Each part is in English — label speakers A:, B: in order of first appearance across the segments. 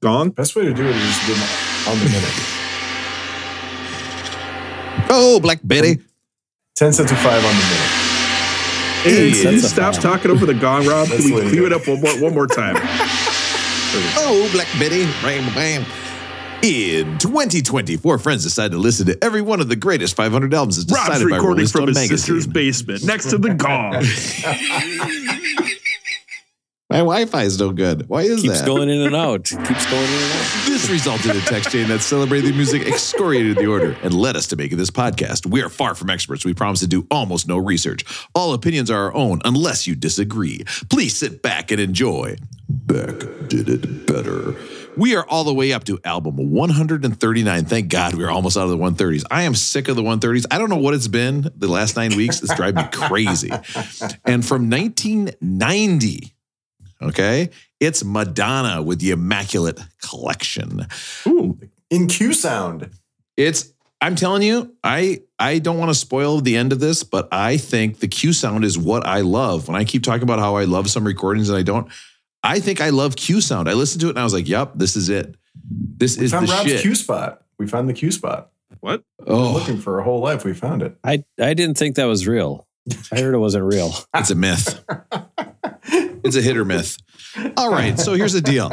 A: gone.
B: Best way to do it is do it on the minute.
C: Oh, Black Betty.
B: 10 cents of five on the minute.
A: Hey,
C: Hey,
A: can you
D: that's a
A: stop
D: fine.
A: talking over the gong, Rob? Can
B: That's
A: we
B: the way to
A: clean
B: do
A: it up one more, one more time?
C: Oh, Black Betty. Bam, bam. In 2020, four friends decided to listen to every one of the greatest 500 albums as
A: Rob's
C: decided by Rolling
A: recording
C: Stone
A: from his
C: magazine.
A: sister's basement next to the gong.
C: My Wi-Fi is no good. Why is
D: Keeps
C: that?
D: going in and out. Keeps going in and out.
C: This resulted in a text chain that celebrated the music, excoriated the order, and led us to making this podcast. We are far from experts. We promise to do almost no research. All opinions are our own, unless you disagree. Please sit back and enjoy. Beck did it better. We are all the way up to album 139. Thank God we are almost out of the 130s. I am sick of the 130s. I don't know what it's been the last nine weeks. It's driving me crazy. And from 1990, Okay. It's Madonna with the Immaculate Collection.
B: In Q sound.
C: It's I'm telling you, I I don't want to spoil the end of this, but I think the Q sound is what I love. When I keep talking about how I love some recordings and I don't, I think I love Q sound. I listened to it and I was like, "Yep, this is it. This
B: We
C: is the
B: found Rob's
C: shit."
B: Q spot. We found the Q spot.
A: What?
C: oh,
B: Looking for our whole life, we found it.
D: I, I didn't think that was real. I heard it wasn't real.
C: It's a myth. it's a hit or myth. All right, so here's the deal.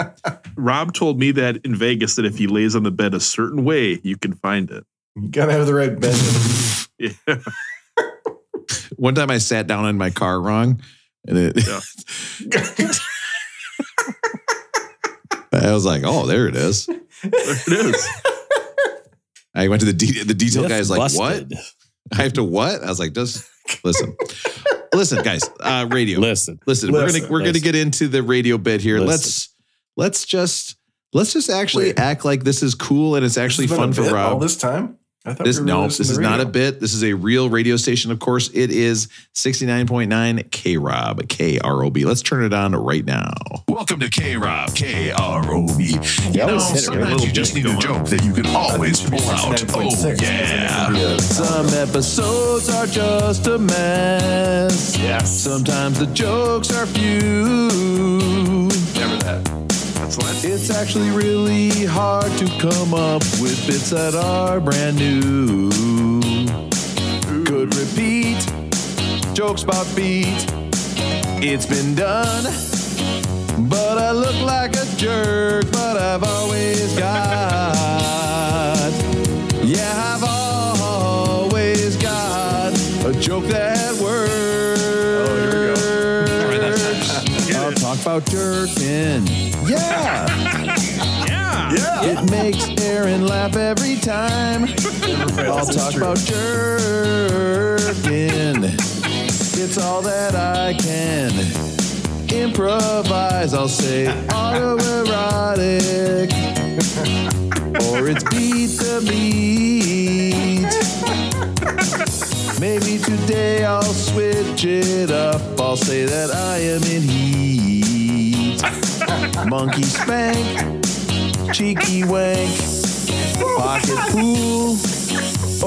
A: Rob told me that in Vegas that if he lays on the bed a certain way, you can find it.
B: You gotta have the right bend.
A: Yeah.
C: One time I sat down in my car wrong, and it,
A: Yeah.
C: I was like, "Oh, there it is."
A: There it is.
C: I went to the de- the detail
D: Myth
C: guy's like, "What?
D: busted.
C: I have to what? I was like, just listen, listen, guys. Uh, radio. Listen,
D: Listen,
C: we're
B: Listen.
C: gonna we're gonna
D: Listen.
C: get into the radio bit here.
D: Listen.
C: Let's let's just let's just actually
B: Wait.
C: act like this is cool and it's actually
B: It's been
C: fun
B: a
C: for
B: bit All
C: Rob.
B: this time? I thought
C: This
B: were
C: no,
B: listening
C: this is
B: to
C: not a
B: radio.
C: bit. This is a real radio station. Of course, it is sixty nine point nine K Rob K R O B. Let's turn it on right now. Welcome to K Rob K R O B. You know,
D: always hit it with a
C: sometimes you just need a joke that you can always pull out. Oh
B: 9.6.
C: yeah. Some episodes are just a mess.
B: Yes.
C: Sometimes the jokes are few.
B: Never that.
A: That's what
C: It's actually really hard to come up with bits that are brand new. Could repeat jokes about beat. It's been done, but I look like a jerk. But I've always got, yeah, I've always got a joke that works.
B: Oh, here we go.
C: I'll talk about jerking. Yeah,
B: Yeah.
C: it makes Aaron laugh every time. I'll talk about jerking. It's all that I can improvise. I'll say autoerotic, or it's beat the beat. Maybe today I'll switch it up. I'll say that I am in heat. Monkey spank, cheeky wank, pocket fool,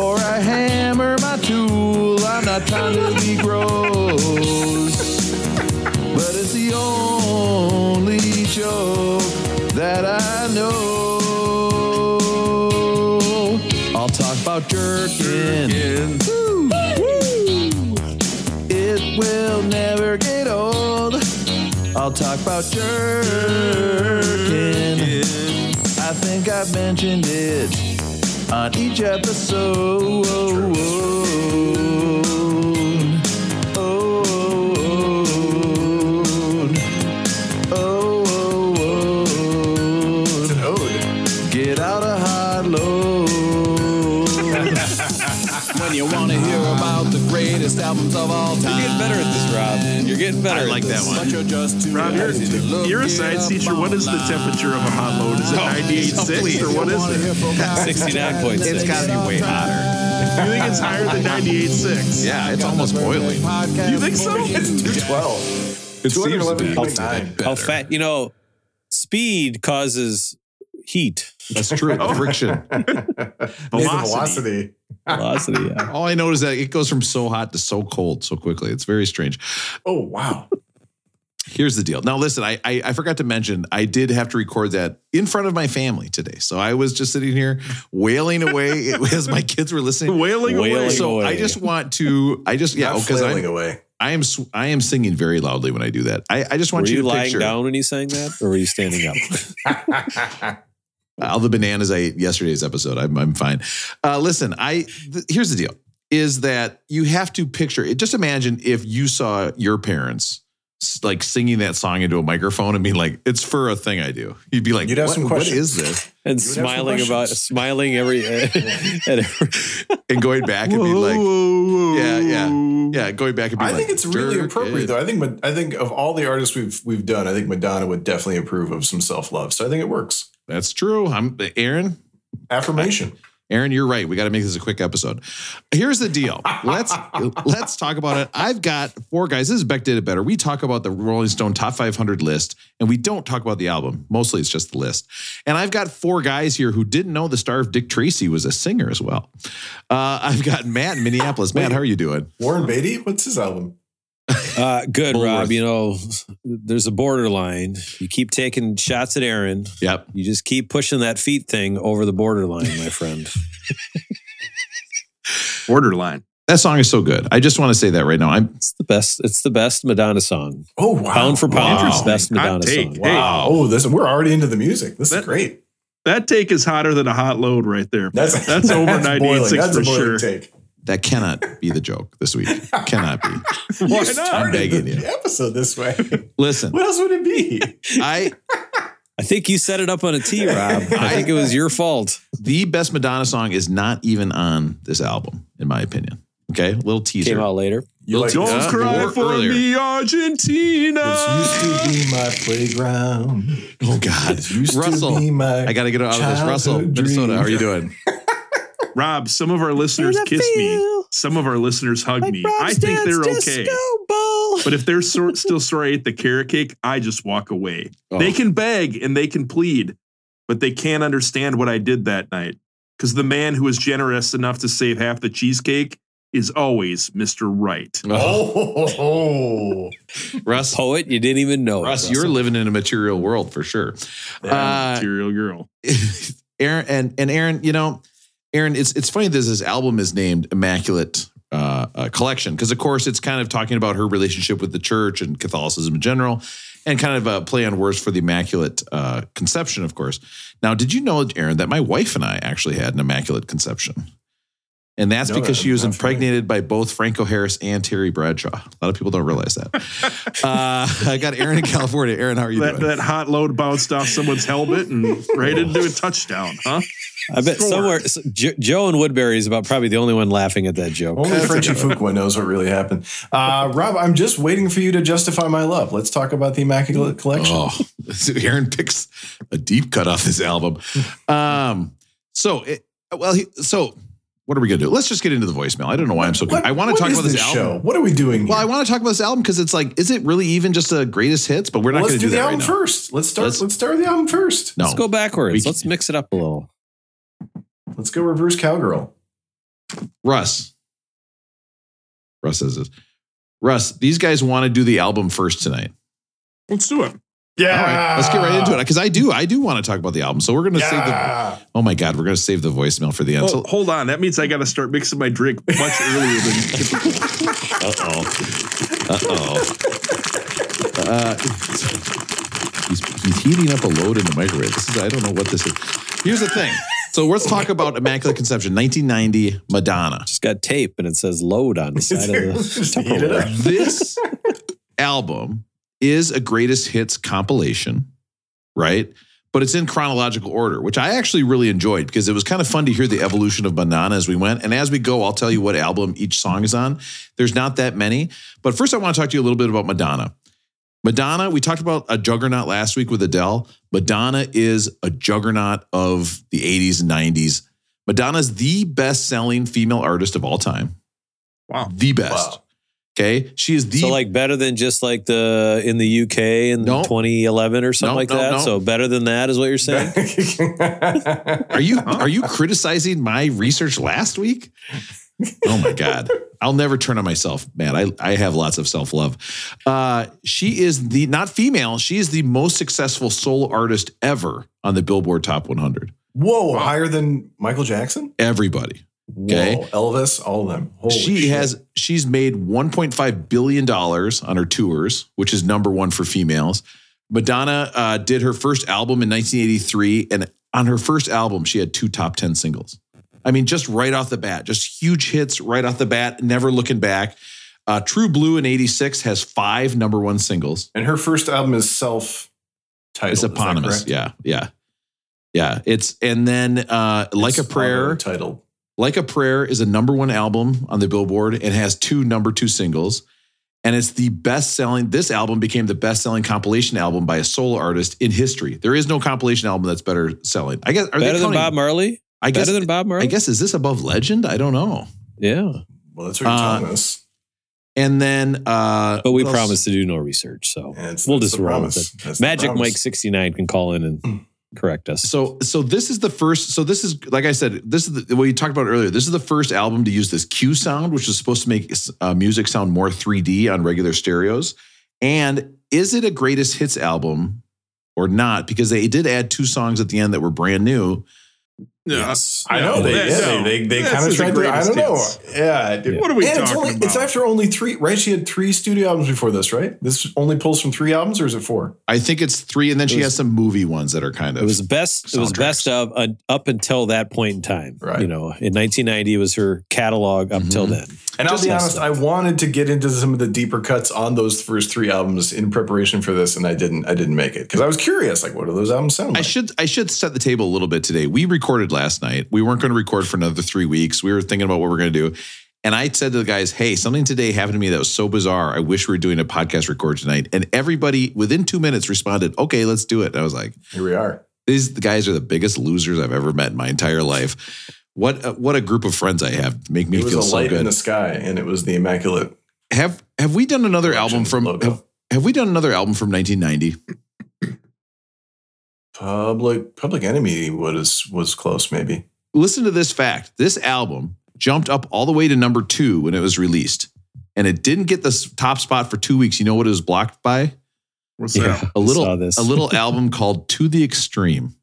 C: or I hammer my tool. I'm not trying to be gross, but it's the only joke that I know. I'll talk about jerkin. It will never get old. I'll talk about jerkin. I think I've mentioned it on each episode.
B: It's an ode.
C: Get out of hot load. when you want to hear about the greatest albums of all time.
D: You're getting better at this, Rob. You're getting better.
C: I
D: at
C: like
D: this.
C: that one.
A: Rob, you're, you're a science teacher. What is the temperature of a hot load? Is it
C: No,
A: 98.6 or what is it?
D: Sixty-nine point six.
C: It's got to be way hotter.
A: You think it's higher than 98.6?
C: Yeah, it's almost boiling.
A: You think so?
B: It's 212.
C: It
B: seems to be.
D: How fat? You know, speed causes heat.
C: That's true. Friction.
B: It's the
A: Velocity.
B: velocity.
D: Velocity. Yeah.
C: All I know is that it goes from so hot to so cold so quickly. It's very strange.
B: Oh, wow.
E: Here's the deal. Now, listen, I, I I forgot to mention I did have to record that in front of my family today. So I was just sitting here wailing away as my kids were listening.
A: Wailing,
D: Wailing.
A: away.
E: So I just want to. I just yeah
C: oh,
B: Not
E: because I
B: flailing away.
E: I am sw- I am singing very loudly when I do that. I, I just
D: Were
E: want
D: you,
E: you, to
D: lying
E: picture
D: down when you sang that, or were you standing up?
E: Uh, all the bananas I ate yesterday's episode. I'm I'm fine. Uh, listen, I th- here's the deal: is that you have to picture it. Just imagine if you saw your parents s- like singing that song into a microphone and being like, "It's for a thing I do." You'd be like,
B: You'd have
E: "What-
B: some
E: what
B: questions."
E: is this?"
D: and
B: You would have some
D: smiling about
B: questions.
D: smiling every at every
E: And going back and being like, Yeah,
A: yeah,
E: "Yeah," going back and being
B: I
E: like, eh,
B: think it's really
E: "Dirk
B: appropriate,
E: it."
B: though. I think Ma- I think of all the artists we've we've done, I think Madonna would definitely approve of some self love. So I think it works.
E: That's true. I'm Aaron.
B: Affirmation.
E: Aaron, you're right. We got to make this a quick episode. Here's the deal. Let's let's talk about it. I've got four guys. This is Beck did it better. We talk about the Rolling Stone top 500 list, and we don't talk about the album. Mostly, it's just the list. And I've got four guys here who didn't know the star of Dick Tracy was a singer as well. Uh, I've got Matt in Minneapolis. Matt, how are you doing?
B: Warren Beatty. What's his album?
D: Uh, good,
E: Bullworth.
D: Rob. You know, there's a borderline. You keep taking shots at Aaron.
E: Yep.
D: You just keep pushing that feet thing over the borderline, my friend.
A: borderline.
E: That song is so good. I just want to say that right now. I'm
D: It's the best. It's the best Madonna song,
B: Oh wow!
D: pound for pound.
E: Wow.
D: It's the best
A: Interesting. Hot
D: Madonna
A: take.
D: song.
A: Hey.
B: Wow! Oh, this we're already into the music. This is
A: That-
B: great.
A: That take is hotter than a hot load right there.
B: That's
A: That's over 96
B: boiling. That's
A: for
B: a boiling
A: sure.
B: take.
E: that cannot be the joke this week. Cannot be.
A: Why
B: you
A: not?
E: I'm begging
B: started the
E: you.
B: episode this way.
E: Listen,
B: What else would it be?
E: I
D: I think you set it up on a tee, Rob. I think it was your fault.
E: the best Madonna song is not even on this album, in my opinion. Okay, a little teaser.
D: Came out later.
B: You like
A: Don't
E: Yeah.
A: cry
E: Or
A: for
E: earlier.
A: me, Argentina.
B: This used to be my playground.
E: Oh God,
B: This used to
E: Russell,
B: be my.
E: I got to get out of this. Russell,
B: childhood
E: Minnesota, how are you
B: dream.
E: doing?
A: Rob, some of our listeners
D: Does it
A: kiss me.
D: feel
A: Some of our listeners hug
D: like
A: me. I
D: Rob's
A: think they're
D: dad's
A: okay.
D: disco ball?
A: But if they're sor- still sorry I ate the carrot cake, I just walk away.
E: Oh.
A: They can beg and they can plead, but they can't understand what I did that night. Because the man who is generous enough to save half the cheesecake is always Mr. Right.
E: Oh,
B: Oh,
E: Russ,
D: Poet, you didn't even know. it,
E: Russ,
D: Russell.
E: you're living in a material world for sure. Uh,
A: Material girl.
E: Aaron and and Aaron, you know, Aaron, it's it's funny this this album is named Immaculate uh, uh, Collection because of course it's kind of talking about her relationship with the church and Catholicism in general, and kind of a play on words for the Immaculate uh, Conception, of course. Now, did you know, Aaron, that my wife and I actually had an Immaculate Conception, and that's
B: No,
E: because
B: that-
E: she was
B: that's right.
E: impregnated by both Franco Harris and Terry Bradshaw. A lot of people don't realize that. uh, I got Aaron in California. Aaron, how are you
A: That,
E: doing?
A: that hot load bounced off someone's helmet and right into a touchdown, huh?
D: I bet
A: Score.
D: somewhere s- Jo Joe and Woodbury is about probably the only one laughing at that joke.
B: only Frenchie Fuqua knows what really happened. Uh, Rob, I'm just waiting for you to justify my love. Let's talk about the Immaculate Collection.
E: Oh, so Aaron picks a deep cut off this album. Um, so it, well, he, so what are we gonna do? Let's just get into the voicemail. I don't know why I'm so.
B: What-
E: I want
B: what
E: to talk
B: is
E: about this, album.
B: show. What are we doing?
E: Well, I
B: here?
E: want to talk about this album because it's like, is it really even just a greatest hits? But we're not
B: Well,
E: gonna
B: let's
E: do,
B: do the
E: that
B: album
E: right now.
B: first. Let's start.
E: Let's-
B: Let's, start with the album first.
E: No,
D: Let's go
E: We
D: backwards.
E: can-
D: Let's mix it up a little.
B: Let's go reverse cowgirl.
E: Russ. Russ says this. Russ, these guys want to do the album first tonight.
A: Let's do it.
B: Yeah,
E: All right, let's get right into it because I do, I do want to talk about the album. So we're gonna save the.
B: Yeah.
E: Oh my god, we're gonna save the voicemail for the end.
A: Oh, hold on. That means I got to start mixing my drink much earlier than typical.
E: Uh oh. Uh oh. Uh, he's, he's heating up a load in the microwave. This is, I don't know what this is. Here's the thing. So let's talk about Immaculate Conception, 1990 Madonna.
D: It's got tape and it says load on the side of the
B: Just heat it up.
D: Tupperware.
E: This album is a greatest hits compilation, right? But it's in chronological order, which I actually really enjoyed because it was kind of fun to hear the evolution of Madonna as we went. And as we go, I'll tell you what album each song is on. There's not that many. But first, I want to talk to you a little bit about Madonna. Madonna, we talked about a juggernaut last week with Adele. Madonna is a juggernaut of the 80s and 90s. Madonna's the best selling female artist of all time.
A: Wow.
E: The best.
B: Wow.
E: Okay. She is the
D: So like better than just like the in the UK in
E: No.
D: 2011 or something
E: No,
D: like
E: no,
D: that.
E: no.
D: So better than that is what you're saying.
E: Are you are you criticizing my research last week? Oh my God. I'll never turn on myself, man. I, I have lots of self love. Uh, she is the, not female, she is the most successful solo artist ever on the Billboard Top 100.
B: Whoa, higher than Michael Jackson?
E: Everybody.
B: Whoa,
E: Okay.
B: Elvis, all of them. Holy
E: she
B: shit.
E: has she's made 1.5 billion dollars on her tours, which is number one for females. Madonna uh, did her first album in 1983, and on her first album, she had two top 10 singles. I mean, just right off the bat, just huge hits right off the bat, never looking back. Uh, True Blue in 86 has five number one singles.
B: and her first album is self titled.
E: It's eponymous. Yeah. Yeah. Yeah. It's, and then uh, Like a Prayer.
B: Titled.
E: Like a Prayer is a number one album on the Billboard and has two number two singles. And it's the best selling, this album became the best selling compilation album by a solo artist in history. There is no compilation album that's better selling. I guess, are
D: Better
E: they
D: than
E: counting,
D: Bob Marley?
E: I guess,
D: Better than Bob Marley?
E: I guess, is this above legend? I don't know.
D: Yeah.
B: Well, that's what you're
E: Uh,
B: telling us.
E: And then, uh,
D: But we
E: what else?
D: promised to do no research. So
B: And it's,
D: we'll
B: that's
D: just
B: the
D: roll with
B: promise. That's the
D: Magic
B: promise.
D: Mike 69 can call in and correct us.
E: Mm. So, so this is the first. So this is like I said. This is the, what you talked about earlier. This is the first album to use this Q sound, which is supposed to make uh, music sound more 3D on regular stereos. And is it a greatest hits album or not? Because they did add two songs at the end that were brand new.
B: Yes. I know they,
A: that-
B: yeah,
A: no.
B: they, they, they
A: This
B: kind of
A: is the
B: tried to. I
A: greatest
B: don't know.
A: hits.
B: Yeah, dude.
A: What are we
B: and it's
A: talking
B: only
A: about?
B: it's after only three, right? She had three studio albums before this, right? This only pulls from three albums, or is it four?
E: I think it's three, and then she
D: was-
E: has some movie ones that are kind of.
D: it was best. It was best of uh, up until that point in time.
B: Right.
D: You know, in 1990 was her catalog up till
E: Mhm.
D: then.
B: And
E: Just
B: I'll be honest,
E: messed up.
B: I wanted to get into some of the deeper cuts on those first three albums in preparation for this, and I didn't. I didn't make it because I was curious, like, what do those albums sound
E: I
B: like?
E: should I should set the table a little bit today. We recorded last night. We weren't going to record for another three weeks. We were thinking about what we're going to do. And I said to the guys, hey, something today happened to me that was so bizarre. I wish we were doing a podcast record tonight. And everybody within two minutes responded, okay, let's do it. And I was like,
B: Here we are.
E: these guys are the biggest losers I've ever met in my entire life. What a, what a group of friends I have to make me
B: It was a
E: feel
B: light
E: so
B: in
E: good.
B: the sky, and it was the immaculate
E: have have we done another album from
B: logo.
E: have, have we done another album from 1990?
B: public Public Enemy. Was was close, maybe.
E: listen to this fact this album jumped up all the way to number two when it was released and it didn't get the s- top spot for two weeks you know what it was blocked by
A: What's
D: Yeah.
A: that?
E: a
D: I
E: little
D: saw this.
E: a little album called to the extreme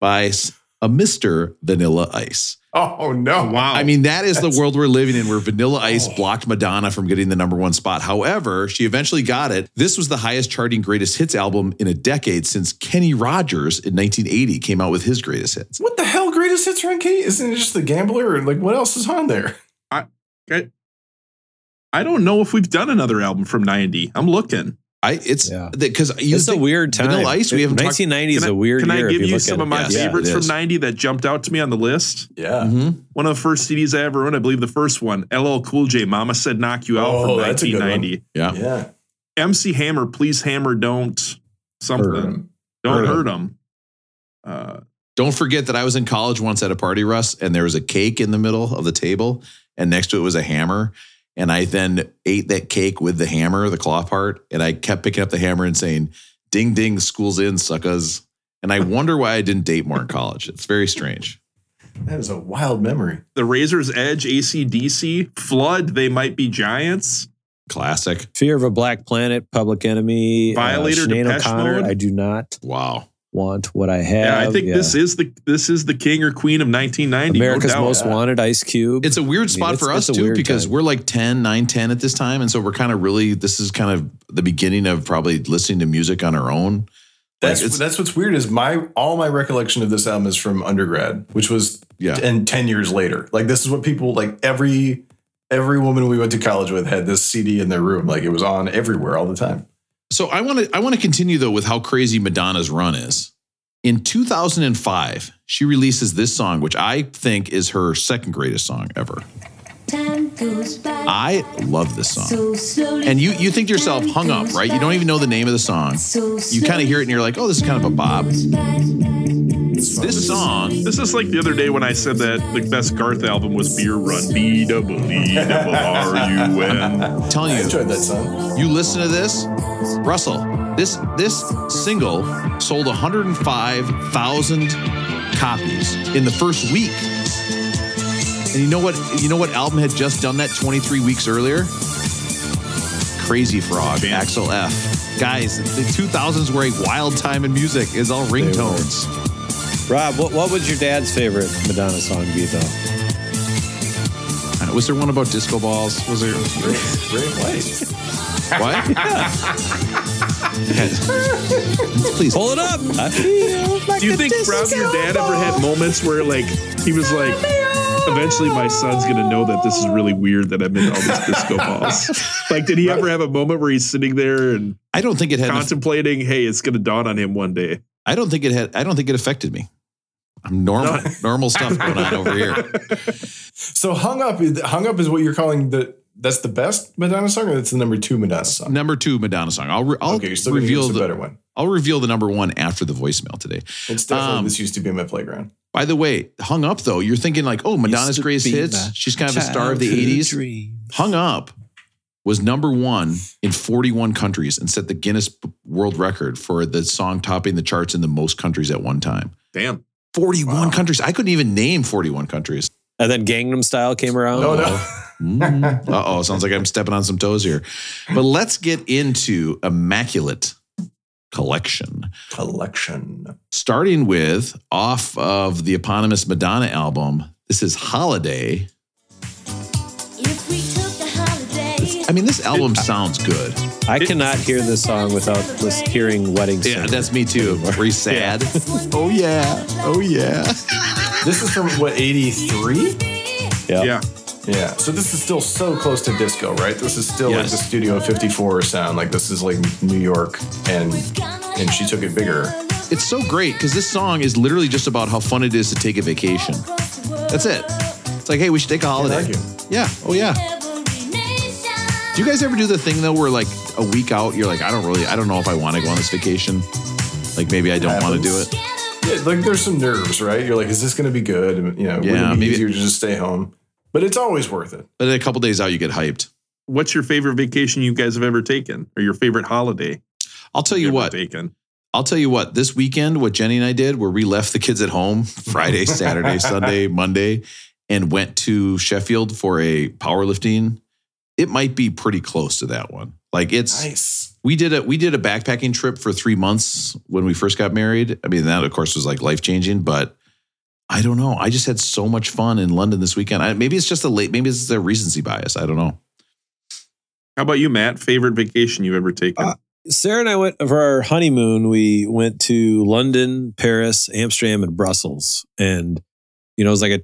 E: by s- a mr vanilla ice
B: Oh no!
A: Wow.
E: i mean that is the
B: That's-
E: world we're living in where vanilla
D: Oh.
E: ice blocked madonna from getting the number one spot however she eventually got it this was the highest charting greatest hits album in a decade since kenny rogers in 1980 came out with his greatest hits
B: What the hell? Greatest hits on Kate? Isn't it just the gambler? And like, what else is on there?
A: I don't know if we've done another album from 90. I'm looking.
E: i it's
D: Yeah.
E: because you
D: It's a
E: think-
D: weird time.
E: Vanilla Ice, we haven't talked-
D: 1990 is
A: Can I-
D: a weird
A: Can
D: year.
A: I
D: if
A: give
D: you
A: you
D: look
A: some
D: at
A: of my
E: Yes,
D: it. Yeah.
A: favorites
E: it
A: from
E: is.
A: 90 that jumped out to me on the list?
B: Yeah.
E: Mhm.
A: One of the first CDs I ever owned, I believe the first one, LL Cool J, Mama Said Knock You Out
B: Oh,
A: from
B: that's a good one.
A: 1990.
E: Yeah.
B: Yeah.
A: MC Hammer, Please Hammer, Don't something. Don't
E: Hurt 'em.
A: Hurt Him. Uh,
E: Don't forget that I was in college once at a party, Russ, and there was a cake in the middle of the table, and next to it was a hammer. And I then ate that cake with the hammer, the claw part, and I kept picking up the hammer and saying, "Ding ding, school's in, suckas." And I wonder why I didn't date more in college. It's very strange.
B: That is a wild memory.
A: the Razor's Edge, ACDC, Flood, They Might Be Giants.
E: Classic.
D: Fear of a Black Planet, Public Enemy,
A: Violator,
D: uh, Sinead
A: Depeche
D: O'Connor.
A: Mode.
D: I do not
E: Wow.
D: want what I have.
A: Yeah, I think
D: Yeah.
A: this is the this is the king or queen of 1990. no
D: America's
A: doubt.
D: Most Wanted, Ice Cube.
E: It's a weird
D: mean,
E: spot
D: it's-
E: for
D: it's
E: us
D: a
E: too
D: weird
E: because
D: time.
E: we're like 10, 9, 10 at this time. And so we're kind of really, this is kind of the beginning of probably listening to music on our own.
B: That's
E: Like, it's-
B: that's what's weird is my all my recollection of this album is from undergrad, which was
E: Yeah.
B: and ten years later. Like this is what people like every every woman we went to college with had this CD in their room. Like it was on everywhere all the time.
E: So I want to I want to continue though with how crazy Madonna's run is. In 2005, she releases this song, which I think is her second greatest song ever.
F: Time goes by.
E: I love this song.
F: so slowly.
E: And you you think to yourself hung up, right? You don't even know the name of the song.
F: So
E: You kind of hear it and you're like, oh, this is kind of a bop. This song,
A: This is like the other day when I said that the best Garth album was Beer Run. B double E double R U N.
E: I'm telling
B: I
E: you,
B: enjoyed that song.
E: you listen to this, Russell. This this single sold 105,000 copies in the first week. And you know what? You know what album had just done that 23 weeks earlier? Crazy Frog,
A: Bam.
E: Axel F. Guys, the 2000s were a wild time in music. Is all ringtones.
D: Rob, what, what would your dad's favorite Madonna song be, though?
E: I know, Was there one about disco balls? Was there?
B: Ray White.
E: What? Yes. Please.
D: Pull it up. I feel like
A: Do you think Brown,
D: Brown
A: your dad, ever had moments where like he was like, eventually my son's gonna know that this is really weird that I'm in all these disco balls? Like, did he ever have a moment where he's sitting there and
E: I don't think it had. an-
A: contemplating, hey, it's gonna dawn on him one day?
E: I don't think it had. I don't think it affected me. I'm normal. Normal stuff going on over here.
B: So hung up, is- hung up is what you're calling the. That's the best Madonna song, or that's the number two Madonna song.
E: Number two Madonna song. I'll re- I'll
B: okay, you're still gonna give
E: reveal
B: us a
E: the
B: better one.
E: I'll reveal the number one after the voicemail today.
B: It's definitely
E: Um,
B: this used to be my playground.
E: By the way, hung up though. You're thinking like, oh, Madonna's
D: to
E: greatest
D: be
E: hits.
D: my
E: She's kind of a star of the '80s.
D: Dream.
E: Hung up was number one in 41 countries and set the Guinness B- World Record for the song topping the charts in the most countries at one time.
A: Damn.
E: 41
B: Wow.
E: countries. I couldn't even name 41 countries.
D: And then Gangnam Style came around.
B: No, no.
E: Mm. Uh-oh, sounds like I'm stepping on some toes here. But let's get into Immaculate Collection,
B: Collection.
E: starting with off of the eponymous Madonna album. This is Holiday.
F: If we took a holiday,
E: I mean, this album sounds good.
D: I cannot hear this song without lis- hearing Wedding Singer.
E: Yeah, that's me too. Very sad. Oh yeah. Oh yeah.
B: This is from what '83.
D: Yep.
A: Yeah.
B: Yeah. So this is still so close to disco, right? This is still like
E: Yes.
B: the Studio 54 sound. Like this is like New York and and she took it bigger.
E: It's so great because this song is literally just about how fun it is to take a vacation. That's it. Ah. It's like, hey, we should take a holiday.
B: you.
E: Yeah. Oh yeah. Do you guys ever do the thing though where like a week out you're like, I don't really I don't know if I want to go on this vacation. Like maybe I don't want to do it.
B: Yeah, like there's some nerves, right? You're like, is this gonna be good? And, You know, would
E: Yeah,
B: it be
E: maybe-
B: easier to just stay home? But it's always worth it.
E: But then a couple days out you get hyped.
A: What's your favorite vacation you guys have ever taken, or your favorite holiday?
E: I'll tell you
A: ever
E: what.
A: taken?
E: I'll tell you what, this weekend, what Jenny and I did where we left the kids at home Friday, Saturday, Sunday, Monday, and went to Sheffield for a powerlifting. It might be pretty close to that one. Like it's
B: Nice.
E: we did a we did a backpacking trip for three months when we first got married. I mean, that of course was like life changing, but I don't know. I just had so much fun in London this weekend. I, maybe it's just a late, maybe it's a recency bias. I don't know.
A: How about you, Matt? Favorite vacation you've ever taken?
D: Uh, Sarah and I went for our honeymoon. We went to London, Paris, Amsterdam, and Brussels. And, you know, it was like a,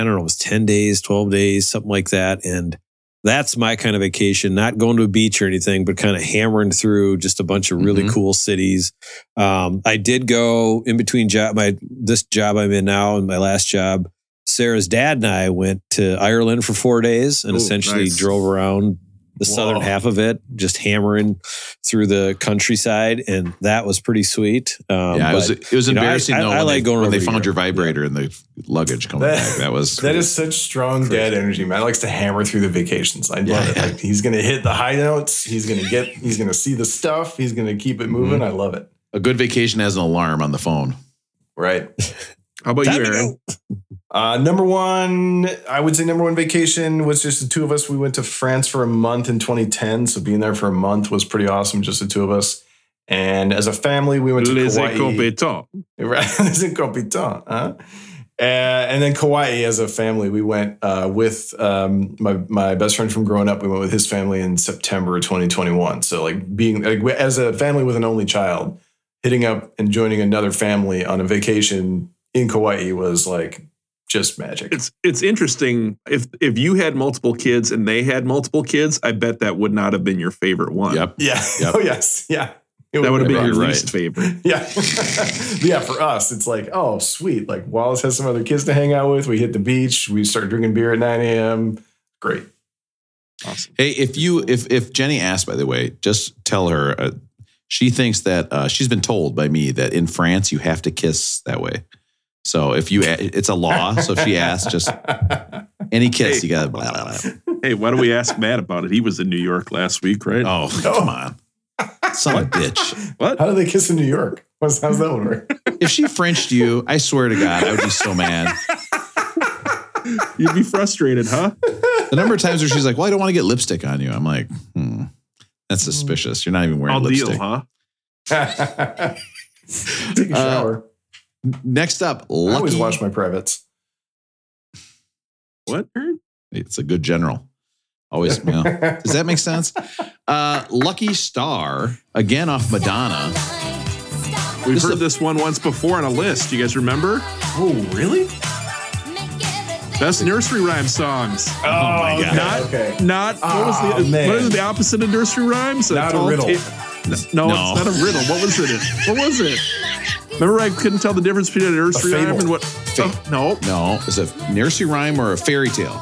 D: I don't know, it was 10 days, 12 days, something like that. And that's my kind of vacation, not going to a beach or anything, but kind of hammering through just a bunch of really
A: Mm-hmm.
E: Mhm.
D: cool cities. Um, I did go in between job, my, this job I'm in now and my last job. Sarah's dad and I went to Ireland for four days and
A: Ooh,
D: essentially
A: nice.
D: drove around the
B: Whoa.
D: southern half of it, just hammering through the countryside, and that was pretty sweet. Um,
E: yeah, it was
D: but
E: it was
D: you know, I-
E: embarrassing
D: I-
E: though.
D: I
E: when
D: like
E: they,
D: going
E: when
D: over
E: they
D: to Europe.
E: found your vibrator and the luggage coming
B: That-
E: back. That was
B: That is such strong dad energy. Matt likes to hammer through the vacations. I love it. Like, he's gonna hit the high notes. He's gonna get. He's gonna see the stuff. He's gonna keep it moving. I love it.
E: a good vacation has an alarm on the phone.
B: Right.
A: How about
D: Time
A: you,
D: to
A: Aaron?
D: go.
B: Uh, number one, I would say number one vacation was just the two of us. We went to France for a month in 2010, so being there for a month was pretty awesome. Just the two of us, and as a family, we went to
A: Les
B: Kauai.
A: incompétents.
B: Right, Les incompetents, huh? Uh, and then Kauai, as a family, we went uh, with um, my my best friend from growing up. We went with his family in September of 2021. So like being like we- as a family with an only child, hitting up and joining another family on a vacation in Kauai was like just magic.
A: It's it's interesting. If if you had multiple kids and they had multiple kids, I bet that would not have been your favorite one.
E: Yep.
B: Yeah.
E: Yep.
B: Oh yes. Yeah. It
A: That would have been
E: You're
A: your
E: right.
A: least favorite.
B: Yeah. yeah. For us, it's like, oh, sweet. Like Wallace has some other kids to hang out with. We hit the beach. We start drinking beer at 9 a.m. Great.
A: Awesome.
E: Hey, if you if if Jenny asked, by the way, just tell her uh, she thinks that uh, she's been told by me that in France you have to kiss that way. So if you, a- it's a law. So if she asks, just any kiss you got. to Blah, blah, blah.
A: Hey, why don't we ask Matt about it? He was in New York last week, right?
E: Oh come on, son of a bitch!
A: what?
B: How do they kiss in New York? What's, how's that one work?
E: If she Frenched you, I swear to God, I would be so mad.
A: You'd be frustrated, huh?
E: The number of times where she's like, "Well, I don't want to get lipstick on you," I'm like, "Hmm, that's suspicious. You're not even
A: Mm.
E: wearing
A: I'll
E: lipstick."
A: deal, huh?
B: Take a
E: Uh,
B: shower.
E: Next up,
B: I always
E: Lucky.
B: wash my privates.
A: What?
E: it's a good general. Always, you know. does that make sense? Uh, Lucky Star again off Madonna.
A: We've
E: This is
A: heard
E: a-
A: this one once before on a list. You guys remember?
B: oh, really?
A: Best nursery rhyme songs.
B: Oh, my
E: God.
A: Not,
B: Okay.
A: not what
B: Ah,
A: was the
B: man.
A: what is the opposite of nursery rhymes?
B: Not a
A: tall
B: riddle.
A: no,
E: No.
A: it's not a riddle. What was it? What was it? Remember, I couldn't tell the difference between a nursery
B: A fable.
A: rhyme and what? oh,
E: Fable.
A: no,
E: No, it's a nursery rhyme or a fairy tale.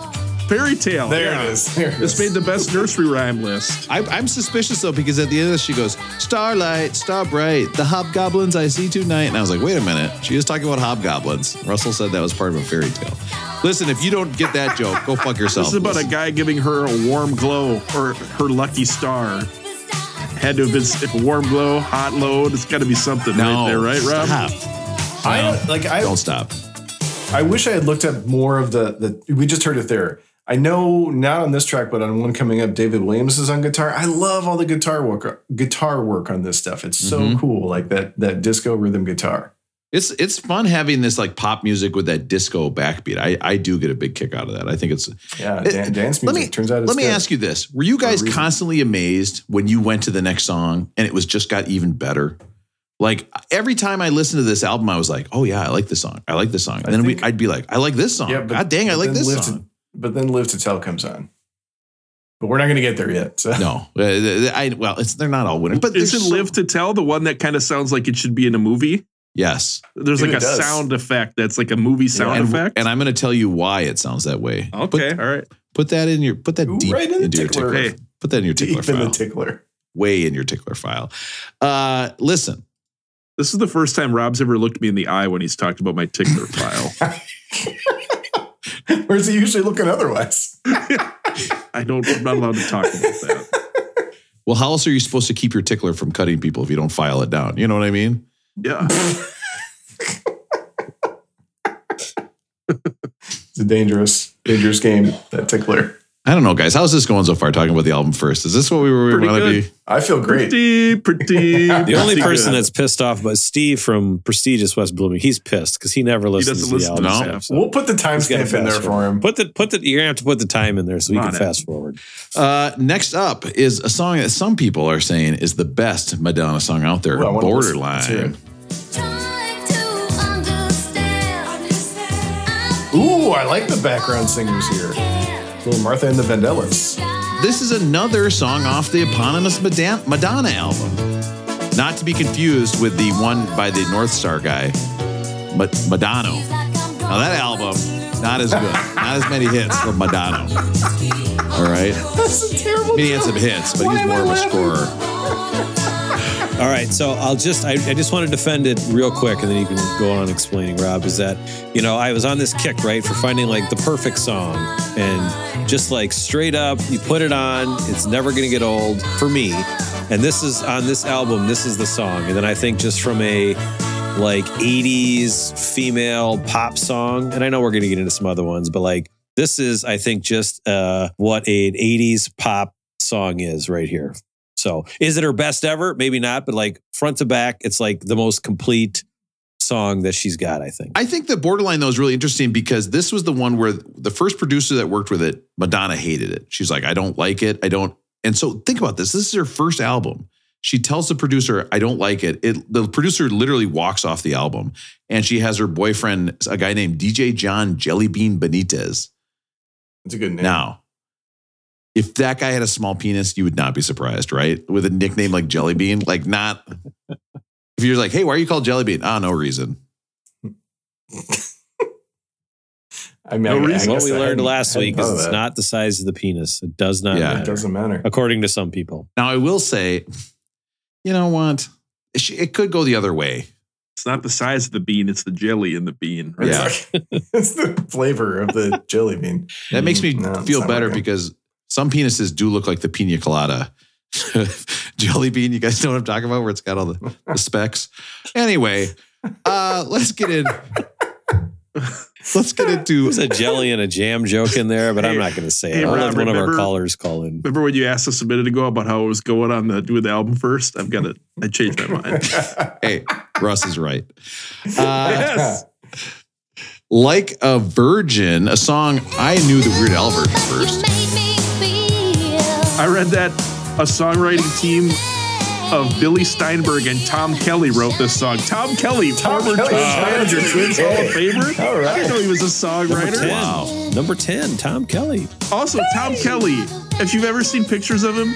A: fairy tale.
B: There
A: Yeah.
B: it is. There it
A: This
B: is.
A: made the best nursery rhyme list.
E: I, I'm suspicious though because at the end of this she goes, "Starlight, star bright, the hobgoblins I see tonight," and I was like, "Wait a minute, she is talking about hobgoblins." Russell said that was part of a fairy tale. Listen, if you don't get that joke, go fuck yourself.
A: This is about a
E: Listen.
A: guy giving her a warm glow or her lucky star. Had to have been s- warm glow, hot load. It's got to be something right there, right, Rob?
E: Stop.
B: I like. I
E: Don't stop.
B: I wish I had looked up more of the the. We just heard it there. I know not on this track, but on one coming up, David Williams is on guitar. I love all the guitar work, guitar work on this stuff. It's so
E: Mm-hmm.
B: cool, like that that disco rhythm guitar.
E: It's it's fun having this like pop music with that disco backbeat. I I do get a big kick out of that. I think it's
B: Yeah,
E: It-
B: dan- dance music.
E: Let me
B: Turns out, it's
E: let me
B: good.
E: ask you this: Were you guys
B: reason.
E: constantly amazed when you went to the next song and it was just got even better? Like every time I listened to this album, I was like, "Oh yeah, I like this song. I like this song." And
B: I
E: then we,
B: think-
E: I'd be like, "I like this song. Oh, God dang, I
B: but
E: like
B: then
E: this
B: live
E: song."
B: To, but then live to tell comes on. But we're not going to get there yet. So.
E: no, Uh, th- th- I well, it's they're not all winners, but
A: Isn't
E: there's so-
A: Live to Tell the one that kind of sounds like it should be in a movie?
E: Yes,
A: There's
B: Dude,
A: like a
B: it does.
A: sound effect that's like a movie sound
E: and,
A: effect.
E: and I'm going to tell you why it sounds that way.
A: okay,
E: put,
A: all right.
E: put that in your put that
B: Ooh,
E: deep
B: right in the
E: into your
B: tickler.
E: tickler.
A: Hey.
E: Put that in your tickler
B: Deep in
E: file.
B: the tickler.
E: way in your tickler file. Uh, listen,
A: This is the first time Rob's ever looked me in the eye when he's talked about my tickler file.
B: Or is he usually looking otherwise?
A: I don't. I'm not allowed to talk about that.
E: well, how else are you supposed to keep your tickler from cutting people if you don't file it down? You know what I mean?
A: Yeah.
B: It's a dangerous, dangerous game. That tickler.
E: I don't know, guys. How's this going so far? Talking about the album first. Is this what we were
A: Pretty
E: going to
A: good.
E: be?
B: I feel great.
A: Pretty, pretty.
D: The only
A: pretty
D: person
A: good.
D: that's pissed off, but Steve from prestigious West Blooming, he's pissed because he never
A: doesn't
D: listens to the
A: listen to
D: album
A: no.
D: stuff. So
B: we'll put the
D: he's gotta
B: timestamp in there
D: fast
B: for him.
D: Put the put the you're gonna have to put the time in there so we
A: Come
D: can
A: on,
D: fast forward.
E: Uh, next up is a song that some people are saying is the best Madonna song out there,
B: Ooh, I wanna listen. Let's hear
E: Borderline.
B: it. Ooh, I like the background singers here. Little Martha and the Vandellas.
E: This is another song off the eponymous Madan- Madonna album. Not to be confused with the one by the North Star guy, Ma- Madonna. Now that album, not as good. Not as many hits from Madonna. All right.
B: That's a terrible.
E: He had some hits, but
B: Why
E: he's
B: am
E: more
B: I
E: of a
B: laughing?
E: scorer.
D: All right, so I'll just I, I just want to defend it real quick, and then you can go on explaining. Rob is that you know I was on this kick right for finding like the perfect song, and just like straight up, you put it on, it's never gonna get old for me. And this is on this album, this is the song, and then I think just from a like 80s female pop song, and I know we're gonna get into some other ones, but like this is I think just uh, what an 80s pop song is right here. So is it her best ever? Maybe not, but like front to back, it's like the most complete song that she's got, I think.
E: I think the borderline though is really interesting because this was the one where the first producer that worked with it, Madonna hated it. She's like, I don't like it. I don't. And so think about this. This is her first album. She tells the producer, I don't like it. It the producer literally walks off the album and she has her boyfriend, a guy named DJ John Jellybean Benitez.
B: It's a good name.
E: Now, if that guy had a small penis, you would not be surprised, right? With a nickname like Jelly Bean, like not. If you're like, hey, why are you called Jelly Bean? Ah, no reason.
B: I mean,
A: No
B: I- I
A: reason.
B: guess
D: what we
B: I
D: learned
B: hadn't-
D: last
B: hadn't
D: week
B: thought
D: is
B: of
D: it's
B: that.
D: not the size of the penis. It does not
E: Yeah.
B: It
D: matter,
B: doesn't matter.
D: according to some people.
E: Now, I will say, you know what? It sh- It could go the other way.
A: It's not the size of the bean; it's the jelly in the bean. Right?
E: Yeah.
B: It's, like- it's the flavor of the jelly bean. Mm,
E: That makes me
B: Mm-hmm. No, it's
E: feel
B: not
E: better
B: working.
E: because some penises do look like the pina colada. Jelly bean, you guys know what I'm talking about, where it's got all the, the specs. Anyway, uh, let's get in. Let's get into
D: There's a jelly and a jam joke in there, but I'm
A: Hey,
D: not going to say
A: hey,
D: it. I'll
A: Rob,
D: let one of our
A: remember-
D: callers call in.
A: Remember when you asked us a minute ago about how it was going on the with the album first? I've got to. I changed my mind.
E: Hey, Russ is right. Uh,
A: yes.
E: like a Virgin, a song I knew the Weird Al version first.
A: I read that a songwriting team of Billy Steinberg and Tom Kelly wrote this song. Tom Kelly, former
B: Kelly is
A: Tom Challenger
D: Oh,
B: Challenger
A: Twins Hall of
B: Twins.
A: Famer.
B: All
A: I didn't know
B: right.
A: he was a
D: Number
A: songwriter.
D: 10,
E: Wow.
D: number 10, Tom Kelly.
A: Also, Tom Kelly, if you've ever seen pictures of him,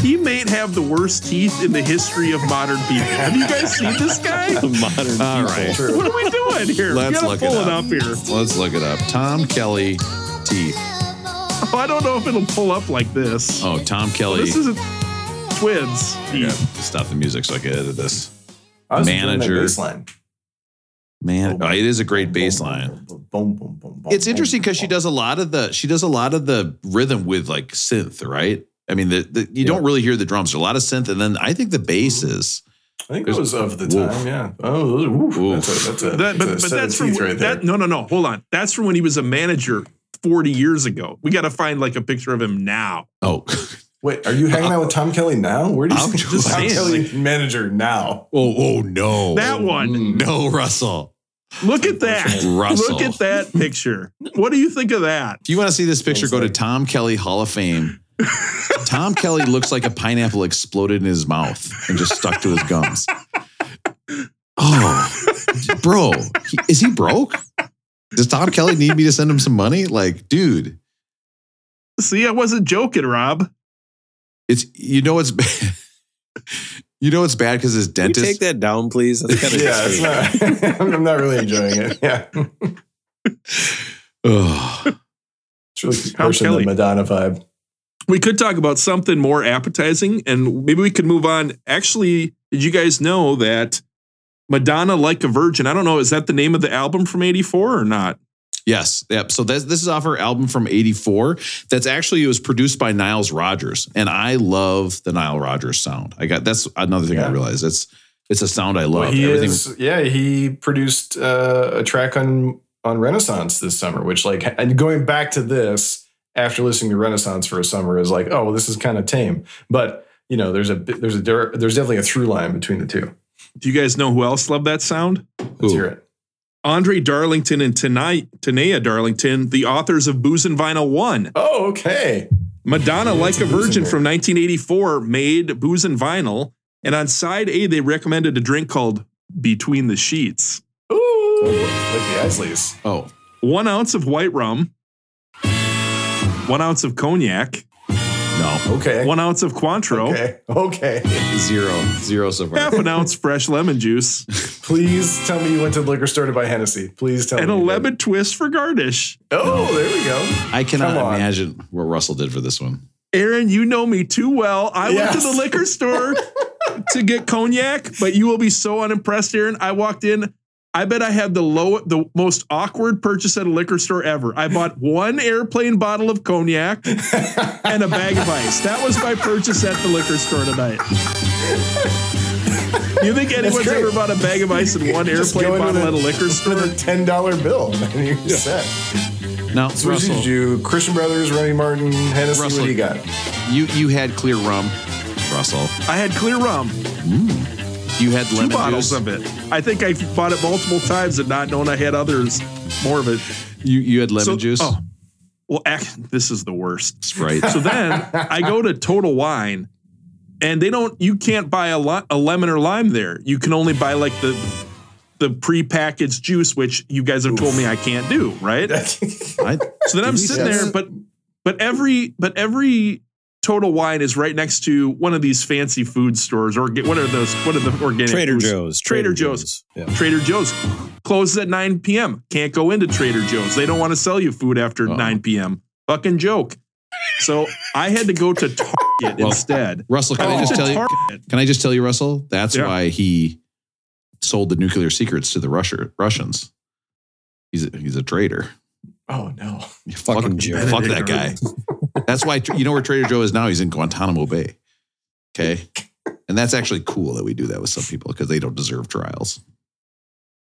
A: he may have the worst teeth in the history of modern people. Have you guys seen this guy?
D: The modern
E: All
D: people.
E: right.
A: What are we doing here?
E: Let's
A: we gotta
E: look it
A: pull it up.
E: up.
A: here.
E: Let's look it up. Tom Kelly teeth.
A: Oh, I don't know if it'll pull up like this.
E: Oh, Tom Kelly.
A: This isn't twins.
E: I gotta stop the music so I can edit this.
B: I was enjoying that
E: Manager.
B: baseline.
E: Man, oh, it is a great bass line.
B: Boom, boom, boom, boom,
E: It's
B: boom,
E: interesting because she
B: boom.
E: does a lot of the she does a lot of the rhythm with like synth, right? I mean, the, the, you don't really hear the drums. There's a lot of synth, and then I think the bass is.
B: I think it was of the
E: Woof.
B: time. Yeah. Oh, oof.
E: Oof.
B: that's a, that's a,
A: That,
B: that's a
A: but but
B: set of
A: that's from
B: teeth right there.
A: that, no no no hold on that's from when he was a manager 40 years ago we got to find like a picture of him now
E: Oh,
B: Wait, are you hanging out with Tom Kelly now? Where do you
E: I'm
B: see
E: just
B: Tom
E: saying,
B: Kelly manager now?
E: oh, oh no,
A: that one
B: Mm.
E: no, Russell.
A: look at that
E: Russell.
A: look at that picture what do you think of that
E: If you want to see this picture,
B: Sounds
E: go to
B: like-
E: Tom Kelly Hall of Fame. Tom Kelly looks like a pineapple exploded in his mouth and just stuck to his gums. Oh, bro, he- is he broke? Does Tom Kelly need me to send him some money? Like, dude,
A: see i wasn't joking rob
E: it's you know it's bad. you know it's bad because his
D: Can you take
E: dentist.
D: that down, please? That's kind of
B: Yeah, it's not, I'm not really enjoying it. Yeah.
E: Ugh.
B: It's really
A: Tom
B: worse than
A: Kelly.
B: the Madonna vibe.
A: we could talk about something more appetizing and maybe we could move on actually did you guys know that madonna like a virgin i don't know is that the name of the album from 84 or not
E: Yes. Yep. So this this is off her album from '84. That's actually it was produced by Niles Rogers, and I love the Nile Rogers sound. I got that's another thing I
B: Yeah.
E: realized. It's it's a sound I love.
B: Well, he is, yeah, he produced uh, a track on on Renaissance this summer, which like and going back to this after listening to Renaissance for a summer is like, oh, well, this is kind of tame. But you know, there's a bit- there's a der- there's definitely a through line between the two.
A: do you guys know who else loved that sound
B: Let's
E: Who?
B: hear it.
A: Andre Darlington and Tana- Tanea Darlington, the authors of Booze and Vinyl 1.
B: Oh, okay.
A: Madonna,
B: Yeah,
A: like a
B: it's Booze
A: virgin
B: and Vinyl.
A: from 1984, made Booze and Vinyl. And on side A, they recommended a drink called Between the Sheets.
B: Ooh, like the Isleys.
E: oh,
A: One ounce of white rum, one ounce of cognac,
E: no.
B: Okay.
A: one ounce of Cointreau,
B: Okay. Okay.
E: Zero. Zero so far.
A: half an ounce fresh lemon juice,
B: Please tell me you went to the liquor store to buy Hennessy. Please tell
A: and
B: me.
A: a
B: you did.
A: lemon twist for garnish.
B: Oh, there we go.
E: I cannot
B: Come on.
E: imagine what Russell did for this one.
A: Aaron, you know me too well. I went
B: Yes.
A: to the liquor store to get cognac, but you will be so unimpressed, Aaron. I walked in. I bet I had the low, the most awkward purchase at a liquor store ever. I bought one airplane bottle of cognac and a bag of ice. That was my purchase at the liquor store tonight. You think anyone's
B: great.
A: ever bought a bag of ice and one
B: Just
A: airplane
B: go into
A: bottle
B: the-
A: at a liquor
B: With
A: store?
B: a ten dollar bill, and you're set.
E: Now,
B: So what did
E: Russell,
B: you do? Christian Brothers, Remy Martin, Hennessy.
E: Russell.
B: What do you got?
E: you you had clear rum. Russell,
A: I had clear rum,
E: you had
A: two
E: lemon
A: bottles
E: juice.
A: of it. I think I bought it multiple times and not knowing I had others, more of it.
E: You you had lemon
A: So-
E: juice.
A: Oh, well, ac- this is the worst.
E: Sprite.
A: So then I go to Total Wine, and they don't. You can't buy a lot a lemon or lime there. You can only buy like the the prepackaged juice, which you guys have told me I can't do. Right.
E: I,
A: So then I'm
E: Did we
A: sitting
B: say-
A: there, but but every but every Total Wine is right next to one of these fancy food stores or get, what are those? What are the organic
D: Trader
A: foods?
D: Joe's.
A: Trader Joe's. Trader Joe's closes at 9 p.m. Can't go into Trader Joe's. They don't want to sell you food after
E: Uh-oh.
A: 9 p.m. Fucking joke. So I had to go to Target
E: Well,
A: instead.
E: Russell, can I
A: went
E: just
A: to
E: tell you?
A: Target.
E: Can I just tell you, Russell? That's
A: Yeah.
E: why he sold the nuclear secrets to the Russia, Russians. He's a, he's a traitor.
B: oh no!
D: Fucking
E: fuck,
D: Joe.
E: fuck that guy. that's why you know where Trader Joe is now. He's in Guantanamo Bay. Okay, and that's actually cool that we do that with some people because they don't deserve trials.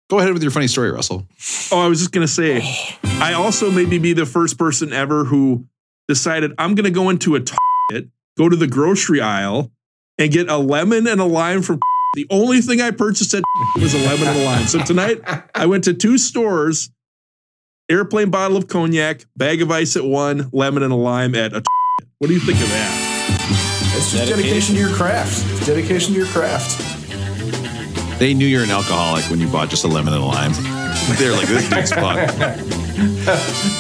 E: Go ahead with your funny story, Russell.
A: Oh, I was just gonna say, I also maybe be the first person ever who decided I'm gonna go into a Target, go to the grocery aisle, and get a lemon and a lime from. The only thing I purchased at was a lemon and a lime. So tonight I went to two stores: airplane bottle of cognac, bag of ice at one, lemon and a lime at a. What do you think of that?
B: It's just dedication to your craft. It's dedication to your craft.
E: They knew you're an alcoholic when you bought just a lemon and a lime. They're like, this dude's fucked.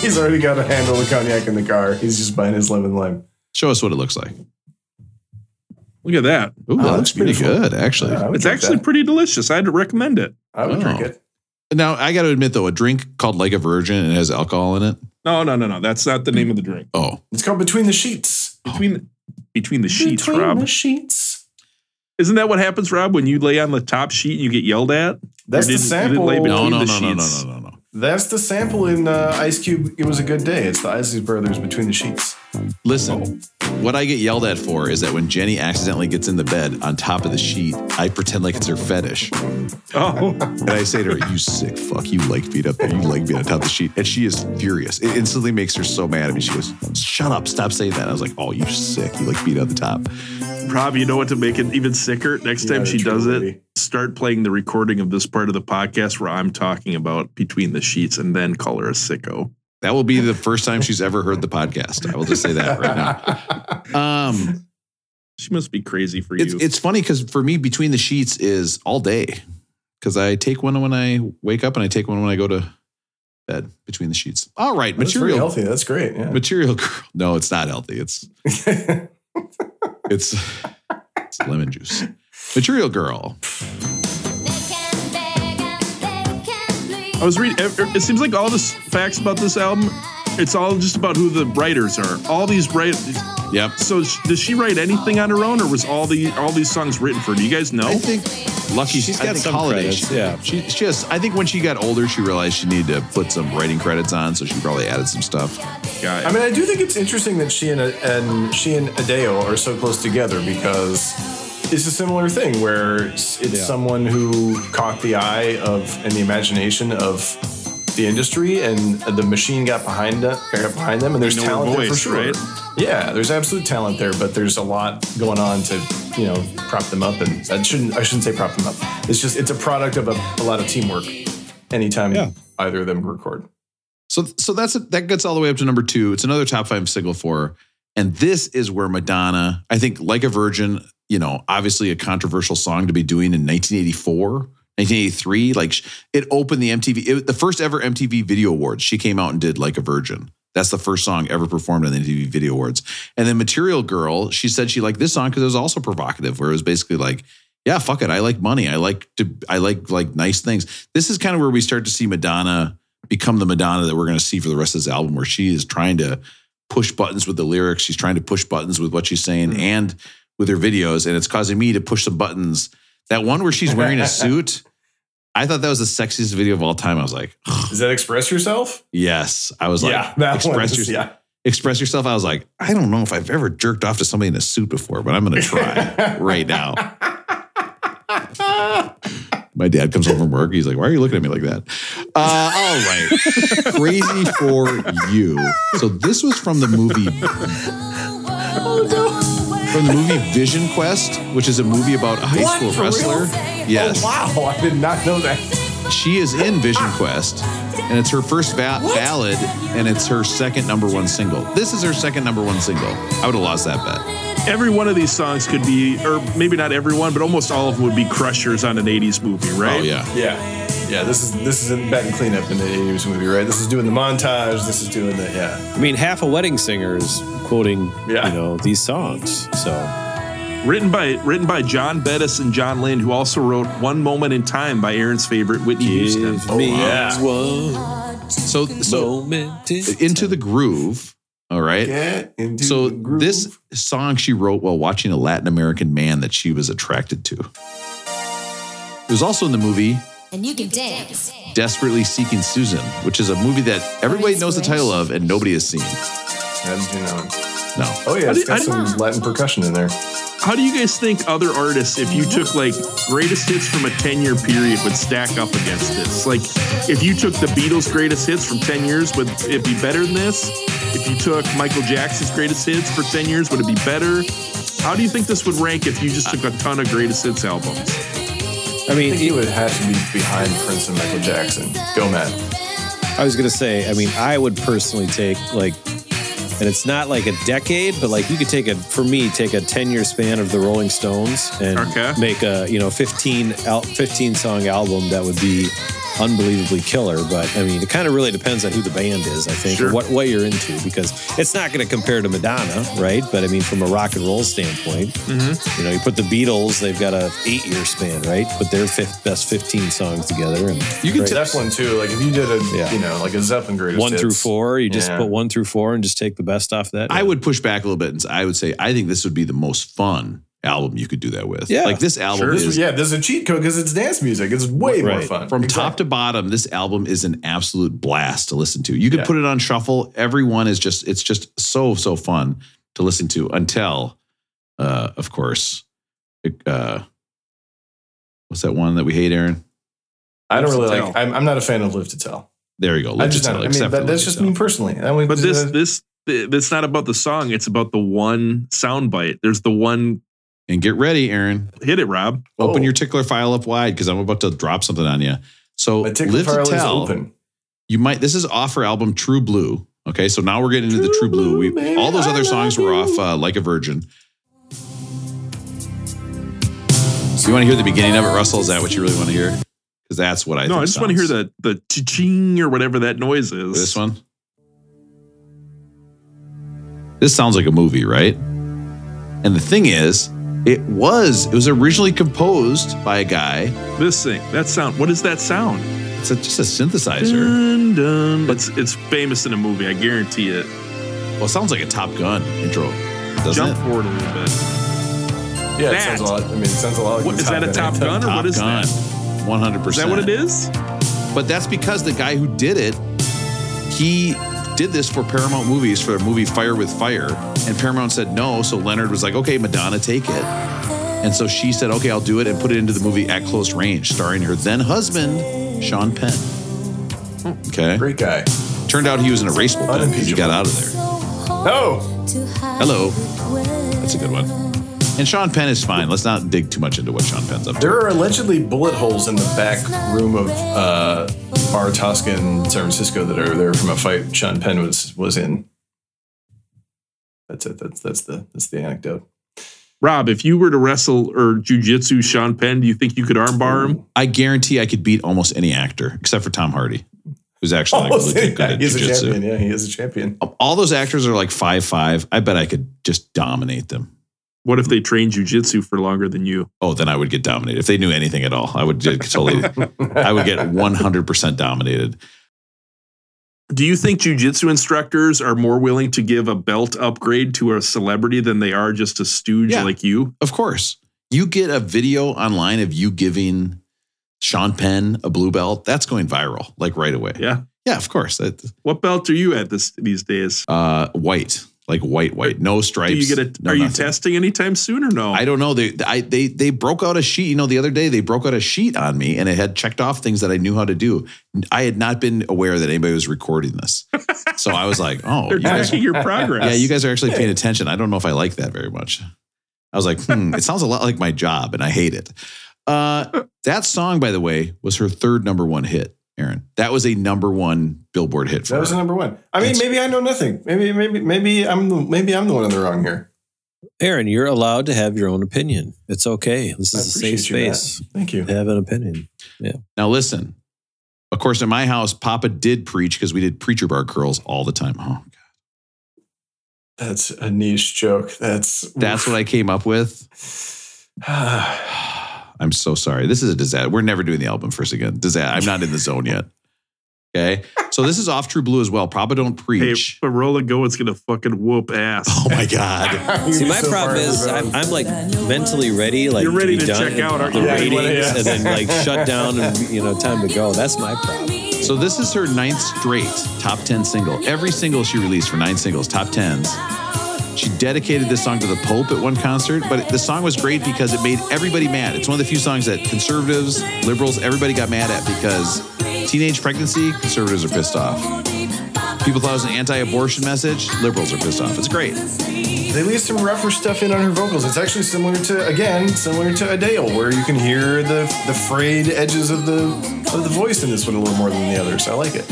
B: He's already got a handle of cognac in the car. He's just buying his lemon lime.
E: Show us what it looks like.
A: Look at that.
E: Ooh,
B: Oh,
E: that
B: that's
E: looks pretty
B: beautiful.
E: good, actually.
B: Yeah, I would
A: It's
B: drink
A: actually
B: that.
A: pretty delicious. I'd recommend it.
B: I would drink
E: Oh.
B: it.
E: Now, I got to admit, though, a drink called Like a Virgin and it has alcohol in it.
A: No, no, no, no. That's not the name of the drink.
E: Oh,
B: It's called Between the Sheets.
A: Between between the sheets,
B: Between
A: Rob.
B: the Sheets.
A: Isn't that what happens, Rob, when you lay on the top sheet and you get yelled at?
B: That's
A: Or did-
B: the
A: did it
B: sample.
A: lay
E: no,
A: Between
E: no,
A: the
E: no, no, no, no,
A: sheets.
E: no, no.
B: That's the sample in uh, Ice Cube. It was a good day. It's the Ice Brothers Between the Sheets.
E: Listen, what I get yelled at for is that when Jenny accidentally gets in the bed on top of the sheet, I pretend like it's her fetish.
A: Oh,
E: And I say to her, You sick fuck, you like being up there. You like being on top of the sheet. And she is furious. It instantly makes her so mad at me. She goes, Shut up, stop saying that. I was like, Oh, you sick. You like being on the top.
A: Rob, you know what to make it even sicker? Next
B: Yeah,
A: time she
B: true,
A: does
B: lady.
A: it, start playing the recording of this part of the podcast where I'm talking about between the sheets and then call her a sicko.
E: That will be the first time she's ever heard the podcast. I will just say that right now. Um,
A: She must be crazy for
E: it's
A: you.
E: it's funny because for me, between the sheets is all day. Because I take one when I wake up and I take one when I go to bed between the sheets. All right,
B: That's very
E: material
B: healthy. That's great. Yeah.
E: material girl. No, it's not healthy. It's it's, it's lemon juice. Material girl.
F: I
A: I was reading, it seems like all the s- facts about this album, it's all just about who the writers are. All these writers.
E: Yep.
A: So sh- does she write anything on her own or was all the all these songs written for her? Do you guys know?
E: I think lucky
D: She's
E: I
D: got
E: think
D: some credits,
E: she-
D: yeah.
E: she she has. I think when she got older, she realized she needed to put some writing credits on, so she probably added some stuff.
A: Guy.
B: I mean, I do think it's interesting that she and and she and Adeo are so close together because it's a similar thing where it's it's
D: Yeah.
B: someone who caught the eye of and the imagination of the industry, and the machine got behind them, got behind them, and there's
A: They know her
B: talent there for
A: voice,
B: sure.
A: right?
B: Yeah, there's absolute talent there, but there's a lot going on to you know prop them up, and I shouldn't I shouldn't say prop them up. It's just it's a product of a, a lot of teamwork. Anytime
D: Yeah.
B: either of them record.
E: So so that's that gets all the way up to number two. It's another top five single for, her. and this is where Madonna. I think like a virgin. You know, obviously a controversial song to be doing in 1984. 1983, like sh- it opened the MTV, it, the first ever MTV Video Awards. She came out and did "Like a Virgin." That's the first song ever performed on the MTV Video Awards. And then "Material Girl," she said she liked this song because it was also provocative, where it was basically like, "Yeah, fuck it, I like money. I like to, I like like nice things." This is kind of where we start to see Madonna become the Madonna that we're going to see for the rest of this album, where she is trying to push buttons with the lyrics. She's trying to push buttons with what she's saying and with her videos. And it's causing me to push some buttons. That one where she's wearing a suit, I thought that was the sexiest video of all time. I was like,
B: Does that express yourself?
E: yes. I was like, express,
B: is-
E: your-
B: yeah.
E: express yourself. I was like, I don't know if I've ever jerked off to somebody in a suit before, but I'm going to try right now. My dad comes home from work. He's like, "Why are you looking at me like that?" Uh, all right, crazy for you. So this was from the movie from the movie Vision Quest, which is a movie about a high
B: What?
E: school
B: For real?
E: wrestler. Yes,
B: Oh, wow, I did not know that.
E: she is in Vision Quest, and it's her first va- ballad, and it's her second number one single. This is her second number one single. I would have lost that bet. Oh,
A: every one of these songs could be, or maybe not every one, but almost all of them would be crushers on an 80s movie, right?
E: Oh yeah.
B: Yeah, yeah. This is this is in back and cleanup in the '80s movie, right? This is doing the montage. This is doing the yeah.
D: I mean, half a wedding singer is quoting,
B: Yeah.
D: you know, these songs. So
A: Written by written by John Bettis and John Lind, who also wrote One Moment in Time by Aaron's favorite Whitney Houston.
D: give me
B: yeah.
D: one
E: So so
D: moment.
E: into the groove. All right.
B: Get into
E: So
B: the groove.
E: this song she wrote while watching a Latin American man that she was attracted to. It was also in the movie
F: And you can dance.
E: Desperately Seeking Susan, which is a movie that everybody knows the title of and nobody has seen.
B: How did you know?
E: No.
B: Oh yeah,
A: I
B: it's
A: did- I
B: got
A: did-
B: some Latin percussion in there.
A: How do you guys think other artists, if you took like greatest hits from a 10 year period, would stack up against this? Like, if you took the Beatles' greatest hits from 10 years, would it be better than this? If you took Michael Jackson's greatest hits for 10 years, would it be better? How do you think this would rank if you just took a ton of greatest hits albums?
D: I
B: I
D: mean,
B: think he would have to be behind Prince and Michael Jackson. Go, Matt.
D: I was gonna say, I mean, I would personally take like, and it's not like a decade, but like you could take a, for me, take a ten-year span of the Rolling Stones and
A: Okay.
D: make a, you know, 15, al- 15 song album that would be unbelievably killer. But I mean, it kind of really depends on who the band is, I think,
A: Sure.
D: or what what you're into, because it's not gonna compare to Madonna, right? But I mean, from a rock and roll standpoint,
E: Mm-hmm.
D: you know, you put the Beatles, they've got a eight-year span, right? Put their fifth, best fifteen songs together, and
E: You can tell.
B: Zeppelin too. Like if you did a
D: Yeah.
B: you know like a Zeppelin greatest
D: one through
B: hits.
D: four. You just
B: Yeah.
D: put one through four and just take the best off that.
E: I would push back a little bit, and I would say I think this would be the most fun album you could do that with.
D: Yeah.
E: like this album
B: This-
E: is
B: yeah, there's a cheat code because it's dance music. It's way more
D: Right.
B: fun
E: from top
B: Exactly.
E: to bottom. This album is an absolute blast to listen to. You could
B: Yeah.
E: put it on shuffle. Everyone is just it's just so so fun to listen to until, uh, of course, uh, what's that one that we hate, Aaron?
B: I don't
A: Live to
B: really
A: Tell.
B: like. I'm, I'm not a fan of Live to Tell.
E: There you go.
B: I
E: Live to
B: just
E: Tell,
B: not, I mean
E: except for
B: that, that's
E: Live to
B: just
E: Tell.
B: me personally. That would-
A: But this
B: uh,
A: this that's not about the song. It's about the one sound bite. There's the one
E: And get ready, Aaron.
A: hit it, Rob.
E: Open
B: Oh.
E: your tickler file up wide because I'm about to drop something on you. So
B: my ticket
E: live to
B: file is
E: tell.
B: open.
E: you might this is off her album true blue okay so now we're getting into the true blue we all those other songs were off uh, like a virgin you want to hear the beginning of it russell is that what you really want to hear because that's what i
A: no,
E: think
A: I just want to hear
E: sounds-
A: the the ching or whatever that noise is.
E: this one this sounds like a movie right and the thing is it was it was originally composed by a guy
A: This thing. That sound. What is that sound?
E: it's a, just a synthesizer
A: Dun, dun. It's it's famous in a movie. I guarantee it.
E: well it sounds like a top gun intro doesn't
A: Jump
E: it
A: forward a little bit.
B: Yeah,
A: That.
B: it sounds a lot. I mean, it sounds a lot like
A: What
B: the
A: is that? A Top Gun or
E: Top
A: what is
E: Gun,
A: that?
E: 100%.
A: Is that what it is?
E: But that's because the guy who did it, he did this for Paramount Movies for the movie Fire with Fire. And Paramount said no. So Leonard was like, okay, Madonna, take it. And so she said, okay, I'll do it and put it into the movie At Close Range, starring her then husband, Sean Penn. Okay.
B: Great guy.
E: Turned out he was an erasable pen because he got out of there.
B: Oh,
E: Hello. That's a good one. And Sean Penn is fine. Let's not dig too much into what Sean Penn's up to.
B: there are allegedly bullet holes in the back room of uh, Bar Tosca in San Francisco that are there from a fight Sean Penn was was in. That's it. That's that's the that's the anecdote.
A: Rob, if you were to wrestle or jujitsu Sean Penn, do you think you could armbar him?
E: I guarantee I could beat almost any actor except for Tom Hardy, who's actually like
B: Almost,
E: really good
B: Oh, yeah,
E: at
B: he is a
E: jiu-jitsu. Um,
B: champion. Yeah, he is a champion.
E: All those actors are like five five. I bet I could just dominate them.
A: What if they trained jujitsu for longer than you?
E: Oh, then I would get dominated if they knew anything at all. I would just totally. I would get one hundred percent dominated.
A: Do you think jujitsu instructors are more willing to give a belt upgrade to a celebrity than they are just a stooge
E: Yeah.
A: like you?
E: Of course, you get a video online of you giving Sean Penn a blue belt. That's going viral like right away.
A: Yeah.
E: Yeah, of course. That,
A: What belt are you at this these days?
E: uh, white, like white, white, no stripes.
A: Do you get a?
E: no
A: are you
E: nothing.
A: testing anytime soon or
B: Oh.
A: no?
E: I don't know. They I, they they broke out a sheet. You know, the other day they broke out a sheet on me, and it had checked off things that I knew how to do. I had not been aware that anybody was recording this, so I was like, "Oh,
A: They're
E: you guys,
A: tracking your progress.
E: yeah, you guys are actually paying attention." I don't know if I like that very much. I was like, "Hmm, it sounds a lot like my job, and I hate it." Uh, that song, by the way, was her third number one hit. Aaron, that was a number one Billboard hit for
B: That was the
E: her.
B: number one. I mean,
E: That's-
B: maybe I know nothing. Maybe, maybe, maybe I'm the maybe I'm the one in the wrong here.
D: Aaron, you're allowed to have your own opinion. It's okay. This
B: I
D: is a safe
B: appreciate you, Matt.
D: space.
B: Thank you.
D: to Have an opinion.
E: Now listen, of course, in my house, Papa did preach because we did preacher bar curls all the time. Oh
B: That's a niche joke. That's
E: That's what I came up with. I'm so sorry. This is a disaster. We're never doing the album first again. Disaster. I'm not in the zone yet. Okay. So this is off True Blue as well. Probably don't
A: Hey,
E: preach.
A: but Rolla Go is gonna fucking whoop ass.
E: Oh my God.
D: See, my problem is I'm, I'm like mentally ready. Like
A: You're ready
D: be
A: to
D: done
A: check
D: and
A: out, aren't
D: the
A: you?
B: Yeah, you
D: ratings,
B: wanna- yeah.
D: and then like shut down and you know time to go. That's my problem.
E: So this is her ninth straight top 10 single. Every single she released for nine singles, top 10s. She dedicated this song to the Pope at one concert, but the song was great because it made everybody mad. It's one of the few songs that conservatives, liberals, everybody got mad at because teenage pregnancy, conservatives are pissed off. People thought it was an anti abortion message, liberals are pissed off. It's great.
B: They leave some rougher stuff in on her vocals. It's actually similar to, again, similar to Adele, where you can hear the the frayed edges of the of the voice in this one a little more than the others. I like it.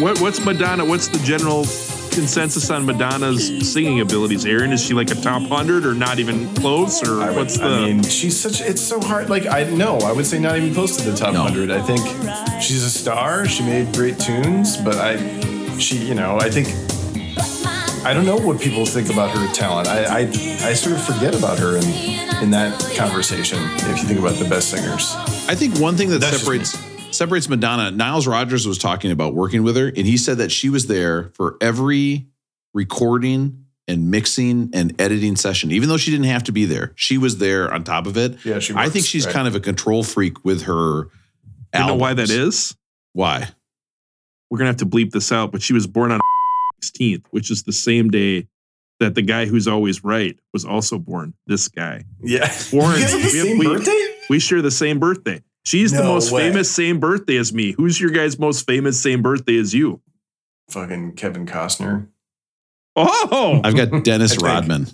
A: What, what's Madonna? What's the general consensus on Madonna's singing abilities? Aaron, is she like a top hundred or not even close? Or
B: I, would-
A: what's the?
B: I mean, she's such. It's so hard. Like I no, I would say not even close to the top
E: No.
B: hundred. I think she's a star. She made great tunes, but I, she, you know, I think I don't know what people think about her talent. I I, I sort of forget about her in in that conversation. If you think about the best singers,
E: I think one thing that
B: That's just
E: separates separates Madonna, Niles Rogers was talking about working with her, and he said that she was there for every recording and mixing and editing session, even though she didn't have to be there. She was there on top of it.
B: Yeah, she
E: I
B: works,
E: think she's
B: right.
E: kind of a control freak with her.
A: you know why that
E: albums.
A: is?
E: Why?
A: We're gonna have to bleep this out, but she was born on 16th, which is the same day that the guy who's always right was also born. This guy,
B: yeah.
A: Warren,
B: you guys have the
A: we have-
B: same
A: we-
B: birthday?
A: we share the same birthday. She's the
B: No
A: most
B: way.
A: famous same birthday as me. Who's your guy's most famous same birthday as you?
B: Fucking Kevin Costner.
A: Oh,
E: I've got
B: I
E: Dennis
B: think.
E: Rodman.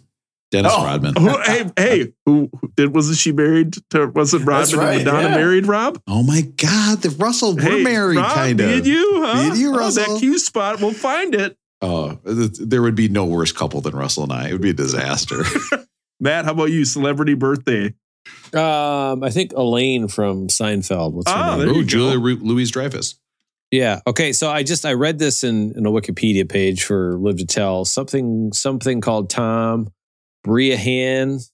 E: Dennis
B: Oh.
E: Rodman.
A: Who- hey, hey, who who- did? Wasn't she married? to Wasn't Rob
B: That's
A: and
B: right,
A: Madonna
B: yeah.
A: married? Rob?
E: Oh my God, the Russell, we're
A: Hey,
E: married
A: Rob,
E: kind of.
A: me and you, huh?
E: Me and you,
A: Oh, that
E: Russell.
A: Q spot, we'll find it.
E: Oh, th- there would be no worse couple than Russell and I. It would be a disaster.
A: Matt, how about you? Celebrity birthday?
D: Um, I think Elaine from Seinfeld. What's her
A: Ah,
D: name?
A: there you
E: Ooh,
A: go.
E: Julia Ru- Louise Dreyfus.
D: Yeah. Okay. So I just I read this in, in a Wikipedia page for Live to Tell. Something something called Tom Breahan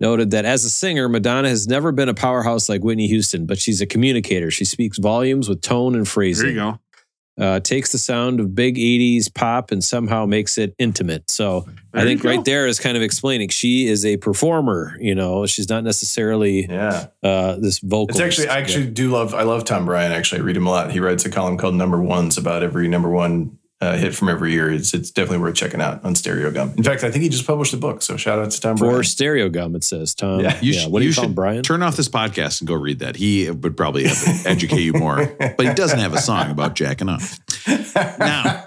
D: noted that as a singer, Madonna has never been a powerhouse like Whitney Houston, but she's a communicator. She speaks volumes with tone and
A: There
D: phrasing.
A: you go.
D: Uh, takes the sound of big '80s pop and somehow makes it intimate. So
A: There
D: I
A: you
D: think
A: go.
D: right there is kind of explaining she is a performer. You know, she's not necessarily
B: Yeah.
D: uh, this vocal.
B: It's actually, I actually do love, I love Tom Bryan. Actually, I read him a lot. He writes a column called Number Ones about every number one uh, hit from every year. It's, it's definitely worth checking out on Stereo Gum. In fact, I think he just published a book. So shout out to Tom
D: for
B: Bryan.
D: stereo gum. It says Tom.
B: Yeah.
D: Yeah,
E: You should-
D: what do you,
E: you
D: call him,
E: should
D: Brian?
E: Turn off this podcast and go read that. He would probably have- educate you more. But he doesn't have a song about jacking off. Now,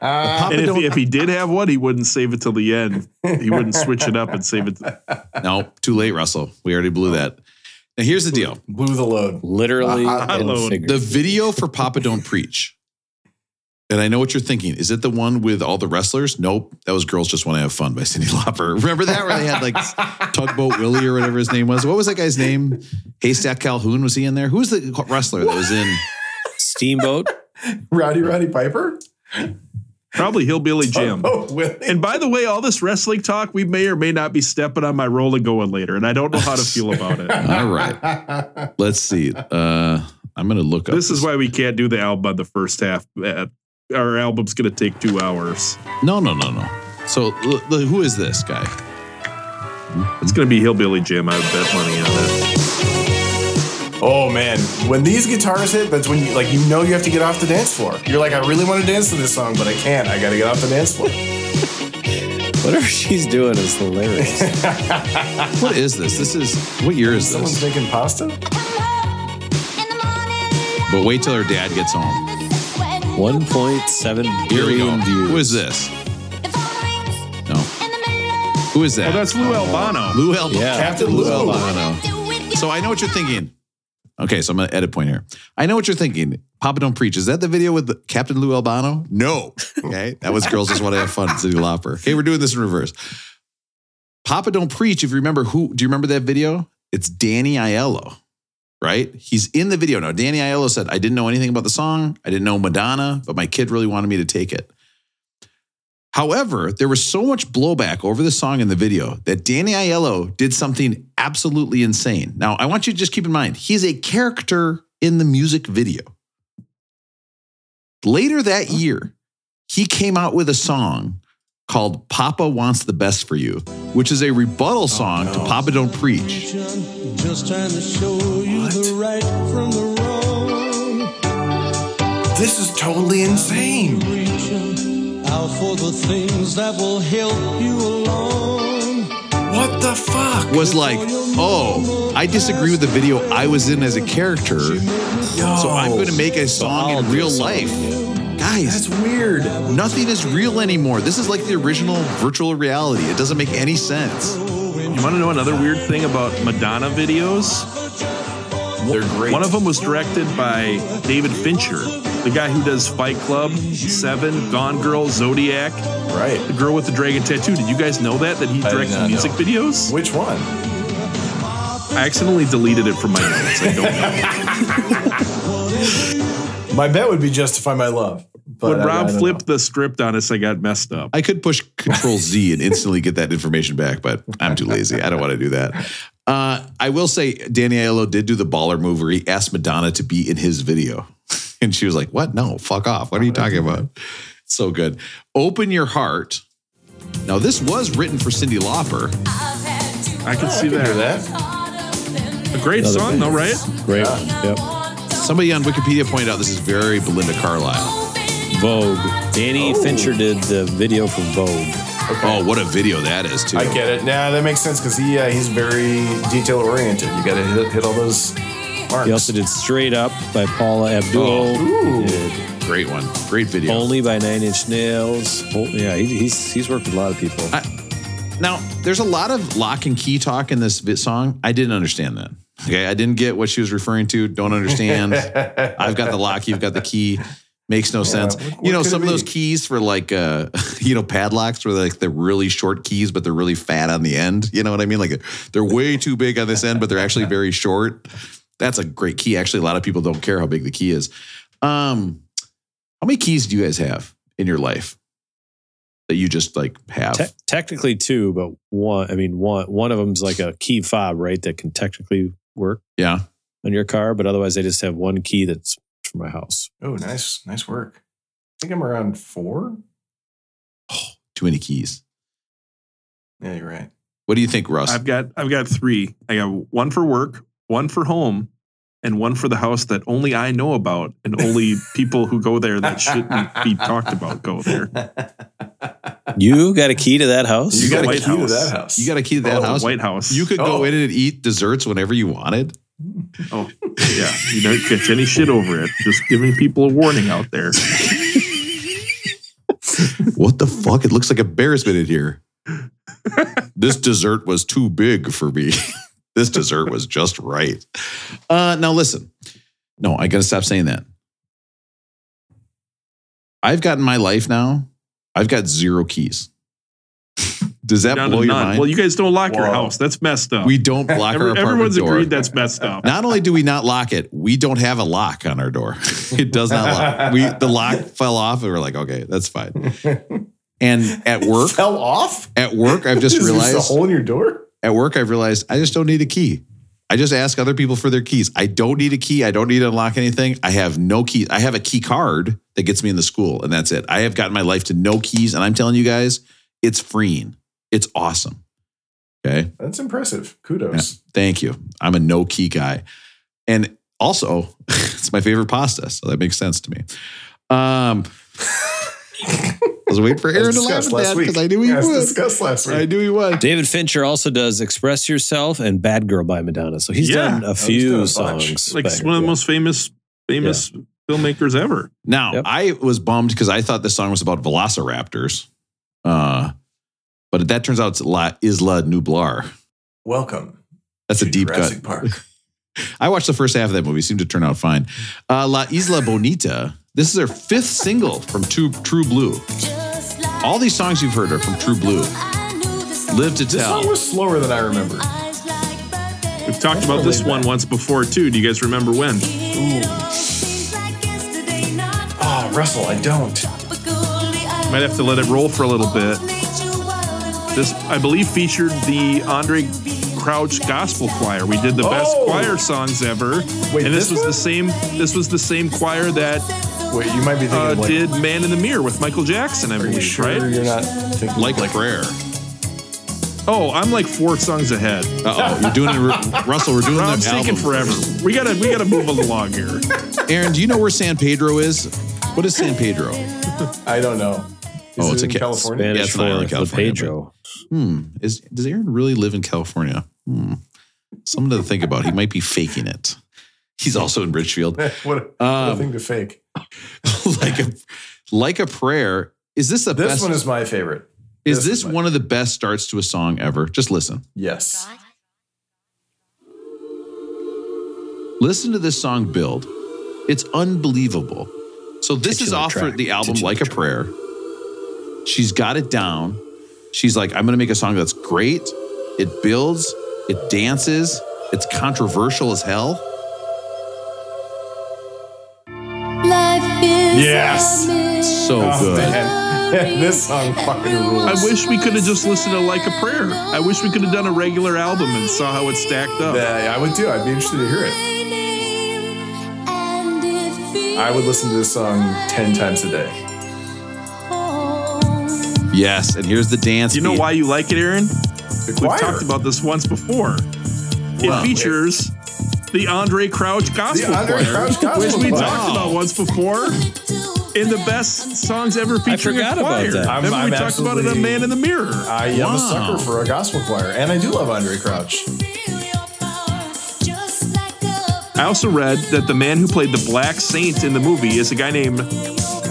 A: And if,
E: Don't-
A: if he did have one, he wouldn't save it till the end. He wouldn't switch it up and save it.
E: no, too late, Russell. We already blew that. Now, here's the deal
B: Blew the load.
D: Literally,
B: Uh,
A: I
D: and
A: load.
E: the
D: figuratively.
E: video for Papa Don't Preach. And I know what you're thinking. Is it the one with all the wrestlers? Nope. That was Girls Just Want to Have Fun by Cindy Lauper. Remember that where they had like Tugboat Willie or whatever his name was? What was that guy's name? Haystack Calhoun, was he in there? Who was the wrestler that was in?
D: Steamboat.
B: Rowdy Roddy Piper?
A: Probably Hillbilly Jim.
B: Oh, Willie.
A: And by the way, all this wrestling talk, we may or may not be stepping on my roll and going later, and I don't know how to feel about it.
E: All right. Let's see. Uh, I'm going to look up.
A: This is why we can't do the album on the first half. Matt. Our album's going to take two hours.
E: No, no, no, no. So l- l- who is this guy?
A: It's going to be Hillbilly Jim. I would bet money on it.
B: oh, man. When these guitars hit, that's when you, like, you know you have to get off the dance floor. You're like, I really want to dance to this song, but I can't. I got to get off the dance floor.
D: Whatever she's doing is hilarious.
E: What is this? This is what year is
B: Someone's
E: this?
B: making pasta?
E: But wait till her dad gets home.
D: 1.7
E: Here we go.
D: billion views.
E: Who is this? No. Who is that?
A: Oh, that's Lou Albano.
E: Lou Albano.
D: Yeah.
B: Captain Lou.
E: Albano. So I know what you're thinking. Okay, so I'm gonna edit point here. I know what you're thinking. Papa Don't Preach. Is that the video with the- Captain Lou Albano? No. Okay. That was Girls Just Want to Have Fun, City Lopper. Okay, we're doing this in reverse. Papa Don't Preach, if you remember who, do you remember that video? It's Danny Aiello, right? He's in the video now. Danny Aiello said, I didn't know anything about the song. I didn't know Madonna, but my kid really wanted me to take it. However, there was so much blowback over the song in the video that Danny Aiello did something absolutely insane. Now, I want you to just keep in mind, he's a character in the music video. Later that year, he came out with a song called Papa Wants the Best for You, which is a rebuttal song to Papa Don't Preach.
G: Just trying to show you the right from the wrong.
B: This is totally insane.
G: reaching out for the things that will help you along.
B: What the fuck?
E: was like, oh, I disagree with the video I was in as a character,
B: Yo,
E: so I'm going to make a song in real life. Guys,
B: That's weird.
E: nothing is real anymore. This is like the original virtual reality. It doesn't make any sense.
A: You want to know another weird thing about Madonna videos?
B: They're great.
A: One of them was directed by David Fincher, the guy who does Fight Club, Seven, Gone Girl, Zodiac,
B: Right.
A: the girl with the dragon tattoo. Did you guys know that that he
B: did
A: directs
B: not
A: music
B: know.
A: videos?
B: Which one?
A: I accidentally deleted it from my notes. I don't know.
B: My bet would be Justify My Love. But
A: when
B: I- I
A: Rob
B: don't
A: flipped the script on us, I got messed up.
E: I could push Control Z and instantly get that information back, but I'm too lazy. I don't want to do that. Uh, I will say Danny Aiello did do the baller move where he asked Madonna to be in his video. And she was like, What? No, fuck off. What are
B: Oh,
E: you talking about? So good. Open Your Heart. Now, this was written for Cindy Lauper.
A: I can see
B: know.
A: that.
B: Oh, Hear that?
A: A great
D: Another
A: song,
D: band.
A: though, right?
D: Great. Yep.
E: Somebody on Wikipedia pointed out this is very Belinda Carlisle.
D: Vogue.
B: Oh.
D: Danny Fincher did the video for Vogue.
E: Oh, what a video that is, too.
B: I get it. Now that makes sense because he uh, he's very detail oriented. You got to hit, hit all those marks.
D: He also did Straight Up by Paula Abdul.
B: Oh, ooh.
D: He did
E: Great one. Great video.
D: Only by Nine Inch Nails. Oh, yeah, he, he's he's worked with a lot of people.
E: I- Now, there's a lot of lock and key talk in this vi- song. I didn't understand that. Okay, I didn't get what she was referring to. Don't understand. I've got the lock, you've got the key. Makes no sense.
B: what- what
E: you know,
B: could
E: some
B: it
E: of those
B: be?
E: keys for like, uh, you know, padlocks were like the really short keys, but they're really fat on the end. You know what I mean? Like they're way too big on this end, but they're actually very short. That's a great key. Actually, a lot of people don't care how big the key is. Um, how many keys do you guys have in your life that you just like have?
D: Te- technically two, but one. I mean, one one of them's like a key fob, right? That can technically work
E: yeah.
D: on your car, but otherwise, I just have one key that's for my house.
B: Oh, nice, nice work. I think I'm around four.
E: too many keys.
B: Yeah, you're right.
E: What do you think, Russ?
A: I've got I've got three. I got one for work, one for home, and one for the house that only I know about, and only people who go there that shouldn't be talked about go there.
D: You got a key to that house?
B: you
A: the
B: got a
A: White
B: key to
A: House.
B: that house.
E: you got a key to that
A: Oh, the
E: house.
A: White House.
E: You could
B: Oh.
E: go in and eat desserts whenever you wanted.
A: Oh, yeah. You don't catch any shit over it. Just giving people a warning out there.
E: What the fuck? It looks like embarrassment in here. this dessert was too big for me. this dessert was just right. Uh, now listen. No, I gotta stop saying that. I've got in my life now. I've got zero keys. Does that
A: Down to
E: blow your
A: none.
E: mind?
A: Well, you guys don't lock your
B: Whoa.
A: house. That's messed up.
E: we don't block
A: Every-
E: our apartment
A: everyone's
E: door.
A: agreed that's messed up.
E: Not only do we not lock it, we don't have a lock on our door. it does not lock. We the lock fell off, and we're like, okay, that's fine. And at work,
B: fell off.
E: at work, I've just
B: Is this a
E: realized.
B: hole in your door.
E: At work, I've realized I just don't need a key. I just ask other people for their keys. I don't need a key. I don't need to unlock anything. I have no keys. I have a key card that gets me in the school, and that's it. I have gotten my life to no keys, and I'm telling you guys, it's freeing. It's awesome. Okay.
B: That's impressive. Kudos.
E: Thank you. I'm a no key guy. And also, it's my favorite pasta. So that makes sense to me. Um, I was waiting for
B: As
E: Aaron to laugh
B: discussed
E: at that
B: week.
E: because I knew he
B: As
E: would.
B: discussed last
E: I
B: week.
E: knew he would.
D: David Fincher also does "Express Yourself" and "Bad Girl" by Madonna, so he's
A: Yeah.
D: done a
B: he's
D: few
B: done a bunch.
D: songs.
A: like
D: back
A: it's
D: and
A: one of the
D: forth.
A: most famous famous filmmakers ever.
E: Now,
D: Yep.
E: I was bummed because I thought this song was about velociraptors. Uh, but that turns out it's La Isla Nublar.
B: Welcome.
E: That's a
B: to
E: deep cut.
B: Jurassic Park.
E: I watched the first half of that movie. Seemed to turn out fine. Uh, La Isla Bonita. This is their fifth single from True, True Blue.
F: All these songs you've heard are from True Blue.
E: Live
F: Live
E: to
F: to
B: This
E: Tell.
B: song was slower than I remember.
A: We've talked about this one once before too. Do you guys remember when?
B: Oh, Russell, I don't.
A: Might have to let it roll for a little bit. This, I believe, featured the Andre Crouch Gospel Choir. We did the best
B: Oh!
A: choir songs ever,
B: Wait,
A: and this,
B: this
A: was
B: one?
A: the same. This was the same choir that
B: Wait, you might be thinking
A: uh,
B: like,
A: did "Man in the Mirror" with Michael Jackson, I
B: are you
A: believe,
B: sure
A: right?
B: you're not thinking
E: Like, a prayer.
A: Oh, I'm like four songs ahead.
E: Uh oh, you're doing it, Russell. We're doing
A: Rob's
E: the
A: taking
E: album.
A: forever. We gotta, we gotta move along here.
E: Aaron, do you know where San Pedro is? What is San Pedro?
B: I don't know. Is
E: Oh,
B: it
E: it's a
B: in
E: ca-
B: California.
E: Yeah,
D: Spanish
E: it's
D: for
E: an island in
D: La
E: California, but-
D: Pedro.
E: Hmm. Is does Aaron really live in California? Hmm. Something to think about. He might be faking it. He's also in Richfield.
B: what, a, what a
E: Um,
B: thing to fake.
E: like a like a prayer. Is this the
B: This
E: best?
B: one is my favorite.
E: is
B: this
E: this
B: one.
E: one of the best starts to a song ever? Just listen.
B: Yes.
E: Listen to this song build. It's unbelievable. So this is
D: Titular
E: off for
D: track.
E: the album
D: Titular
E: Like a Prayer. She's got it down. She's like, I'm gonna make a song that's great. It builds, it dances, it's controversial as hell.
F: Life is
B: Yes.
E: So
B: Oh,
E: good.
B: man. this song fucking
A: I
B: rules.
A: wish we could have just listened to Like a Prayer. I wish we could have done a regular album and saw how it stacked up.
B: Yeah, I would too. I'd be interested to hear it. I would listen to this song 10 times a day.
E: Yes, and here's the dance.
A: Do you know
E: beat.
A: why you like it, Aaron?
B: The
A: We've
B: choir.
A: talked about this once before. it
B: Well,
A: features the Andre Crouch Gospel
B: the Andre
A: Choir,
B: Crouch Gospel
A: which we
B: Choir.
A: talked about once before. In the best songs ever featuring
D: forgot
A: a
D: about
A: choir.
D: that. I'm-
A: Remember
B: I'm
A: we talked about it on
B: absolutely-
A: Man in the Mirror.
B: I am
E: Wow.
B: a sucker for a gospel choir, and I do love Andre Crouch.
A: I also read that the man who played the Black Saint in the movie is a guy named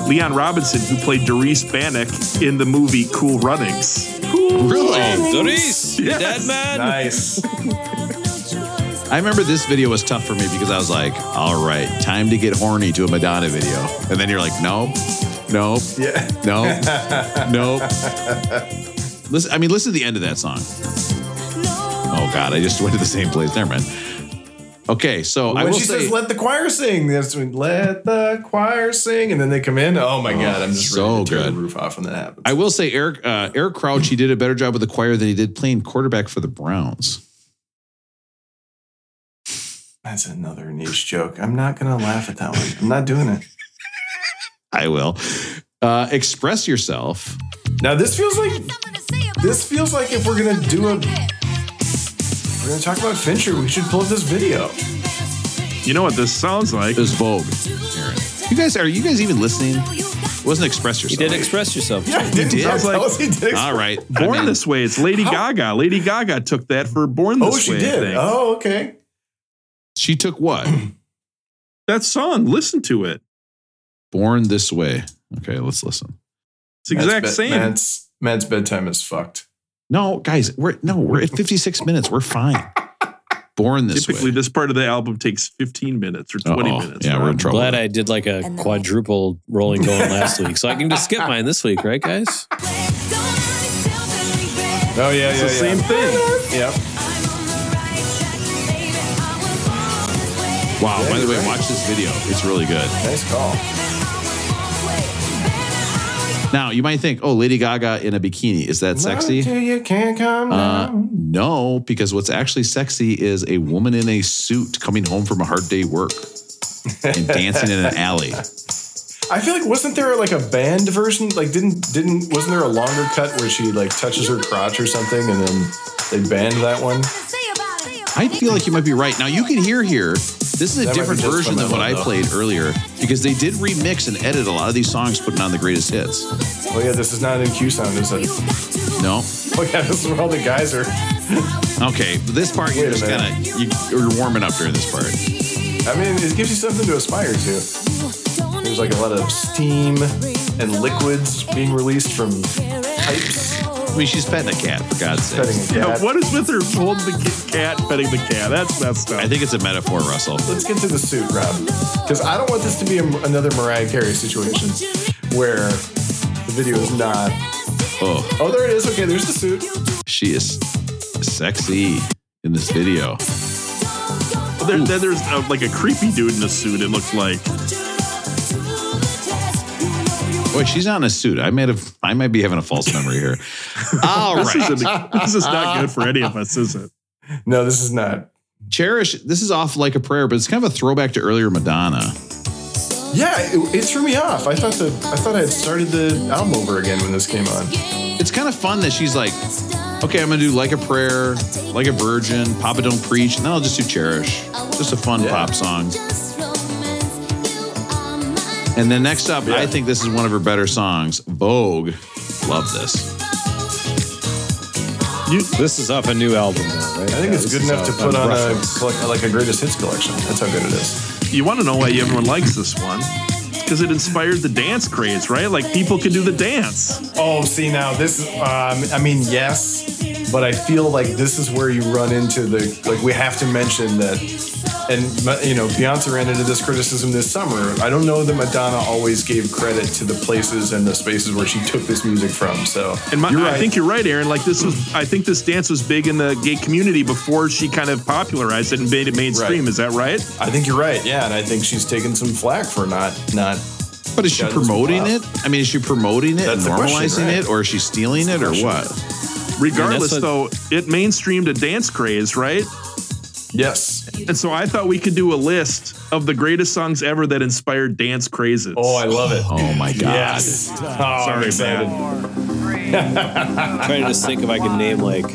A: Leon Robinson, who played Doris Bannock in the movie Cool Runnings.
E: Really?
D: Doris, you
A: Yes.
D: dead man.
B: Nice.
E: I remember this video was tough for me because I was like, all right, time to get horny to a Madonna video. And then you're like, nope, nope,
B: Yeah.
E: nope, nope. Listen, I mean, listen to the end of that song. Oh, God, I just went to the same place. Never mind. Okay, so I
B: when
E: will
B: she
E: say,
B: says, let the choir sing, that's when, let the choir sing, and then they come in. Oh my God, I'm just
E: so
B: ready to tear
E: good.
B: the roof off when that happens.
E: I will say Eric, uh, Eric Crouch, he did a better job with the choir than he did playing quarterback for the Browns.
B: that's another niche joke. I'm not going to laugh at that one. I'm not doing it.
E: I will. Uh, express yourself.
B: Now, this feels like This feels like if we're gonna do a- we're going to talk about Fincher. We should pull up this video.
A: You know what this sounds like?
E: It was Vogue. Aaron. You guys, are you guys even listening? It wasn't Express
D: You
E: Yourself.
D: did express yourself.
B: Yeah, he did.
E: did?
B: That was- he did.
E: All right. I
A: Born
E: mean,
A: This Way. It's Lady Gaga. Lady Gaga took that for Born This
B: Oh, she
A: Way. I
B: did.
A: think.
B: Oh, okay.
E: She took what?
A: That song, listen to it.
E: Born This Way. Okay, let's listen.
A: It's the exact
B: Matt's be-
A: same.
B: Matt's, Matt's bedtime is fucked.
E: No, guys, we're no, we're at 56 minutes. We're fine. Born This
A: Typically,
E: Way.
A: this part of the album takes 15 minutes or 20
E: Uh-oh.
A: minutes.
E: Yeah, we're in trouble.
D: Glad I did like a
F: And then-
D: quadruple rolling going last week, so I can just skip mine this week, right, guys?
B: Oh, yeah,
A: It's the same thing.
B: Yep.
E: wow. By the way, watch this video. It's really good.
B: Nice call.
E: Now, you might think, oh, Lady Gaga in a bikini. Is that sexy?
B: Love you, you can't come
E: Uh,
B: down.
E: no, because what's actually sexy is a woman in a suit coming home from a hard day work and dancing in an alley.
B: I feel like wasn't there like a band version? Like didn't didn't wasn't there a longer cut where she like touches her crotch or something and then they banned that one?
E: I feel like you might be right. Now you can hear here. This is a
B: That might be
E: different
B: just
E: version
B: from that
E: than what
B: one,
E: I
B: though.
E: played earlier because they did remix and edit a lot of these songs, putting on the greatest hits.
B: Oh yeah, this is not an NQ sound, is it?
E: No,
B: Oh yeah, this is where all the guys are.
E: okay. but This part
B: Wait
E: you're
B: a
E: just kind of
B: minute.
E: you, you're warming up during this part.
B: I mean, it gives you something to aspire to. There's like a lot of steam and liquids being released from pipes.
E: I mean, she's petting a cat for God's
B: Petting
E: sake.
B: a
A: Yeah,
B: cat.
A: what is with her holding the ki- cat, petting the cat? That's messed up.
E: I think it's a metaphor, Russell.
B: Let's get to the suit, Rob, because I don't want this to be a, another Mariah Carey situation where the video is not.
E: Oh,
B: Oh, there it is. Okay, there's the suit.
E: she is sexy in this video.
A: Well, there, then there's uh, like a creepy dude in a suit. It looked like
E: Boy, she's not in a suit. I might have I might be having a false memory here. All
A: this,
E: right.
A: isn't- this is not good for any of us, is it?
B: No, this is not.
E: Cherish, this is off like a prayer, but it's kind of a throwback to earlier Madonna.
B: Yeah, it, it threw me off. I thought the I thought I had started the album over again when this came on.
E: It's kind of fun that she's like, okay, I'm gonna do like a prayer, like a virgin, Papa Don't Preach, and then I'll just do Cherish. Just a fun
B: Yeah.
E: pop song.
F: And
E: And then next up,
B: Yeah.
E: I think this is one of her better songs, Vogue. Love this.
D: This is off a new album, though, right?
B: I think it's good enough to put on a,
D: Brussels.
B: collect- like a greatest hits collection. That's how good it is.
A: You want to know why everyone likes this one? Because it inspired the dance craze, right? Like people could do the dance.
B: Oh, see now this. is- Um, I mean, yes, but I feel like this is where you run into the like. We have to mention that, and you know, Beyonce ran into this criticism this summer. I don't know that Madonna always gave credit to the places and the spaces where she took this music from. So,
A: And my,
B: you're
A: I
B: right.
A: think you're right, Aaron. Like this was, I think this dance was big in the gay community before she kind of popularized it and made it mainstream.
B: Right.
A: Is that right?
B: I think you're right. Yeah, and I think she's taken some flack for not not.
E: But is she
B: Yeah, this is
E: promoting
B: wild.
E: it? I mean, is she promoting it, and
B: That's the question,
E: normalizing
B: right?
E: it, or is she stealing it, or
B: question.
E: what?
A: Regardless,
D: what-
A: though, it mainstreamed a dance craze, right?
B: Yes.
A: And so I thought we could do a list of the greatest songs ever that inspired dance crazes.
B: Oh, I love it.
E: Oh my God.
B: Yes. Oh, I'm
A: Sorry,
B: excited.
D: I'm trying to just think if I can name like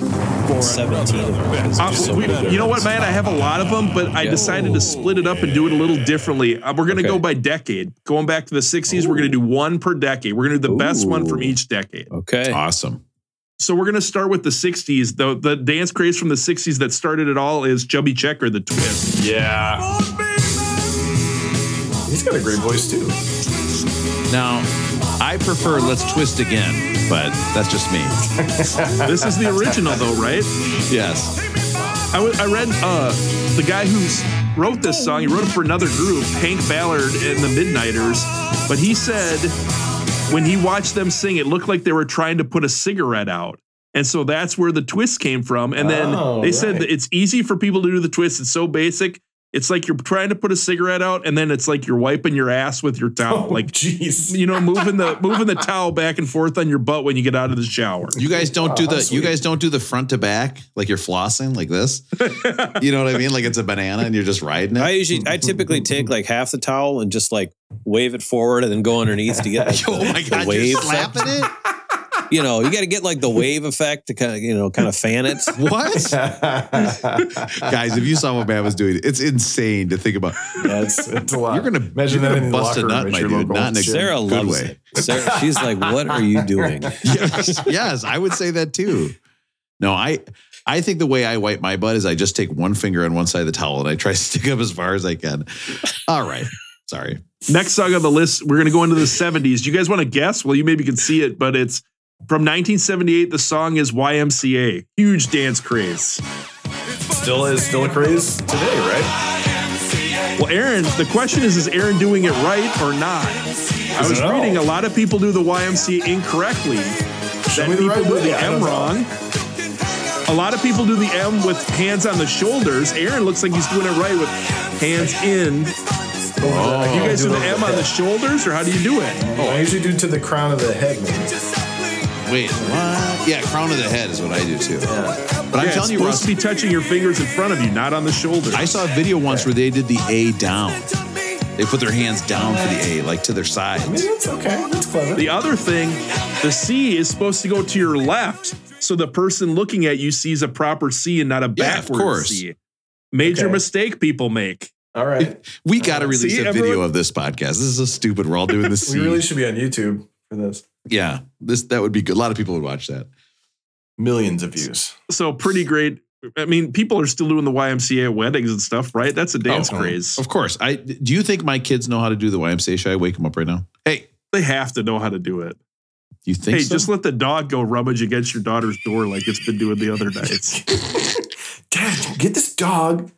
D: 17 of them.
A: Uh, we- you know what, man? I have a lot of them, but I
D: Yeah.
A: decided to split it up and do it a little differently. Uh, we're going to
D: Okay.
A: go by decade. Going back to the 60s, we're going to do one per decade. We're going to do the best one from
D: Ooh.
A: each decade.
D: Okay.
E: Awesome.
A: So we're going to start with the 60s. The, the dance craze from the 60s that started it all is Chubby Checker, the twist.
B: Yeah. He's got a great voice too.
E: Now, I prefer Let's Twist Again, but that's just me.
A: This is the original, though, right?
E: Yes.
A: I, w- I read uh, the guy who s- wrote this song, he wrote it for another group, Hank Ballard and the Midnighters, but he said when he watched them sing, it looked like they were trying to put a cigarette out. And so that's where the twist came from. And then
B: Oh,
A: they said
B: right.
A: that it's easy for people to do the twist. It's so basic. It's like you're trying to put a cigarette out, and then it's like you're wiping your ass with your
B: Oh,
A: towel. like
B: jeez.
A: you know, moving the moving the towel back and forth on your butt when you get out of the shower.
E: You guys don't do
B: Wow,
E: the
B: Oh, that's
E: you
B: sweet.
E: guys don't do the front to back like you're flossing like this. you know what I mean? Like it's a banana and you're just riding it.
D: I usually, I typically take like half the towel and just like wave it forward and then go underneath to get like
E: oh
D: the,
E: my
D: the
E: god,
D: wave.
E: you're slapping it?
D: You know, you got to get like the wave effect to kind of, you know, kind of fan it.
E: What? guys, if you saw what man was doing, it's insane to think about.
B: That's it's a lot.
E: You're gonna
B: imagine
E: you're
B: that
E: gonna
B: in
E: bust a
B: the locker
E: nut,
B: room
E: my
B: at your
E: dude,
B: local
E: not in a
B: gym.
D: Sarah
E: Good
D: loves
E: way.
D: it. Sarah, she's like, "What are you doing?"
E: yes, yes, I would say that too. No, I I think the way I wipe my butt is I just take one finger on one side of the towel and I try to stick up as far as I can. All right. Sorry.
A: Next song on the list, we're going to go into the 70s. Do you guys want to guess? Well, you maybe can see it, but it's from 1978. The song is YMCA. Huge dance craze.
B: Still is still a craze today, right?
A: Well, Aaron, the question is, is Aaron doing it right or not? I was
B: don't know.
A: reading a lot of people do the YMCA incorrectly. That
B: me the
A: people
B: right
A: do
B: way.
A: the
B: I don't
A: M
B: know.
A: wrong. A lot of people do the M with hands on the shoulders. Aaron looks like he's doing it right with hands in.
B: Oh,
A: You guys do the M on the shoulders, or how do you do it?
B: Oh, I usually do to the crown of the head. man.
E: Wait, what? Yeah, crown of the head is what I do too. But I'm
A: Yeah, it's
E: telling you,
A: supposed
E: Russ,
A: to be touching your fingers in front of you, not on the shoulder.
E: I saw a video once where they did the A down. They put their hands down for the A, like to their sides.
B: It's okay. That's clever.
A: The other thing, the C is supposed to go to your left, so the person looking at you sees a proper C and not a
E: Yeah, of
A: backward
E: course.
A: C. Major
B: Okay.
A: mistake people make.
B: All right.
E: We got to release
A: Uh, See,
E: a video
A: everyone-
E: of this podcast. This is so stupid. We're all doing the C.
B: We really should be on YouTube for this.
E: yeah, this that would be good. A lot of people would watch that.
B: Millions of views.
A: So pretty great. I mean, people are still doing the YMCA weddings and stuff, right? That's a dance
E: Oh,
A: craze.
E: Of course. I do you think my kids know how to do the YMCA? Should I wake them up right now? Hey,
A: They have to know how to do it.
E: you think
A: hey,
E: so?
A: just let the dog go rummage against your daughter's door like it's been doing the other nights.
B: Dad, get this dog.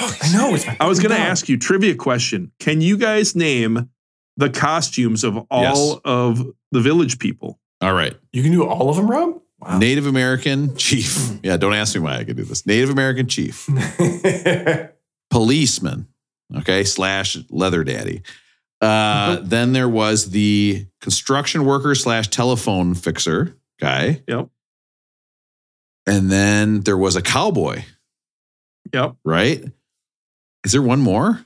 B: Fuck, I know it's my
A: I was going to
B: dog.
A: ask you trivia question. Can you guys name the costumes of all
E: Yes.
A: of the village people?
E: all right.
B: You can do all of them, Rob? Wow.
E: Native American chief. Yeah, don't ask me why I can do this. Native American chief. policeman, okay, slash leather daddy. Uh, then there was the construction worker slash telephone fixer guy.
A: Yep.
E: And then there was a cowboy,
A: Yep.
E: right? Is there one more?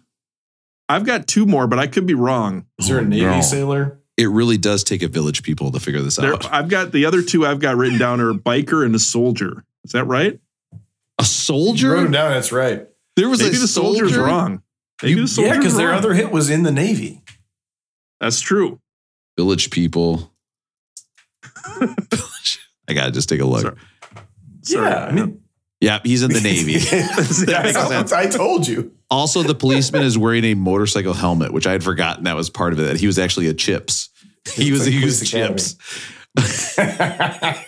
A: I've got two more, but I could be wrong.
B: Is there a Navy
E: Oh, No.
B: sailor?
E: It really does take a village people to figure this
A: There,
E: out.
A: I've got the other two I've got written down are a biker and a soldier. Is that right?
E: A
B: You wrote him
E: soldier?
B: down. That's right.
E: There was
A: Maybe
E: a
A: the soldier's
E: soldier?
A: wrong. Maybe
E: You-
A: the
B: Yeah,
A: soldier's
B: because their
A: wrong.
B: other hit was in the Navy.
A: That's true.
E: Village people. I gotta just take a look.
A: Sorry.
B: yeah, I mean,
E: Yeah, he's in the Navy. That makes sense.
B: I told you.
E: Also, the policeman is wearing a motorcycle helmet, which I had forgotten that was part of it. That he was actually a chips. He
B: It's
E: was
B: like
E: he was
B: Police Academy.
E: chips.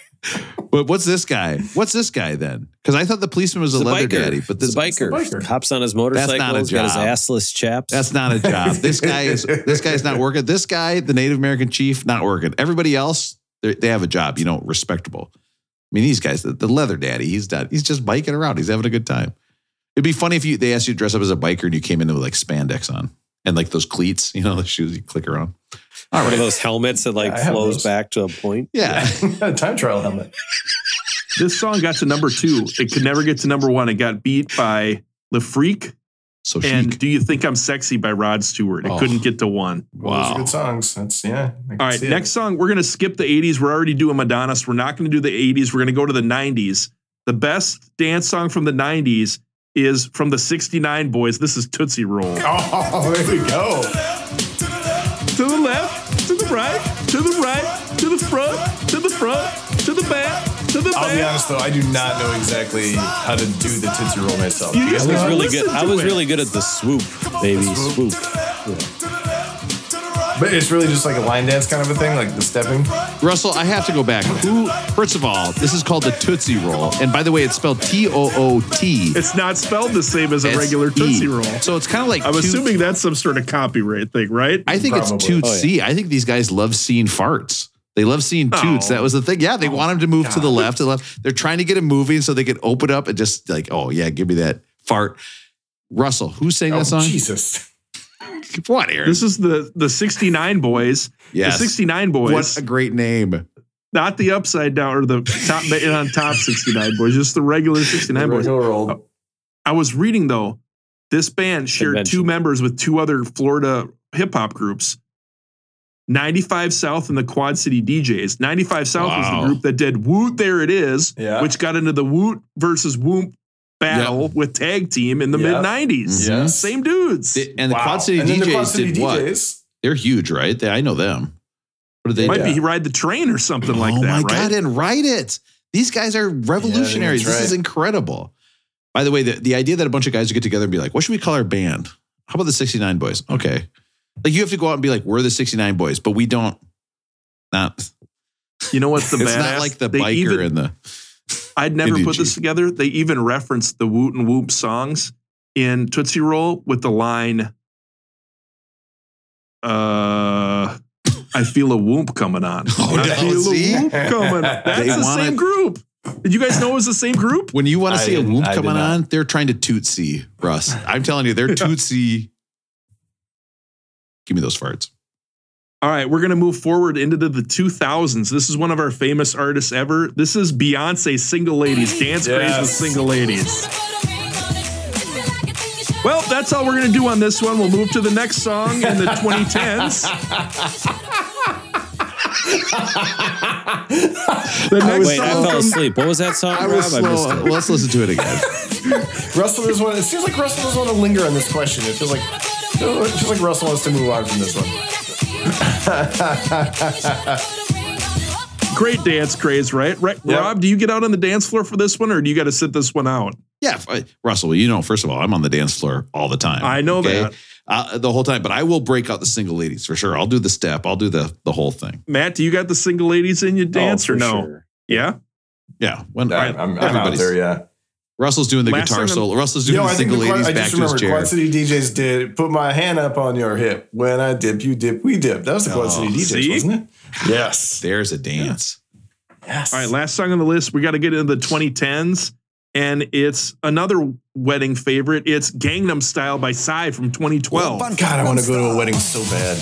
E: But what's this guy? What's this guy then? Because I thought the policeman was a
D: He's
E: leather
D: biker.
E: daddy, but this
D: He's a biker.
B: biker.
D: hops on his motorcycle.
E: not a
D: he's got his
E: job.
D: assless chaps.
E: That's not a job. This guy is this guy's not working. This guy, the Native American chief, not working. Everybody else, they they have a job, you know, respectable. I mean, these guys, the, the leather daddy, he's not, he's just biking around. He's having a good time. It'd be funny if you they asked you to dress up as a biker and you came in with like spandex on and like those cleats, you know, the shoes you click around.
D: one of those helmets that like
B: I have
D: flows
B: those.
D: back to a point.
E: Yeah.
B: Time trial helmet.
A: This song got to number two. It could never get to number one. It got beat by Le Freak
E: So
A: and
E: chic.
A: Do You Think I'm Sexy by Rod Stewart. It
E: Oh.
A: couldn't get to one.
B: Those
E: Wow.
B: are good songs. That's yeah. I can
A: All right,
B: see it.
A: next song. We're going to skip the 80s. We're already doing Madonna, so we're not going to do the 80s. We're going to go to the 90s. The best dance song from the 90s is from the 69 Boys. This is Tootsie Roll.
B: Oh, there we go.
A: to the left, to the right, to the right, to the front, to the front, to the back, to the
B: I'll be
A: back.
B: honest though, I do not know exactly how to do the Tootsie Roll myself.
A: You
B: You
A: just
B: guys
D: I
A: gotta
D: was
B: know?
D: really
A: listen
D: good. I
A: to
D: was
A: it.
D: really good at the swoop, baby. Swoop.
B: but it's really just like a line dance kind of a thing, like the stepping.
E: Russell, I have to go back. Who first of all, this is called the Tootsie Roll. And by the way, it's spelled T-O-O-T.
A: It's not spelled the same as a regular
E: S-E.
A: Tootsie Roll.
E: E. So it's kind of like
A: I'm
E: E. two-
A: assuming that's some sort of copyright thing, right?
E: I think it's
B: Probably.
E: toot
D: Oh, yeah.
E: C. I think these guys love seeing farts. They love seeing toots.
A: Oh.
E: That was the thing. Yeah, they want him to move to the left, to the left. They're trying to get him moving so they can open up and just like, oh yeah, give me that fart. Russell, who sang
B: Oh,
E: that song?
B: Jesus.
E: What, Aaron?
A: this is the the 69 boys.
E: yes.
A: The 69 boys.
E: what a great name.
A: not the upside down or the top the on top 69 boys, just the regular 69 boys.
B: Regular old.
E: Oh,
A: I was reading though, this band shared
D: Convention.
A: two members with two other Florida hip hop groups. 95 South and the Quad City DJs. 95 South was
E: Wow.
A: the group that did Woot There It Is,
B: Yeah.
A: which got into the Woot versus Whoop battle with tag team in the
B: Yep.
A: mid 90s.
B: Yes.
A: Same dudes.
E: The- and the
B: Wow.
E: Quad City
B: And then
E: DJs
B: the Quad City
E: did what?
B: DJs.
E: They're huge, right? They, I know them. What did they
A: Might
E: do?
A: be he ride the train or something like
E: oh
A: that,
E: my
A: right?
E: god! And write it. These guys are revolutionaries.
B: that's
E: this is
B: right.
E: incredible. By the way, the, the idea that a bunch of guys would get together and be like, "What should we call our band? How about the '69 Boys?" Okay, like you have to go out and be like, "We're the '69 Boys," but we don't. Not.
A: You know what's the
E: it's
A: badass?
E: not like the
A: They
E: biker
A: even-
E: and the.
A: I'd never
E: Indian
A: put this
E: chief.
A: together. They even referenced the Woot and Whoop songs in Tootsie Roll with the line, uh, I feel a whoop coming on.
E: Oh,
A: I
E: no,
A: feel
E: see?
A: a whoop coming on. That's
E: They
A: the
E: wanna-
A: same group. Did you guys know it was the same group?
E: When you want to
B: I
E: see a
B: didn't-
E: whoop
B: I did
E: coming
B: not.
E: on, they're trying to tootsie, Russ. I'm telling you, they're tootsie. Give me those farts.
A: All right, we're going to move forward into the, the 2000s. This is one of our famous artists ever. This is Beyonce Single Ladies, Dance Craze with
B: Yes.
A: Single Ladies. Well, that's all we're going to do on this one. We'll move to the next song in the 2010s. The next
D: Wait, I
A: song
D: fell
A: comes-
D: asleep. What was that song,
E: I
D: Rob?
E: was slow.
D: I missed it.
E: Let's listen to it again.
B: Russell doesn't want. It seems like Russell doesn't want to linger on this question. It feels like it feels like Russell wants to move on from this one.
A: Great dance craze, right? right?
B: Yeah.
A: Rob, do you get out on the dance floor for this one or do you got to sit this one out?
E: Yeah, if I- Russell. You know, first of all, I'm on the dance floor all the time.
A: I know that.
E: uh, the whole time. But I will break out the single ladies for sure. I'll do the step. I'll do the the whole thing.
A: Matt, do you got the single ladies in your dance
D: Oh,
A: or
D: for
A: no?
D: sure.
A: Yeah.
E: Yeah, when
B: I'm, I'm, I'm out
E: everybody's
B: there, yeah.
E: Russell's doing the
A: Last
E: guitar
A: time I'm-
E: solo. Russell's doing
B: Yo,
E: the single
B: the Quad-
E: ladies
B: I
E: back
B: just
E: to his
B: remember
E: chair.
B: Quad City DJs did put my hand up on your hip. When I dip, you dip, we dip. That was the Quad
E: Oh,
B: City DJs,
A: see?
B: wasn't it? Yes.
E: There's a dance.
B: Yes.
A: All right, last song on the list. We got to get into the 2010s. And it's another wedding favorite. It's Gangnam Style by Psy from 2012.
B: God, I want to go to a wedding so bad.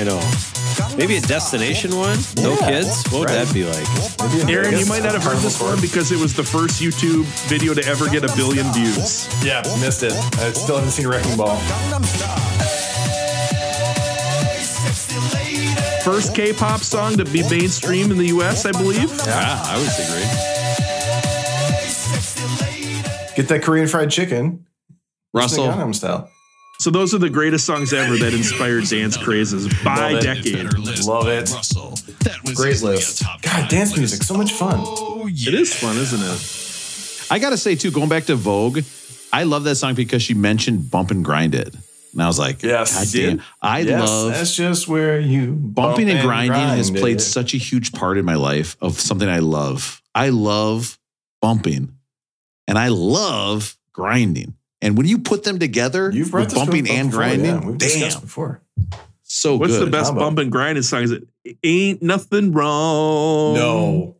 D: I know. Maybe a destination one? No kids? What would that be like?
A: Aaron, you
B: I guess
A: might not have heard this one because it was the first YouTube video to ever get a billion views.
B: Yeah, missed it. I still haven't seen Wrecking Ball.
A: First K-pop song to be mainstream in the U.S., I believe.
E: Yeah, I would say great.
B: Get that Korean fried chicken. It's like
E: Russell,
B: Gangnam style.
A: So those are the greatest songs ever that inspired dance crazes by
B: Love it.
A: decade.
B: Love it.
E: Russell. That was
B: Great
E: easily
B: list.
E: a top
B: God,
E: five
B: dance
E: list.
B: music, so much fun.
E: Oh, yeah.
A: It is fun, isn't it?
E: I gotta say too, going back to Vogue, I love that song because she mentioned "Bump and Grind It," and I was like,
B: Yes.
E: God damn, I
B: Yes,
E: love
B: that's just where you bump
E: bumping and grinding has
B: grind
E: played
B: it.
E: such a huge part in my life of something I love. I love bumping, and I love grinding. And when you put them together,
B: You've brought
E: with
B: this
E: bumping
B: to us
E: and
B: before,
E: grinding,
B: yeah, we've discussed
E: damn,
B: before.
E: so
A: What's
E: good.
A: the best
B: Oh, combo.
A: bump and grinding song? Is it ain't nothing wrong?
B: No,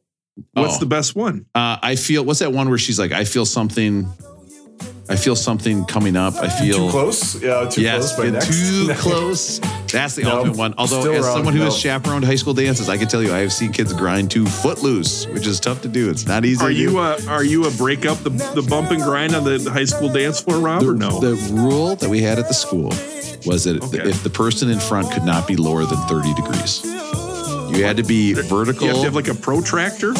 A: What's
E: Oh.
A: the best one?
E: Uh, I feel. What's that one where she's like, "I feel something, I feel something coming up. I feel
B: too close. Yeah, too
E: yes,
B: close. By
E: been
B: next.
E: too
B: No.
E: close. That's the
B: Nope.
E: ultimate one. Although,
B: Still
E: as
B: wrong.
E: someone who has
B: Nope.
E: chaperoned high school dances, I can tell you I have seen kids grind to footloose, which is tough to do. It's not easy.
A: Are
E: to do.
A: you a are you a break up the, the bump and grind on the, the high school dance floor, Rob,
E: the,
A: or no?
E: the rule that we had at the school was that
A: Okay.
E: if the person in front could not be lower than 30 degrees, you had to be vertical.
A: you have to have like a protractor.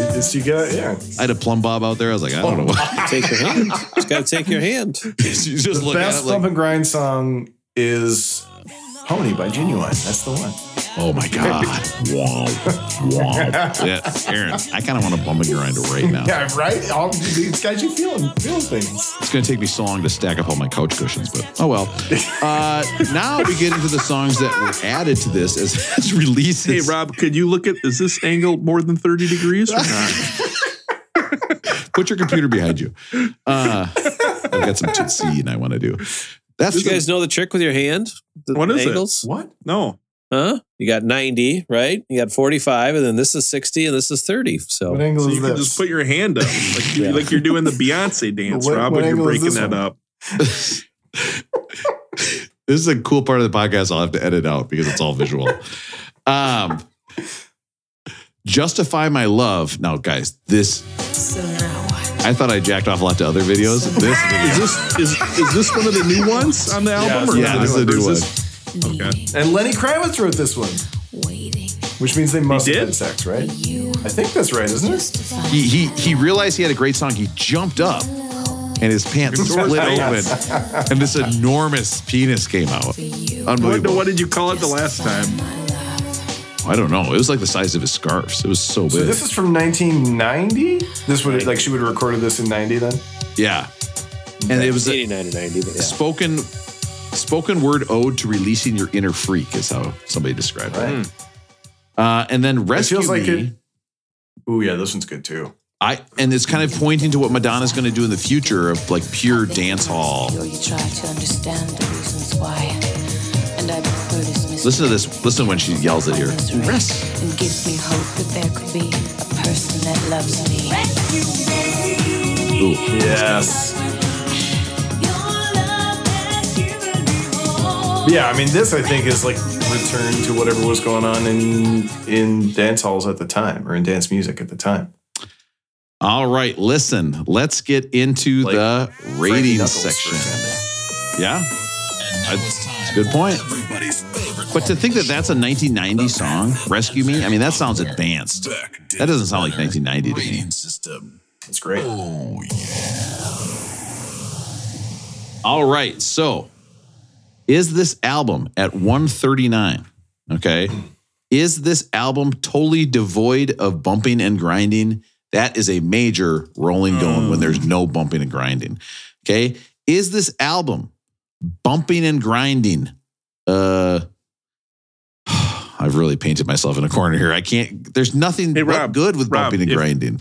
B: Yes, you got yeah.
E: I had a plumb bob out there. I was like, I
A: Oh.
E: don't know what.
D: Take your hand. Just got to take your hand.
E: you just look at it
B: Best
E: like,
B: bump and grind song is "Pony" by Genuine. That's the one.
E: oh my God. wow. Wow. Yeah, Aaron, I kind of want to bump and grind right now.
B: Yeah, right. All, it's got you feeling feeling things.
E: It's going to take me so long to stack up all my couch cushions, but oh well. Uh, now we get into the songs that were added to this as, as releases.
A: Hey, Rob, could you look at is this angle more than thirty degrees or not?
E: Put your computer behind you. Uh, I've got some Tootsie and I want to do. That's
D: You guys know the trick with your hand? The
A: What is it?
D: angles?
B: What?
A: No,
D: Huh? You got 90, right? You got 45, and then this is 60, and this is 30.
B: What
D: So
B: angle
A: so
B: is
A: you can
B: this?
A: just put your hand up like you,
D: Yeah.
A: like you're doing the Beyonce dance,
B: What-
A: Rob,
B: what
A: when you're
B: angle is
A: breaking that
B: this one?
A: up.
E: this is a cool part of the podcast I'll have to edit out because it's all visual. um, Justify My Love. Now, guys, this. I thought I jacked off a lot to other videos. This
A: Is
E: video.
A: this is, is this one of the new ones on the album?
E: Yeah,
A: not?
E: this is a
A: Or
E: new one.
A: this-
B: and Lenny Kravitz wrote this one,
F: Waiting.
B: which means they must have
A: did?
B: had sex, right?
F: You
B: I think that's right, isn't it?
F: justify
E: He, he, he realized he had a great song. He jumped up and his pants split open and this enormous penis came out.
A: What,
E: Unbelievable.
A: what did you call it the last time?
E: I don't know. It was like the size of his scarves. It was so big.
B: So this is from 1990. This would like she would have recorded this in 90 then.
E: yeah. And it was a,
D: 89 or 90, but yeah.
E: spoken spoken word ode to releasing your inner freak is how somebody described it.
B: Right.
E: Uh, and then
B: It
E: rescue
B: feels like
E: me.
B: it. Ooh, yeah, this one's good too.
E: I and it's kind of pointing to what Madonna's going to do in the future of like pure dance hall.
F: You try to understand the reasons why. And I prefer this mystery.
E: Listen to this. Listen when she yells it here. Res-
F: And gives me hope that there could be a person that loves me.
E: Ooh.
B: Yes. Yeah, I mean, this I think is like return to whatever was going on in in dance halls at the time or in dance music at the time.
E: All right, listen. Let's get into
B: Like
E: the
B: Frankie
E: ratings
B: Knuckles, for
E: section.
B: example.
E: Yeah. I- it's a good point. But to think that that's a 1990 song, Rescue Me, I mean, that sounds advanced. That doesn't sound like 1990 to me.
B: It's great.
E: All right. So, is this album at 139? Okay. Is this album totally devoid of bumping and grinding? That is a major rolling going when there's no bumping and grinding. Okay. Is this album bumping and grinding? Uh, I've really painted myself in a corner here. I can't, there's nothing
A: Hey,
E: but
A: Rob,
E: good with
A: Rob,
E: bumping and
A: if-
E: grinding.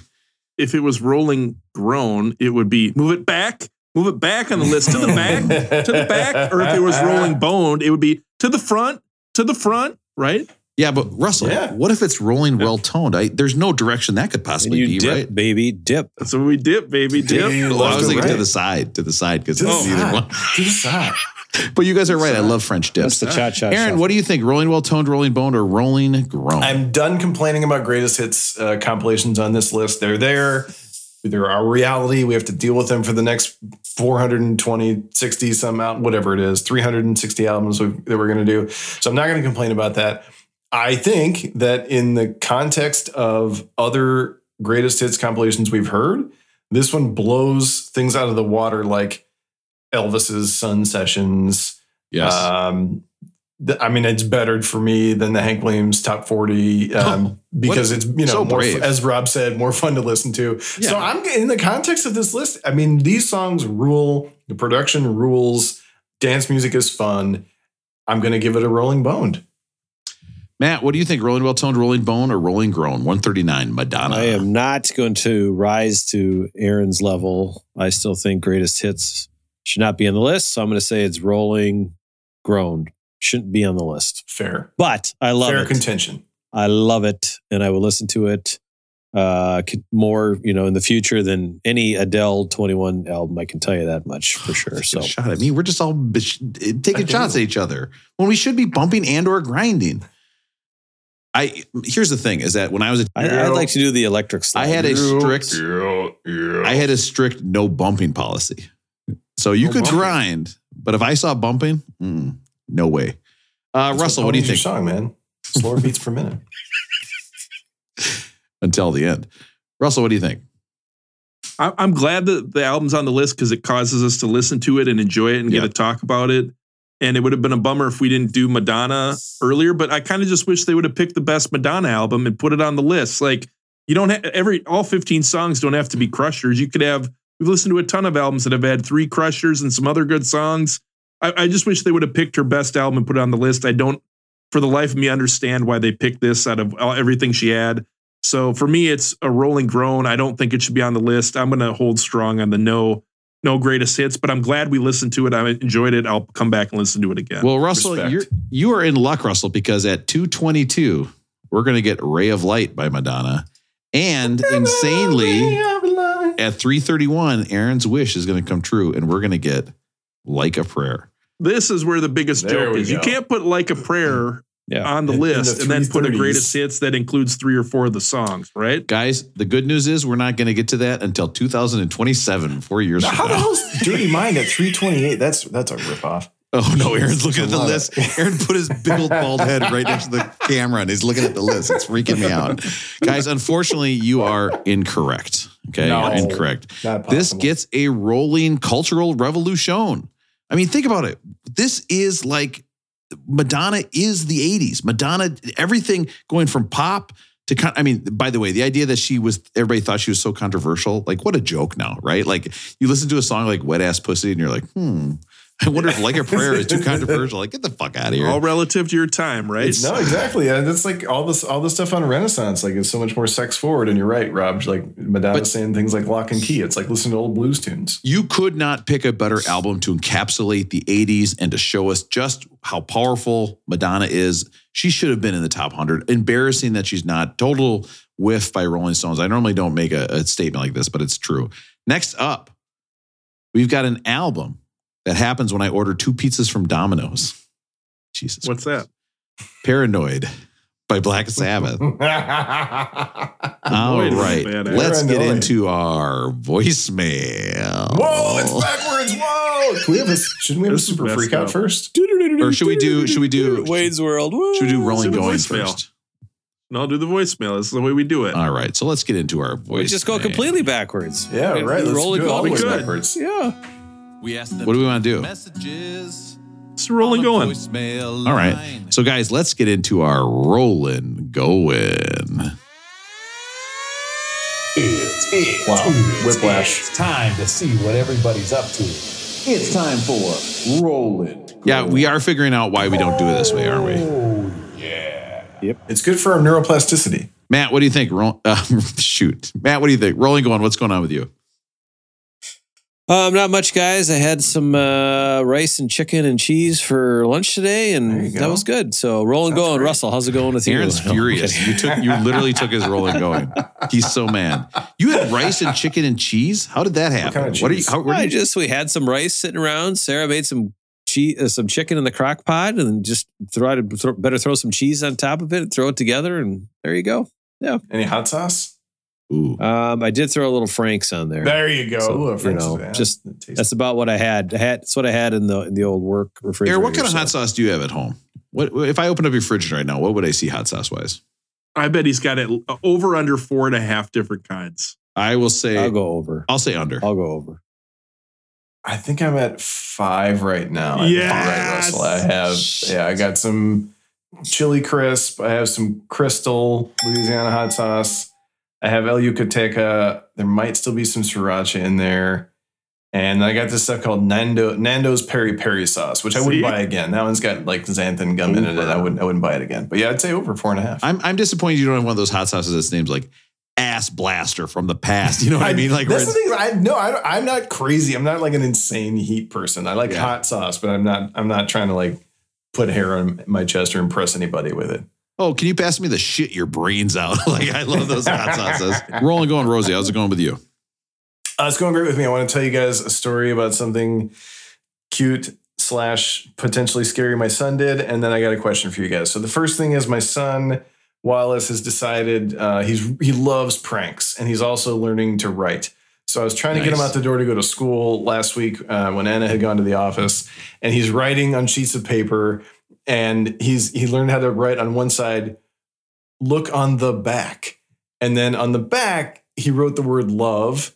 A: If it was rolling groan, it would be move it back, move it back on the list to the back, to the back. Or if it was rolling boned, it would be to the front, to the front, right?
E: Yeah, but Russell,
B: Yeah.
E: what if it's rolling well toned? I there's no direction that could
D: And
E: possibly
D: you
E: be,
D: dip,
E: right?
D: baby, dip.
A: That's what we dip, baby. Dip.
B: Dude,
E: Well, I
B: left
E: was
B: or
E: thinking to
B: right?
E: the side, to the side, because
B: the
E: it's either
B: side.
E: one.
B: to the side.
E: But you guys are right. I love French
D: That's
E: dips.
D: the cha cha.
E: Aaron, what do you think? Rolling well toned, rolling boned, or rolling grown?
B: I'm done complaining about greatest hits uh, compilations on this list. They're there. They're our reality. We have to deal with them for the next 420, 60 some out, whatever it is, 360 albums we, that we're going to do. So I'm not going to complain about that. I think that in the context of other greatest hits compilations we've heard, this one blows things out of the water like Elvis's Sun Sessions.
E: Yes.
B: Um, th- I mean, it's bettered for me than the Hank Williams Top 40 um, because it's, you know,
E: so
B: more,
E: brave.
B: as Rob said, more fun to listen to.
E: Yeah.
B: So I'm in the context of this list. I mean, these songs rule, the production rules, dance music is fun. I'm going to give it a rolling boned.
E: Matt, what do you think? Rolling well toned, rolling bone, or rolling groan? 139, Madonna.
D: I am not going to rise to Aaron's level. I still think greatest hits should not be on the list. So I'm going to say it's rolling, groaned. Shouldn't be on the list.
B: Fair.
D: But I love
B: Fair
D: it.
B: contention.
D: I love it, and I will listen to it uh, c- more, you know, in the future than any Adele 21 album. I can tell you that much for sure. So
E: Taking a shot at me. We're just all bish- eh,
B: I
E: taking
B: do.
E: shots at each other when we should be bumping and or grinding. I here's the thing: is that when I was a
D: I, I'd like to do the electric slide.
E: I had a strict,
B: Yeah, yeah.
E: I had a strict no bumping policy. So you
B: No
E: could
B: bumping.
E: grind, but if I saw bumping, mm, no way. Uh,
B: That's
E: Russell, what do you
B: owns your
E: think?
B: Song, man. Slower beats per minute.
E: Until the end, Russell, what do you think?
A: I- I'm glad that the album's on the list because it causes us to listen to it and enjoy it and
E: Yeah.
A: get to talk about it. And it would have been a bummer if we didn't do Madonna earlier, but I kind of just wish they would have picked the best Madonna album and put it on the list. Like you don't have every all 15 songs don't have to be crushers. You could have we've listened to a ton of albums that have had three crushers and some other good songs. I, I just wish they would have picked her best album and put it on the list. I don't for the life of me understand why they picked this out of all- everything she had. So for me, it's a rolling groan. I don't think it should be on the list. I'm going to hold strong on the no, no greatest hits. But I'm glad we listened to it. I enjoyed it. I'll come back and listen to it again.
E: Well, Russell,
B: Respect.
E: you're you are in luck, Russell, because at 222, we're gonna get Ray of Light by Madonna. And insanely at 331, Aaron's wish is gonna come true, and we're gonna get like a prayer.
A: this is where the biggest
B: There
A: joke
B: we
A: is. You
B: go.
A: can't put like a prayer
D: Yeah.
A: on the
B: In- in the
A: list and then put a
B: 330s.
A: greatest hits that includes three or four of the songs. Right?
E: Guys, the good news is we're not gonna get to that until 2027, four years
B: How
E: from
B: the
E: now.
B: hell's Dirty Mind at 328? That's that's a ripoff.
E: Oh no, Aaron's looking at the
B: I love
E: list. Aaron put his big old bald head right next to the camera and he's looking at the list. It's freaking me out. Guys, unfortunately, you are incorrect. Okay,
B: No.
E: you're incorrect.
B: Not possible.
E: This gets a rolling cultural revolution. I mean, think about it. This is like Madonna is the 80s. Madonna, everything going from pop to, con- I mean, by the way, the idea that she was, everybody thought she was so controversial. Like, what a joke now, right? Like, you listen to a song like Wet Ass Pussy and you're like, hmm, I wonder if Like a Prayer is too controversial. Like, get the fuck out of here.
A: All relative to your time. Right?
B: no, exactly. And that's like all this all this stuff on Renaissance. Like it's so much more sex forward. And you're right, Rob. Like Madonna
E: But-
B: saying things like lock and key. It's like listen to old blues tunes.
E: You could not pick a better album to encapsulate the 80s and to show us just how powerful Madonna is. She should have been in the top 100. Embarrassing that she's not. Total whiff by Rolling Stones. I normally don't make a, a statement like this, but it's true. Next up, we've got an album that happens when I order two pizzas from Domino's. Jesus.
A: What's
E: Christ.
A: that?
E: Paranoid by Black Sabbath. All
A: Annoyed is
E: right.
A: bad.
E: Let's get
B: Paranoid.
E: into our voicemail.
B: Whoa, it's backwards. Whoa. Can we have a, shouldn't we have a
A: This is
B: super
A: messed
B: freak out
A: up.
B: first?
E: Or should we do- should we do-
D: Wade's World?
E: Should we do Rolling
A: Send a
E: Going
A: voicemail.
E: first?
A: And I'll do the voicemail. This is the way we do it.
E: All right, so let's get into our voice.
D: We just go
E: today.
D: completely backwards.
B: Yeah,
D: We
B: right. Let's
D: Roll it
B: do it all the
D: going.
B: way
A: could.
B: backwards.
D: Yeah.
H: We asked them
E: What do we want to do?
H: messages.
A: it's rolling
H: on
A: going.
H: the voicemail
E: All right,
H: line.
E: so guys, let's get into our rolling going.
B: Wow. Whiplash.
E: It's time for rolling. Yeah, we are figuring out why we don't do it this way, aren't we?
B: It's good for our neuroplasticity.
E: Matt, what do you think? Roll, uh, shoot, Matt, what do you think? Rolling going. What's going on with you?
D: Um, not much, guys. I had some uh, rice and chicken and cheese for lunch today,
B: There
D: and
B: you go.
D: that was good. So rolling, going. Russell, how's it going with you?
E: Aaron's
D: No, I'm
E: furious.
D: kidding.
E: You took, you literally took his rolling going. He's so mad. You had rice and chicken and cheese. How did that happen?
B: kind of
E: What, are you?
B: cheese?
E: How, where
D: I
E: did you
D: just we had some rice sitting around. Sarah made some cheese, uh, some chicken in the crock pot, and just throw it, throw, better throw some cheese on top of it, and throw it together, and there you go.
B: Any hot sauce?
E: Ooh.
D: Um, I did throw a little Frank's on there.
B: There you go.
D: So,
B: Ooh, a
D: you
B: Frank's
D: know,
B: is bad.
D: just-
B: It tastes-
D: That's about what I had. I had that's what I had in the in the old work refrigerator.
E: Aaron, what kind of
D: so-
E: hot sauce do you have at home? What if I open up your fridge right now? What would I see hot sauce wise?
A: I bet he's got it over under four and a half different kinds.
E: I will say
D: I'll
E: I'll,
D: go over.
E: say under.
D: I'll go over.
B: I think I'm at five right now. I think, Right,
A: Yes!
B: Russell. I have. Yeah, I got some chili crisp. I have some crystal Louisiana hot sauce. I have El Yucateca. There might still be some sriracha in there. And I got this stuff called Nando, Nando's Peri Peri sauce, which I
A: See?
B: wouldn't buy again. That one's got like xanthan gum in it, and I wouldn't I wouldn't buy it again. But yeah, I'd say over four and a half.
E: I'm I'm disappointed you don't have one of those hot sauces that's named like ass blaster from the past. You know what I, mean? Like where
B: that's the
E: it's-
B: thing. I no, I don't, I'm not crazy. I'm not like an insane heat person. I like
E: Yeah.
B: hot sauce, but I'm not. I'm not trying to like put hair on my chest or impress anybody with it.
E: oh, can you pass me the shit your brains out? like I love those hot sauces. Rolling going, Rosie. How's it going with you?
B: Uh, it's going great with me. I want to tell you guys a story about something cute slash potentially scary my son did, and then I got a question for you guys. So the first thing is my son Wallace has decided uh, he's he loves pranks, and he's also learning to write. So I was trying to get him
E: Nice.
B: out the door to go to school last week uh, when Anna had gone to the office, and he's writing on sheets of paper, and he's he learned how to write on one side, look on the back, and then on the back he wrote the word love.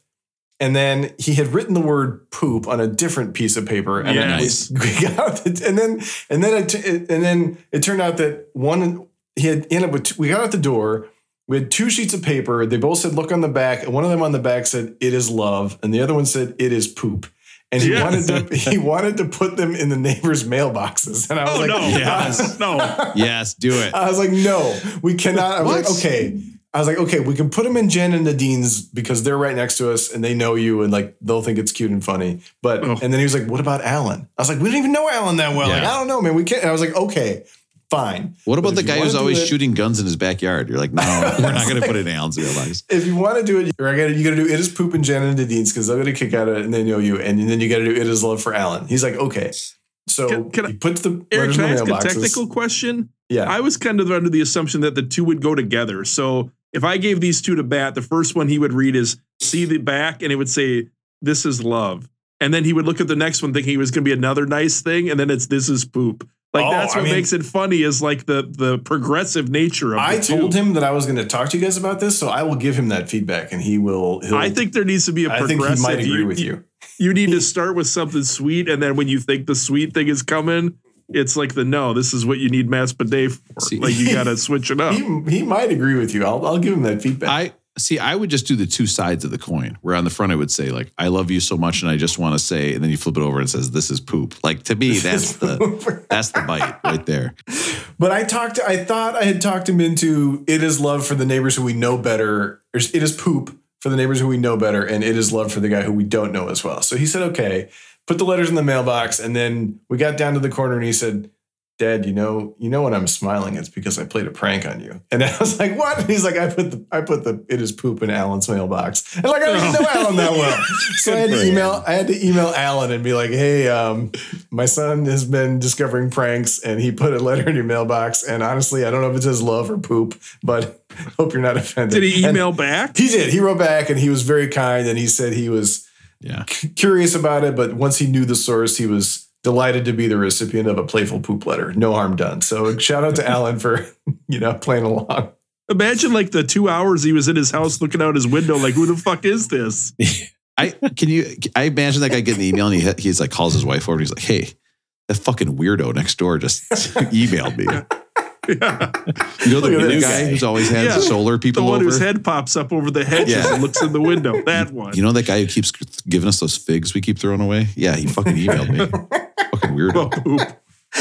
B: And then he had written the word poop on a different piece of paper, and then
E: Yes.
B: we, we got out the, and then and then it, tu- it- and then it turned out that one he had ended up with. Two, we got out the door. We had two sheets of paper. They both said "look on the back," and one of them on the back said "it is love," and the other one said "it is poop." And he
A: Yes.
B: wanted to he wanted to put them in the neighbors' mailboxes, and I was
A: Oh
B: like,
A: no,
E: yes.
A: no.
E: Yes, do it.
B: I was like, no, we cannot. I was like,
E: What?
B: okay. I was like, okay, we can put them in Jen and Nadine's because they're right next to us and they know you and like they'll think it's cute and funny. But
A: Oh.
B: and then he was like, what about Alan? I was like, we don't even know Alan that well. Like,
E: Yeah.
B: I don't know, man. We can't. And I was like, okay, fine.
E: What
B: But
E: about
B: if
E: the
B: you
E: guy
B: wanna
E: who's
B: do
E: always
B: it-
E: shooting guns in his backyard? You're like, no, we're not going to put it in Alan's mailbox.
B: If you want to do it, you're gonna you gotta do it is poop and Jen and Nadine's because they're gonna kick out of it and they know you, and then you gotta do it is love for Alan. He's like, okay. So
A: Can- can I-
B: he puts the
A: Eric,
B: letters
A: can I
B: in the
A: ask a
B: mailboxes.
A: technical question?
B: Yeah.
A: I was kind of under the assumption that the two would go together. So if I gave these two to Bat, the first one he would read is "See the back," and it would say "This is love," and then he would look at the next one thinking it was going to be another nice thing, and then it's "This is poop." Like
B: Oh,
A: that's
B: I
A: what
B: mean-
A: makes it funny is like the the progressive nature of.
B: I
A: the two.
B: told him that I was going to talk to you guys about this, so I will give him that feedback, and he will. He'll,
A: I think there needs to be a
B: I
A: progressive.
B: think he might agree
A: you,
B: with you.
A: you need to start with something sweet, and then when you think the sweet thing is coming, it's like the no. This is what you need Mass Bidet for.
E: See-
A: like you got to switch it up.
B: He, he might agree with you. I'll, I'll give him that feedback.
E: I see. I would just do the two sides of the coin. Where on the front, I would say like, "I love you so much," and I just want to say, and then you flip it over and it says, "This is poop." Like to me, that's the that's the bite right there.
B: but I talked. I thought I had talked him into it is love for the neighbors who we know better. Or it is poop for the neighbors who we know better, and it is love for the guy who we don't know as well. So he said, okay, put the letters in the mailbox, and then we got down to the corner, and he said. Dad, you know, you know when I'm smiling, it's because I played a prank on you. And I was like, "What?" And he's like, "I put the I put the it is poop in Alan's mailbox." And like, I don't even
A: Oh.
B: know Alan that well, so I had to email I had to email Alan and be like, "Hey, um, my son has been discovering pranks, and he put a letter in your mailbox. And honestly, I don't know if it says love or poop, but hope you're not offended."
A: Did he
B: And
A: email back?
B: he did. He wrote back, and he was very kind, and he said he was
E: Yeah.
B: c- curious about it, but once he knew the source, he was delighted to be the recipient of a playful poop letter. No harm done. So shout out to Alan for you know playing along.
A: Imagine like the two hours he was in his house looking out his window, like, who the fuck is this?
E: I can you? I imagine that guy getting the email and he he's like calls his wife over and he's like, "Hey, that fucking weirdo next door just emailed me."
A: Yeah.
E: You know the
B: Look at
E: weird
B: this
E: guy
B: guy.
E: who's always has
A: Yeah.
E: solar
A: The
E: people
A: one
E: over.
A: whose head pops up over the hedges
E: Yeah.
A: and looks in the window. That one.
E: you know that guy who keeps giving us those figs we keep throwing away? Yeah, he fucking emailed me. fucking
A: Oh,
E: weirdo.
A: poop.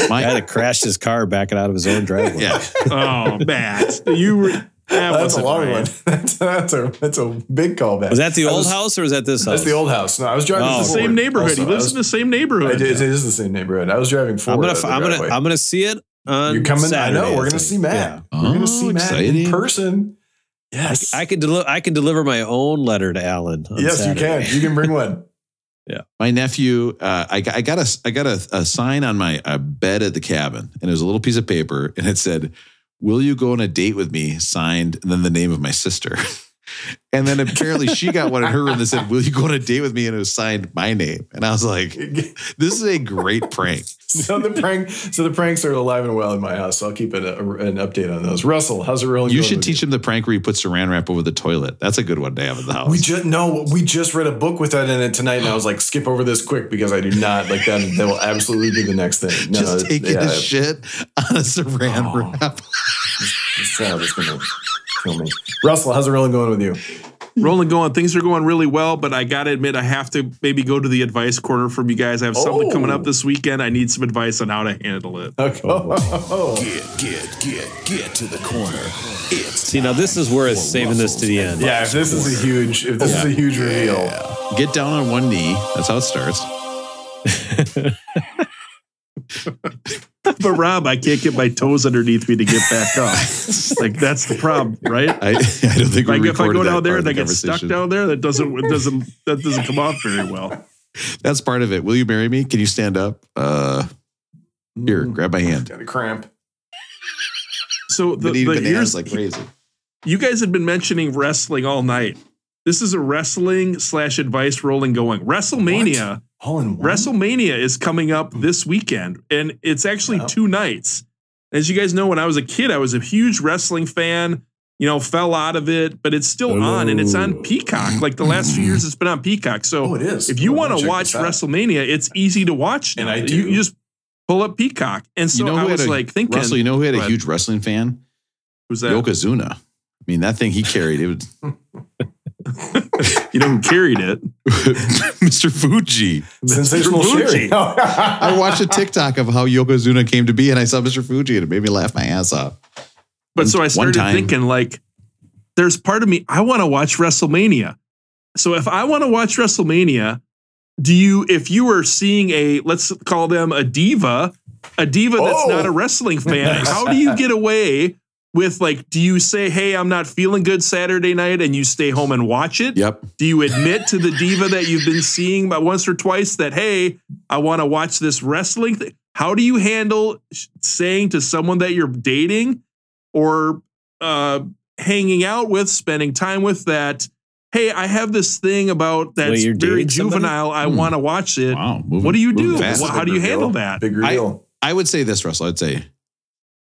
E: My,
D: Guy that crashed his car backing out of his own driveway.
E: yeah.
A: oh Matt. You were that
B: That's a
A: wasn't
B: long
A: right.
B: one. That's, that's a that's a big callback.
D: Was that the
B: I
D: old
B: was-
D: house or was that this house?
B: That's the old house. No, I was driving.
D: Oh.
B: forward.
A: Same neighborhood.
B: Also,
A: he lives
B: I was-
A: in the same neighborhood.
B: I did, it is the same neighborhood. I was driving
D: I'm
B: forward.
D: gonna
B: out of the
D: I'm gonna
B: driveway.
D: I'm gonna see it on
B: You're coming.
D: Saturday,
B: I know. We're
D: think.
B: gonna see Matt. We're
E: Oh,
B: gonna see Matt
E: exciting.
B: in person. Yes.
D: Yeah. I could deliver I can deliver my own letter to Alan. on
B: yes,
D: Saturday.
B: you can. You can bring one.
E: My nephew, uh, I, got- I got a I got a, a sign on my uh, bed at the cabin, and it was a little piece of paper, and it said, "Will you go on a date with me?" Signed, and then the name of my sister. And then apparently she got one in her room that said, Will you go on a date with me? And it was signed my name. And I was like, This is a great prank.
B: so the prank, so the pranks are alive and well in my house. So I'll keep an, an update on those. Russell, how's it rolling?
E: You
B: going
E: should
B: with
E: teach him the prank where you put saran wrap over the toilet. That's a good one to have in the house.
B: We just no, we just read a book with that in it tonight, and I was like, skip over this quick because I do not like that. That will absolutely be the next thing. No,
E: just taking
B: yeah,
E: a shit on a saran
B: Oh.
E: wrap.
B: This sound is gonna kill me. Russell, how's it rolling going with you?
A: Rolling going. Things are going really well, but I gotta admit, I have to maybe go to the advice corner from you guys. I have something
B: Oh.
A: coming up this weekend. I need some advice on how to handle it.
B: Okay. Oh,
H: Get, get, get, get to the corner. It's
D: See, now this is where it's saving this to the end.
B: yeah, if this is a huge, if this is a huge reveal,
E: Get down on one knee. That's how it starts.
A: But Rob, I can't get my toes underneath me to get back up. like that's the problem, right?
E: I, I don't think we
A: Like if I
E: recorded
A: go
E: that
A: down there
E: part
A: and
E: of the
A: I get stuck
E: conversation.
A: down there, that doesn't it doesn't that doesn't come off very well.
E: That's part of it. Will you marry me? Can you stand up? Uh, here,
A: Mm.
E: grab my hand.
B: got a cramp.
A: So the,
E: But eating
A: the
E: bananas
A: here's
E: like crazy.
A: you guys had been mentioning wrestling all night. This is a wrestling slash advice rolling going. WrestleMania.
B: All in one.
A: WrestleMania is coming up this weekend, and it's actually
B: Wow.
A: two nights. As you guys know, when I was a kid, I was a huge wrestling fan. You know, fell out of it, but it's still on, and it's on Peacock. Like the last few years, it's been on Peacock. So
B: Oh, it is.
A: if you
B: Oh,
A: want
B: check
A: to watch
B: this out.
A: WrestleMania, it's easy to watch.
B: And
A: now.
B: I do.
A: You, you just pull up Peacock, and so
E: you know
A: I
E: who had
A: was
E: a,
A: like thinking,
E: Russell, you know who had a
A: but-
E: huge wrestling fan?
A: "Who's that?
E: Yokozuna. I mean, that thing he carried, it was
A: You know who carried it?
E: Mr. Fuji.
B: sensational
A: Fuji.
B: Sherry. I
E: I watched a TikTok of how Yokozuna came to be, and I saw Mr. Fuji, and it made me laugh my ass off.
A: But
E: One-
A: so I
E: one
A: started
E: time.
A: thinking, like, there's part of me, I want to watch WrestleMania. So if I want to watch WrestleMania, do you, if you were seeing a, let's call them a diva, a diva that's
B: Oh.
A: not a wrestling fan, how do you get away with, like, do you say, hey, I'm not feeling good Saturday night and you stay home and watch it?
E: Yep.
A: Do you admit to the diva that you've been seeing but once or twice that hey, I want to watch this wrestling thing? How do you handle sh- saying to someone that you're dating or uh, hanging out with, spending time with that, hey, I have this thing about that's
D: Wait, you're
A: very
D: dating somebody?
A: juvenile. I
E: Hmm.
A: want to watch it.
E: Wow. Moving,
A: What do you
E: moving
A: do?
E: fast.
A: Well, how do you handle that?
B: Big
E: I-
B: reveal.
E: I would say this, Russell. I'd say,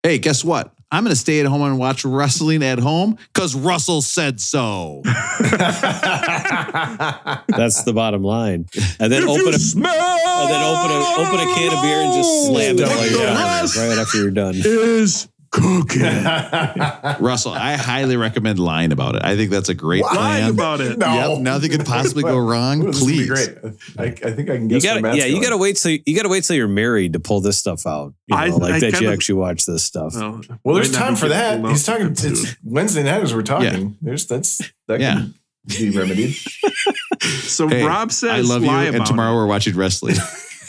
E: hey, guess what? I'm going to stay at home and watch wrestling at home because Russell said so.
D: That's the bottom line. And then
A: If you
D: open a
A: smell
D: and then open a open a can of beer and just slam it
B: Don't
D: while you're
B: do
D: down
A: this.
D: there, right after you're done.
A: is cooking.
E: Russell, I highly recommend lying about it. I think that's a great
A: Lying
E: plan.
A: about it.
B: No.
E: Yep, nothing could possibly go wrong.
B: Ooh, this would be
E: Please.
B: great. I, I think I can
D: You
B: guess. where
D: got to
B: Matt's
D: yeah, you
B: going.
D: got to wait till you got to wait till you're married to pull this stuff out. You know,
A: I-
D: like
A: I
D: that you
A: kinda- Oh,
D: actually watch this stuff.
A: Well,
B: Well, there's
A: right now
B: time
A: he's
B: for
A: getting
B: that.
A: pulled
B: He's
A: out.
B: talking. It's Wednesday night as we're talking. There's that's that
E: Yeah.
B: can be remedied.
A: So
E: Hey,
A: Rob says,
E: I love you.
A: lie
E: And
A: about
E: tomorrow
A: it.
E: we're watching wrestling.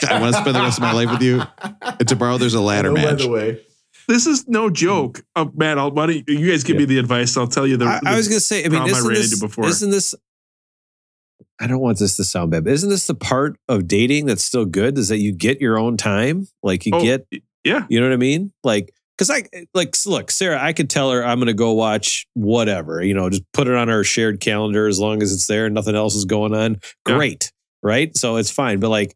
E: I want to spend the rest of my life with you. And tomorrow there's a ladder
B: Oh, by
E: match.
B: the way,
A: This is no joke, uh, Matt. I'll, why don't you, you guys give me the advice? I'll tell you the.
D: I, I
A: the-
D: was gonna say, I mean,
A: problem I
D: isn't
A: ran
D: this,
A: into before.
D: isn't this? I don't want this to sound bad, but isn't this the part of dating that's still good? Is that you get your own time, like you
A: Oh,
D: get,
A: yeah.
D: you know what I mean? Like, because I like look, Sarah, I could tell her I'm gonna go watch whatever, you know, just put it on our shared calendar as long as it's there and nothing else is going on.
A: Yeah.
D: Great, right? So it's fine, but like.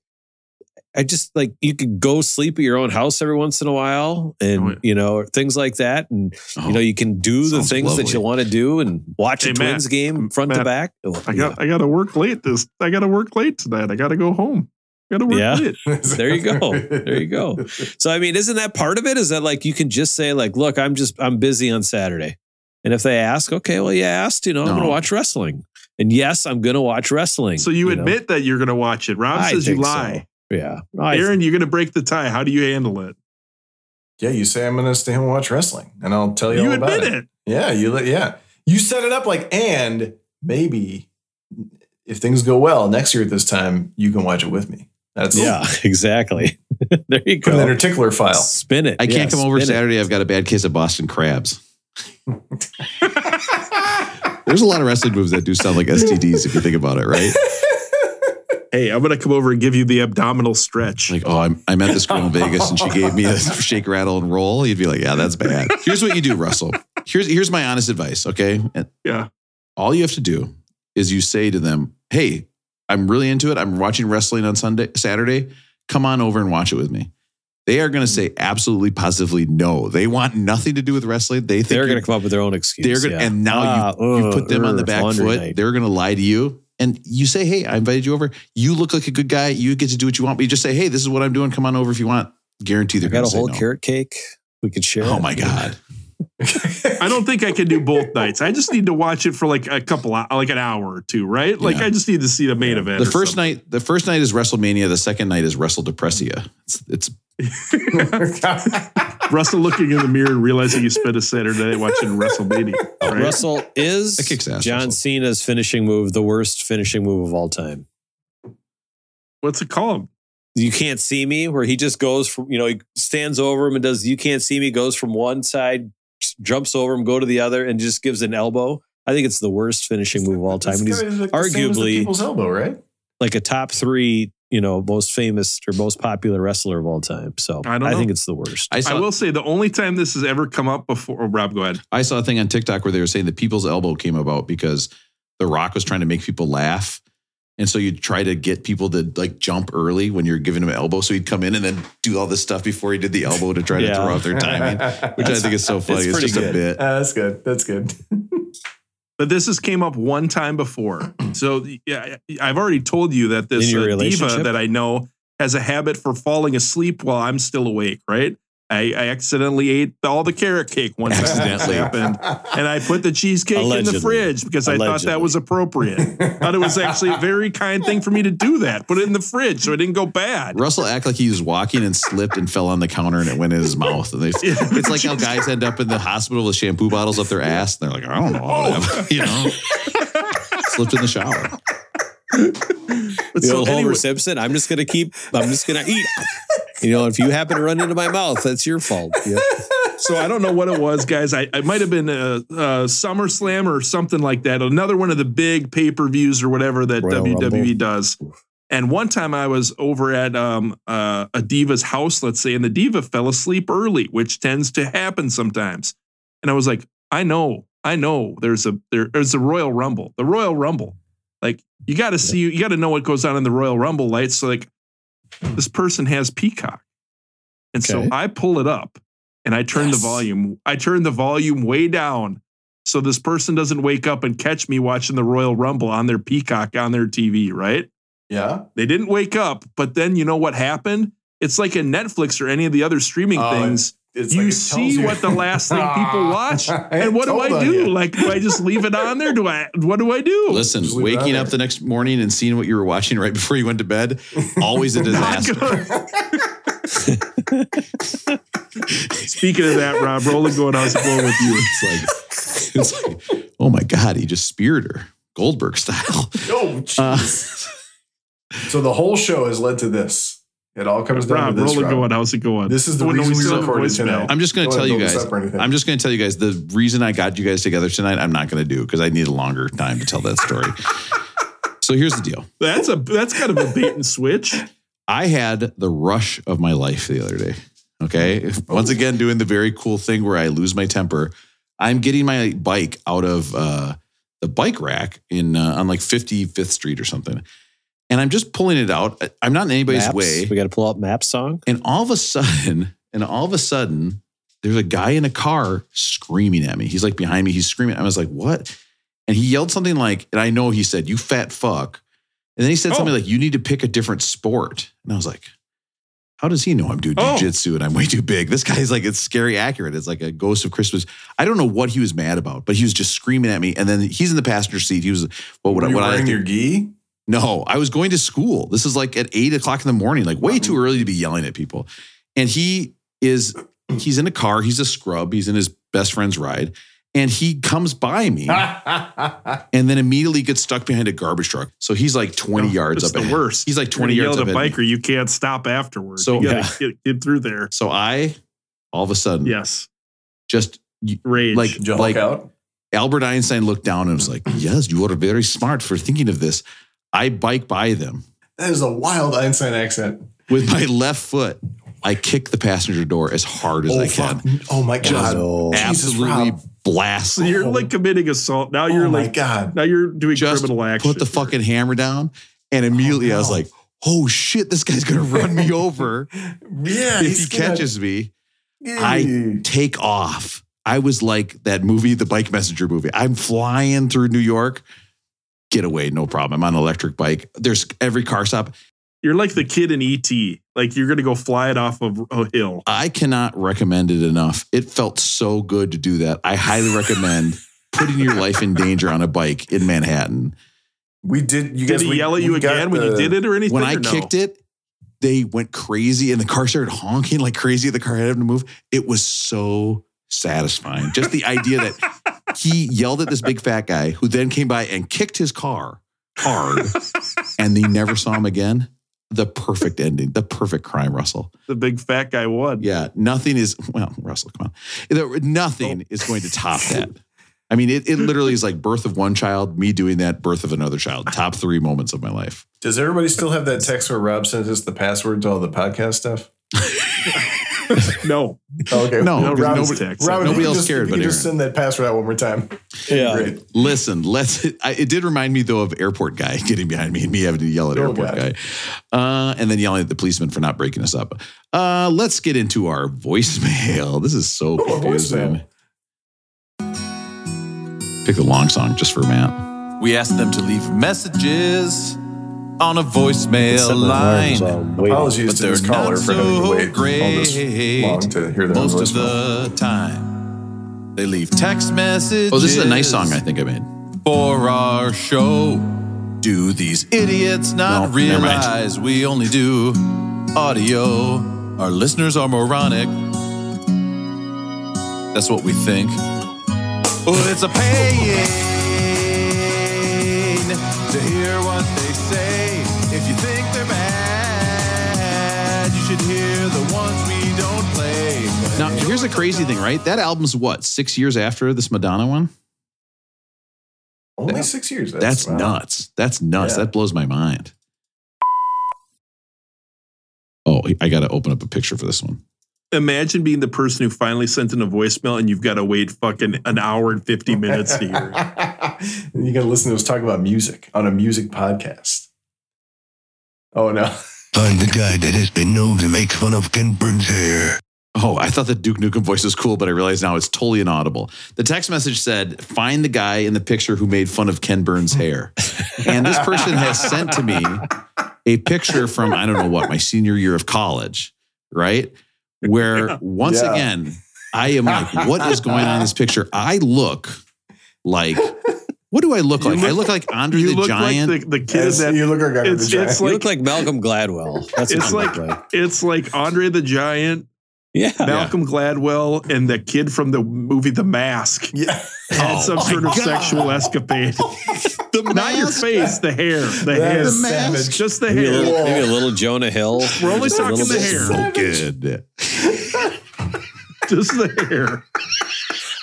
D: I just like you could go sleep at your own house every once in a while and
A: Oh, yeah. Oh,
D: you know things like that and you know you can do the
E: sounds
D: things that
E: lovely.
D: you want to do and watch
A: Hey,
D: a
A: Matt,
D: twins game front to
A: Matt,
D: back Oh,
A: I got. I got to work late. This. I got to work late tonight. I got to go home. Got to work
D: Yeah.
A: late.
D: There you go. There you go. so i mean isn't that part of it is that like you can just say like look i'm just i'm busy on saturday and if they ask okay well you asked you know i'm gonna
E: No.
D: watch wrestling and yes i'm gonna watch wrestling
A: So you,
D: know?
A: admit that you're going to watch it. Rob
D: I
A: says you
D: think so.
A: lie.
D: yeah I-
A: Aaron, you're going to break the tie. How do you handle it?
B: Yeah, you say I'm going to stay home and watch wrestling, and I'll tell you,
A: you
B: all about
A: admit
B: it.
A: it.
B: Yeah, you let- yeah. You set it up like, and maybe if things go well next year at this time, you can watch it with me. That's
D: yeah exactly there you
B: Put it in her
D: go
B: tickler file.
D: spin it
E: I
D: Yeah,
E: can't come over
D: spin it.
E: Saturday. I've got a bad case of Boston crabs. There's a lot of wrestling moves that do sound like STDs if you think about it, right?
A: Hey, I'm going to come over and give you the abdominal stretch.
E: Like, oh, I'm, I met this girl in Vegas and she gave me a shake, rattle, and roll. You'd be like, yeah, that's bad. Here's what you do, Russell. Here's here's my honest advice, okay? And
A: yeah.
E: All you have to do is you say to them, "Hey, I'm really into it. I'm watching wrestling on Sunday, Saturday. Come on over and watch it with me." They are going to say absolutely positively no. They want nothing to do with wrestling. They think
D: They're
E: you're-
D: going to come up with their own excuse.
E: they're gonna,
D: yeah.
E: and now
D: Ah,
E: you you
D: ugh,
E: put them on the
D: urgh,
E: back
D: laundry
E: foot.
D: night.
E: They're gonna lie to you, and you say, "Hey, I invited you over. You look like a good guy. You get to do what you want." But you just say, "Hey, this is what I'm doing. Come on over if you want." Guarantee
D: I
E: they're
D: got
E: gonna
D: a
E: say
D: whole
E: no.
D: carrot cake. We could share.
E: Oh
D: it.
E: my god!
A: I don't think I can do both nights. I just need to watch it for like a couple, hou- like an hour or two, right? Like
E: Yeah.
A: I just need to see the main event.
E: The
A: or
E: first
A: something.
E: night, the first night is WrestleMania. The second night is Wrestle Depressia. It's, it's
A: Russell looking in the mirror and realizing you spent a Saturday night watching WrestleMania. Right?
D: Oh, Russell is
E: That kicks ass,
D: John
E: Russell.
D: Cena's finishing move, the worst finishing move of all time.
A: What's it called?
D: You can't see me, where he just goes from, you know, he stands over him and does you can't see me, goes from one side, s- jumps over him, go to the other, and just gives an elbow. I think it's the worst finishing move of all time. And he's arguably-
B: people's elbow, right?
D: like a top three, you know, most famous or most popular wrestler of all time. So
A: I don't
D: I think
A: know.
D: it's the worst.
E: I saw
A: I will say the only time this has ever come up before. Oh, Rob, go ahead.
E: I saw a thing on TikTok where they were saying the people's elbow came about because The Rock was trying to make people laugh. And so you'd try to get people to like jump early when you're giving him an elbow. So he'd come in and then do all this stuff before he did the elbow to try to
D: Yeah.
E: throw out their timing, which I think is so funny. It's,
B: pretty
E: just
B: good.
E: a bit.
A: Ah,
B: Uh, that's good. That's good.
A: But this has came up one time before. So yeah, I've already told you that this
D: In your
A: uh, diva
D: relationship?
A: that I know has a habit for falling asleep while I'm still awake. Right? I, I accidentally ate all the carrot cake one time.
E: Accidentally.
A: happened, and I put the cheesecake in
D: Allegedly.
A: the fridge because I thought that
D: Allegedly.
A: was appropriate. thought it was actually a very kind thing for me to do that. Put it in the fridge so it didn't go bad.
E: Russell acted like he was walking and slipped and fell on the counter and it went in his mouth. And they, it's like how guys end up in the hospital with shampoo bottles up their ass and they're like, I don't know, how it happened," you know, slipped in the shower.
A: But
D: The
A: so
D: old Homer
A: anyway-
D: Simpson, I'm just gonna keep I'm just gonna eat. You know, if you happen to run into my mouth, that's your fault. Yep.
A: so I don't know what it was, guys. I, I might have been a, a SummerSlam or something like that. Another one of the big pay per views or whatever that
D: Royal
A: WWE
D: Rumble.
A: does. And one time I was over at um, uh, a diva's house, let's say, and the diva fell asleep early, which tends to happen sometimes. And I was like, I know, I know. There's a there, there's a Royal Rumble, the Royal Rumble. Like you got to see, you got to know what goes on in the Royal Rumble lights. So like, this person has Peacock, and
E: Okay.
A: so I pull it up and I turn the volume. I turn the volume way down so this person doesn't wake up and catch me watching the Royal Rumble on their Peacock on their TV. Right?
B: Yeah.
A: They didn't wake up, but then you know what happened? It's like a Netflix or any of the other streaming
B: Oh,
A: things.
B: It's
A: You
B: like it tells
A: see
B: you.
A: what the last thing people watch,
B: I
A: and what do
B: told
A: I
B: on
A: do?
B: you.
A: Like, do I just leave it on there? Do I? What do I do?
E: Listen,
B: Just leave it
E: waking
B: out
E: up
B: there.
E: the next morning and seeing what you were watching right before you went to bed, always a
A: Not
E: disaster.
A: good. Speaking of that, Rob, Roland going how's it going with you?
E: it's like, it's like, oh my god, he just speared her Goldberg style.
B: Oh,
E: Uh,
B: So the whole show has led to this. It all comes down
A: Rob,
B: to this.
A: Roland
B: Rob.
A: going, how's it going?
B: This is the
A: Oh, no,
B: reason we
A: still have a
B: recorded
A: voicemail.
B: tonight.
E: I'm just going
B: Don't
E: to
B: wanna
E: tell you
B: build this
E: guys.
B: up or anything.
E: I'm just going to tell you guys the reason I got you guys together tonight. I'm not going to do because I need a longer time to tell that story. so here's the deal.
A: That's a that's kind of a bait and switch.
E: I had the rush of my life the other day. Okay. Once again, doing the very cool thing where I lose my temper. I'm getting my bike out of uh, the bike rack in uh, on like 55th Street or something. And I'm just pulling it out. I- I'm not in anybody's
D: Maps.
E: way.
D: We gotta pull out map song.
E: And all of a sudden, and all of a sudden, there's a guy in a car screaming at me. He's like behind me. He's screaming. I was like, what? And he yelled something like, and I know he said, you fat fuck. And then he said
A: Oh.
E: something like, you need to pick a different sport. And I was like, how does he know I'm doing
A: Oh.
E: jujitsu and I'm way too big? This guy's like, it's scary accurate. It's like a ghost of Christmas. I don't know what he was mad about, but he was just screaming at me. And then he's in the passenger seat. He was, what would
B: Were
E: I,
B: you
E: what I like
B: wearing
E: to-
B: your gi?
E: no, I was going to school. This is like at eight o'clock in the morning, like way too early to be yelling at people. And he is, he's in a car, he's a scrub, he's in his best friend's ride, and he comes by me
A: Ah.
E: and then immediately gets stuck behind a garbage truck. So he's like 20
A: Oh,
E: yards
A: it's
E: up
A: the
E: ahead.
A: worst.
E: He's like
A: You're
E: 20
A: gonna
E: yards
A: yell
E: up
A: at a
E: ahead.
A: biker, you can't stop afterwards.
E: So-
A: you gotta get, get through there.
E: So I, all of a sudden,
A: Yes,
E: just
A: rage.
E: like,
B: Did you
E: like
B: Hulk out?
E: Albert Einstein looked down and was like, yes, you are very smart for thinking of this. I bike by them.
B: That is a wild Einstein accent.
E: With my left foot, I kick the passenger door as hard as I can.
B: fuck. Oh my
E: Just
B: god! Jesus,
E: absolutely
B: Rob.
E: blast.
A: So you're like committing assault. Now you're
B: oh my
A: like
B: god.
A: now you're doing
E: oh. just
A: criminal action.
E: put the fucking hammer down. And immediately I was
B: no.
E: like, oh shit, this guy's gonna run me over
B: Yeah.
E: if
B: he's
E: he
B: gonna-
E: catches me. I take off. I was like that movie, the bike messenger movie. I'm flying through New York. Get away, no problem. I'm on an electric bike. There's every car stop.
A: You're like the kid in ET. Like you're gonna go fly it off of a hill.
E: I cannot recommend it enough. It felt so good to do that. I highly recommend putting your life in danger on a bike in Manhattan.
B: We did. You
A: Did
B: guys
A: he
B: we,
A: yell at you
B: we got
A: again when you
B: the-
A: did it or anything?
E: when I
A: or no?
E: kicked it, they went crazy and the car started honking like crazy. The car had to move. It was so satisfying. Just the idea that he yelled at this big fat guy who then came by and kicked his car hard and they never saw him again. The perfect ending, the perfect crime, Russell.
A: the big fat guy won.
E: Yeah, nothing is, well, Russell, come on. There- Nothing is going to top that. I mean, it, it literally is like birth of one child, me doing that, birth of another child. Top three moments of my life.
B: Does everybody still have that text where Rob sent us the password to all the podcast stuff?
A: No,
B: Oh, okay.
A: no,
E: No, nobody-
B: Rob-
A: Rob's
E: nobody-
A: text.
B: Rob, if
E: Nobody
B: you
E: else
B: just,
E: cared
B: if
E: but
B: you just
E: Aaron.
B: send that password out one more time.
D: Yeah.
B: Great.
E: Listen, let's. I, it did remind me though of airport guy getting behind me and me having to yell at
B: Oh,
E: airport
B: God.
E: guy, uh, and then yelling at the policeman for not breaking us up. Uh, let's get into our voicemail. This is so
B: Oh, a
E: confusing. Pick the long song just for Matt.
H: We asked them to leave messages on a voicemail
D: Set my alarm,
H: line.
D: so I'm
E: uh,
D: waiting.
A: Oh,
B: Apologies to this caller for having to wait all this long to hear their own
H: Most of
B: voicemail.
H: the time, they leave text messages.
E: Oh, this is a nice song I think I made.
H: for our show. Do these idiots not
E: No, never mind.
H: realize we only do audio? Our listeners are moronic. That's what we think. Oh, it's a pain to hear what they say. If you think they're bad, you should hear the ones we don't play.
E: Now here's a crazy thing, right? That album's what six years after this Madonna one.
B: Only six years.
E: That's
B: wow.
E: nuts. That's nuts.
B: Yeah.
E: That blows my mind. Oh, I got to open up a picture for this one.
A: Imagine being the person who finally sent in a voicemail and you've got to wait fucking an hour and fifty minutes to hear. it.
B: And you got to listen to us talk about music on a music podcast. Oh no!
C: I'm the guy that has been known to make fun of Ken Burns' hair.
E: Oh, I thought the Duke Nukem voice was cool, but I realize now it's totally inaudible. The text message said, "Find the guy in the picture who made fun of Ken Burns' hair," and this person has sent to me a picture from I don't know what my senior year of college, right? Where once
B: Yeah.
E: again I am like, "What is going on in this picture?" I look like, what do I look like? I look like Andre
A: You
E: the
A: look
E: Giant.
A: like the, the kid in
B: As,
A: that
B: you look like I
A: it's- it's
D: You
A: like-
D: look like Malcolm Gladwell. That's
A: It's
D: what you look
A: like- It's like Andre the Giant,
D: Yeah.
A: Malcolm Gladwell, and the kid from the movie The Mask
B: yeah.
A: had
E: Oh,
A: some
E: my
A: sort of
E: God.
A: sexual escapade.
E: the
A: Not your
E: mask?
A: face, the hair, the
B: That
A: hair,
B: is
E: mask.
A: just the
D: Maybe a,
A: hair.
D: little, maybe a little Jonah Hill.
A: We're only
D: Just a
A: talking the
D: little bit.
A: hair,
E: Good.
A: just the hair.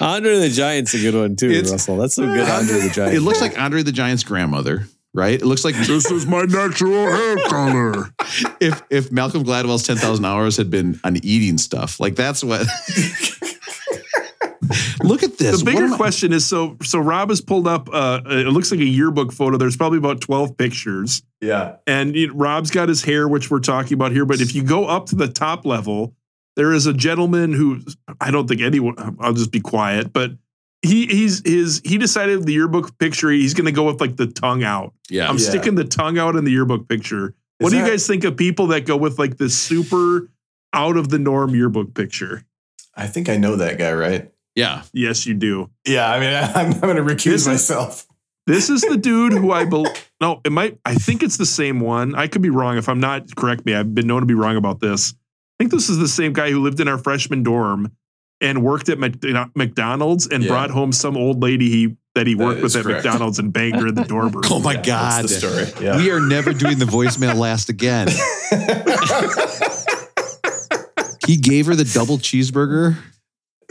D: Andre the Giant's a good one too,
E: It's-
D: Russell. That's some good Andre the Giant.
E: It looks like Andre the Giant's grandmother, right? It looks like
A: This is my natural hair color.
E: if if Malcolm Gladwell's ten thousand hours had been on eating stuff, like that's what. Look at this.
A: The
E: What
A: bigger
E: am I-
A: question is so so Rob has pulled up uh it looks like a yearbook photo. There's probably about 12 pictures.
B: Yeah.
A: And you know, Rob's got his hair, which we're talking about here. But if you go up to the top level, there is a gentleman who I don't think anyone. I'll just be quiet. But he he's his he decided the yearbook picture. He's going to go with like the tongue out.
E: yeah,
A: I'm
B: Yeah.
A: sticking the tongue out in the yearbook picture. what
B: Is
A: do you
B: that-
A: guys think of people that go with like this super out of the norm yearbook picture?
B: I think I know that guy, right?
E: yeah.
A: Yes, you do.
B: Yeah. I mean, I'm, I'm going to
A: This
B: recuse
A: is-
B: myself.
A: This is the dude who I believe. No, it might. I think it's the same one. I could be wrong. If I'm not, correct me. I've been known to be wrong about this. I think this is the same guy who lived in our freshman dorm and worked at Mc- McDonald's and
B: Yeah.
A: brought home some old lady he that he
B: That
A: worked with
B: is
A: at
B: correct.
A: McDonald's and banged her in the dorm room.
E: Oh my
B: That's
E: god.
B: the story. Yeah.
E: We are never doing the voicemail last again. he gave her the double cheeseburger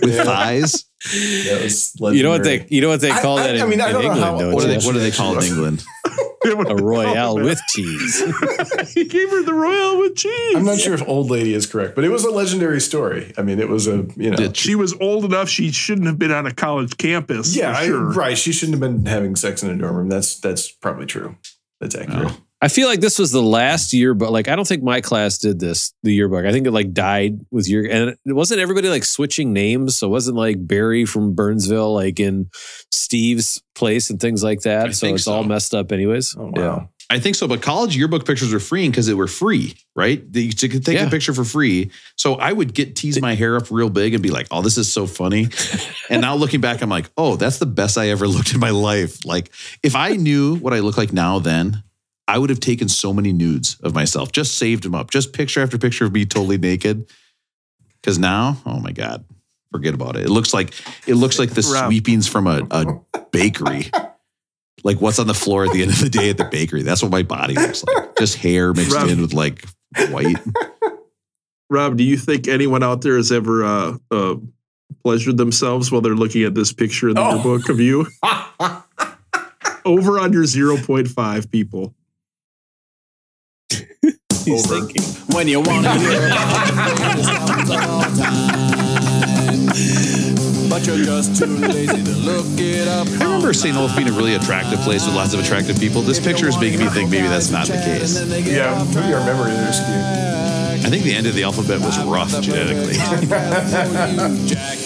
E: with
B: Yeah.
E: thighs.
B: That was
D: you know what
B: legendary.
D: they you know what they call
B: I-
D: that
B: I
D: in,
B: mean, I
D: in
B: don't know
D: England,
B: how-
D: don't
E: What do they
D: you?
E: what do they call it in England?
D: a royale with cheese.
A: he gave her the royal with cheese.
B: I'm not sure if old lady is correct, but it was a legendary story. I mean, it was a you know.
E: Did
A: She was old enough. She shouldn't have been on a college campus.
B: yeah,
A: for
B: I-
A: sure.
B: right. She shouldn't have been having sex in a dorm room. That's that's probably true. That's accurate.
D: I feel like this was the last yearbook. Like, I don't think my class did this, the yearbook. I think it like died with year. And it wasn't everybody like switching names. So it wasn't like Barry from Burnsville, like in Steve's place and things like that.
E: I
D: so
E: think
D: it's all
E: so.
D: messed up, anyways.
B: Oh wow.
E: I think so, but college yearbook pictures were freeing because they were free, right? That You could take
D: Yeah.
E: a picture for free. So I would get tease my hair up real big and be like, "Oh, this is so funny." and now looking back, I'm like, "Oh, that's the best I ever looked in my life." Like, if I knew what I look like now, then I would have taken so many nudes of myself, just saved them up, just picture after picture of me totally naked. Because now, oh my god, forget about it. It looks like it looks like the
A: Rob.
E: sweepings from a, a bakery like what's on the floor at the end of the day at the bakery. That's what my body looks like. Just hair mixed
A: Rough.
E: in with like white.
A: Rob, do you think anyone out there has ever uh, uh, pleasured themselves while they're looking at this picture in the
B: Oh.
A: yearbook of you? Over under 0.5 people.
D: He's thinking.
H: When you want to hear it, but you're just too lazy to look it up.
E: I remember St. Olaf being a really attractive place with lots of attractive people. This picture is making me think maybe that's not the case.
B: Yeah, maybe our memories are skewed.
E: I think the end of the alphabet was rough genetically.
H: Jack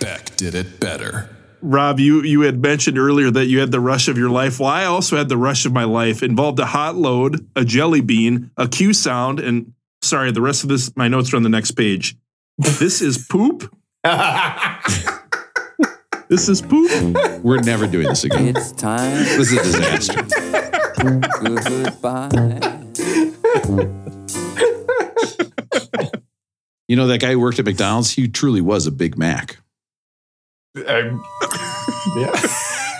H: Beck did it better.
A: Rob, you you had mentioned earlier that you had the rush of your life. Well, I also had the rush of my life. Involved a hot load, a jelly bean, a Q sound, and sorry, the rest of this my notes are on the next page. This is poop. this is poop.
E: We're never doing this again.
I: It's time
E: This is a disaster.
I: goodbye.
E: You know, that guy who worked at McDonald's, he truly was a Big Mac.
B: I'm- yeah.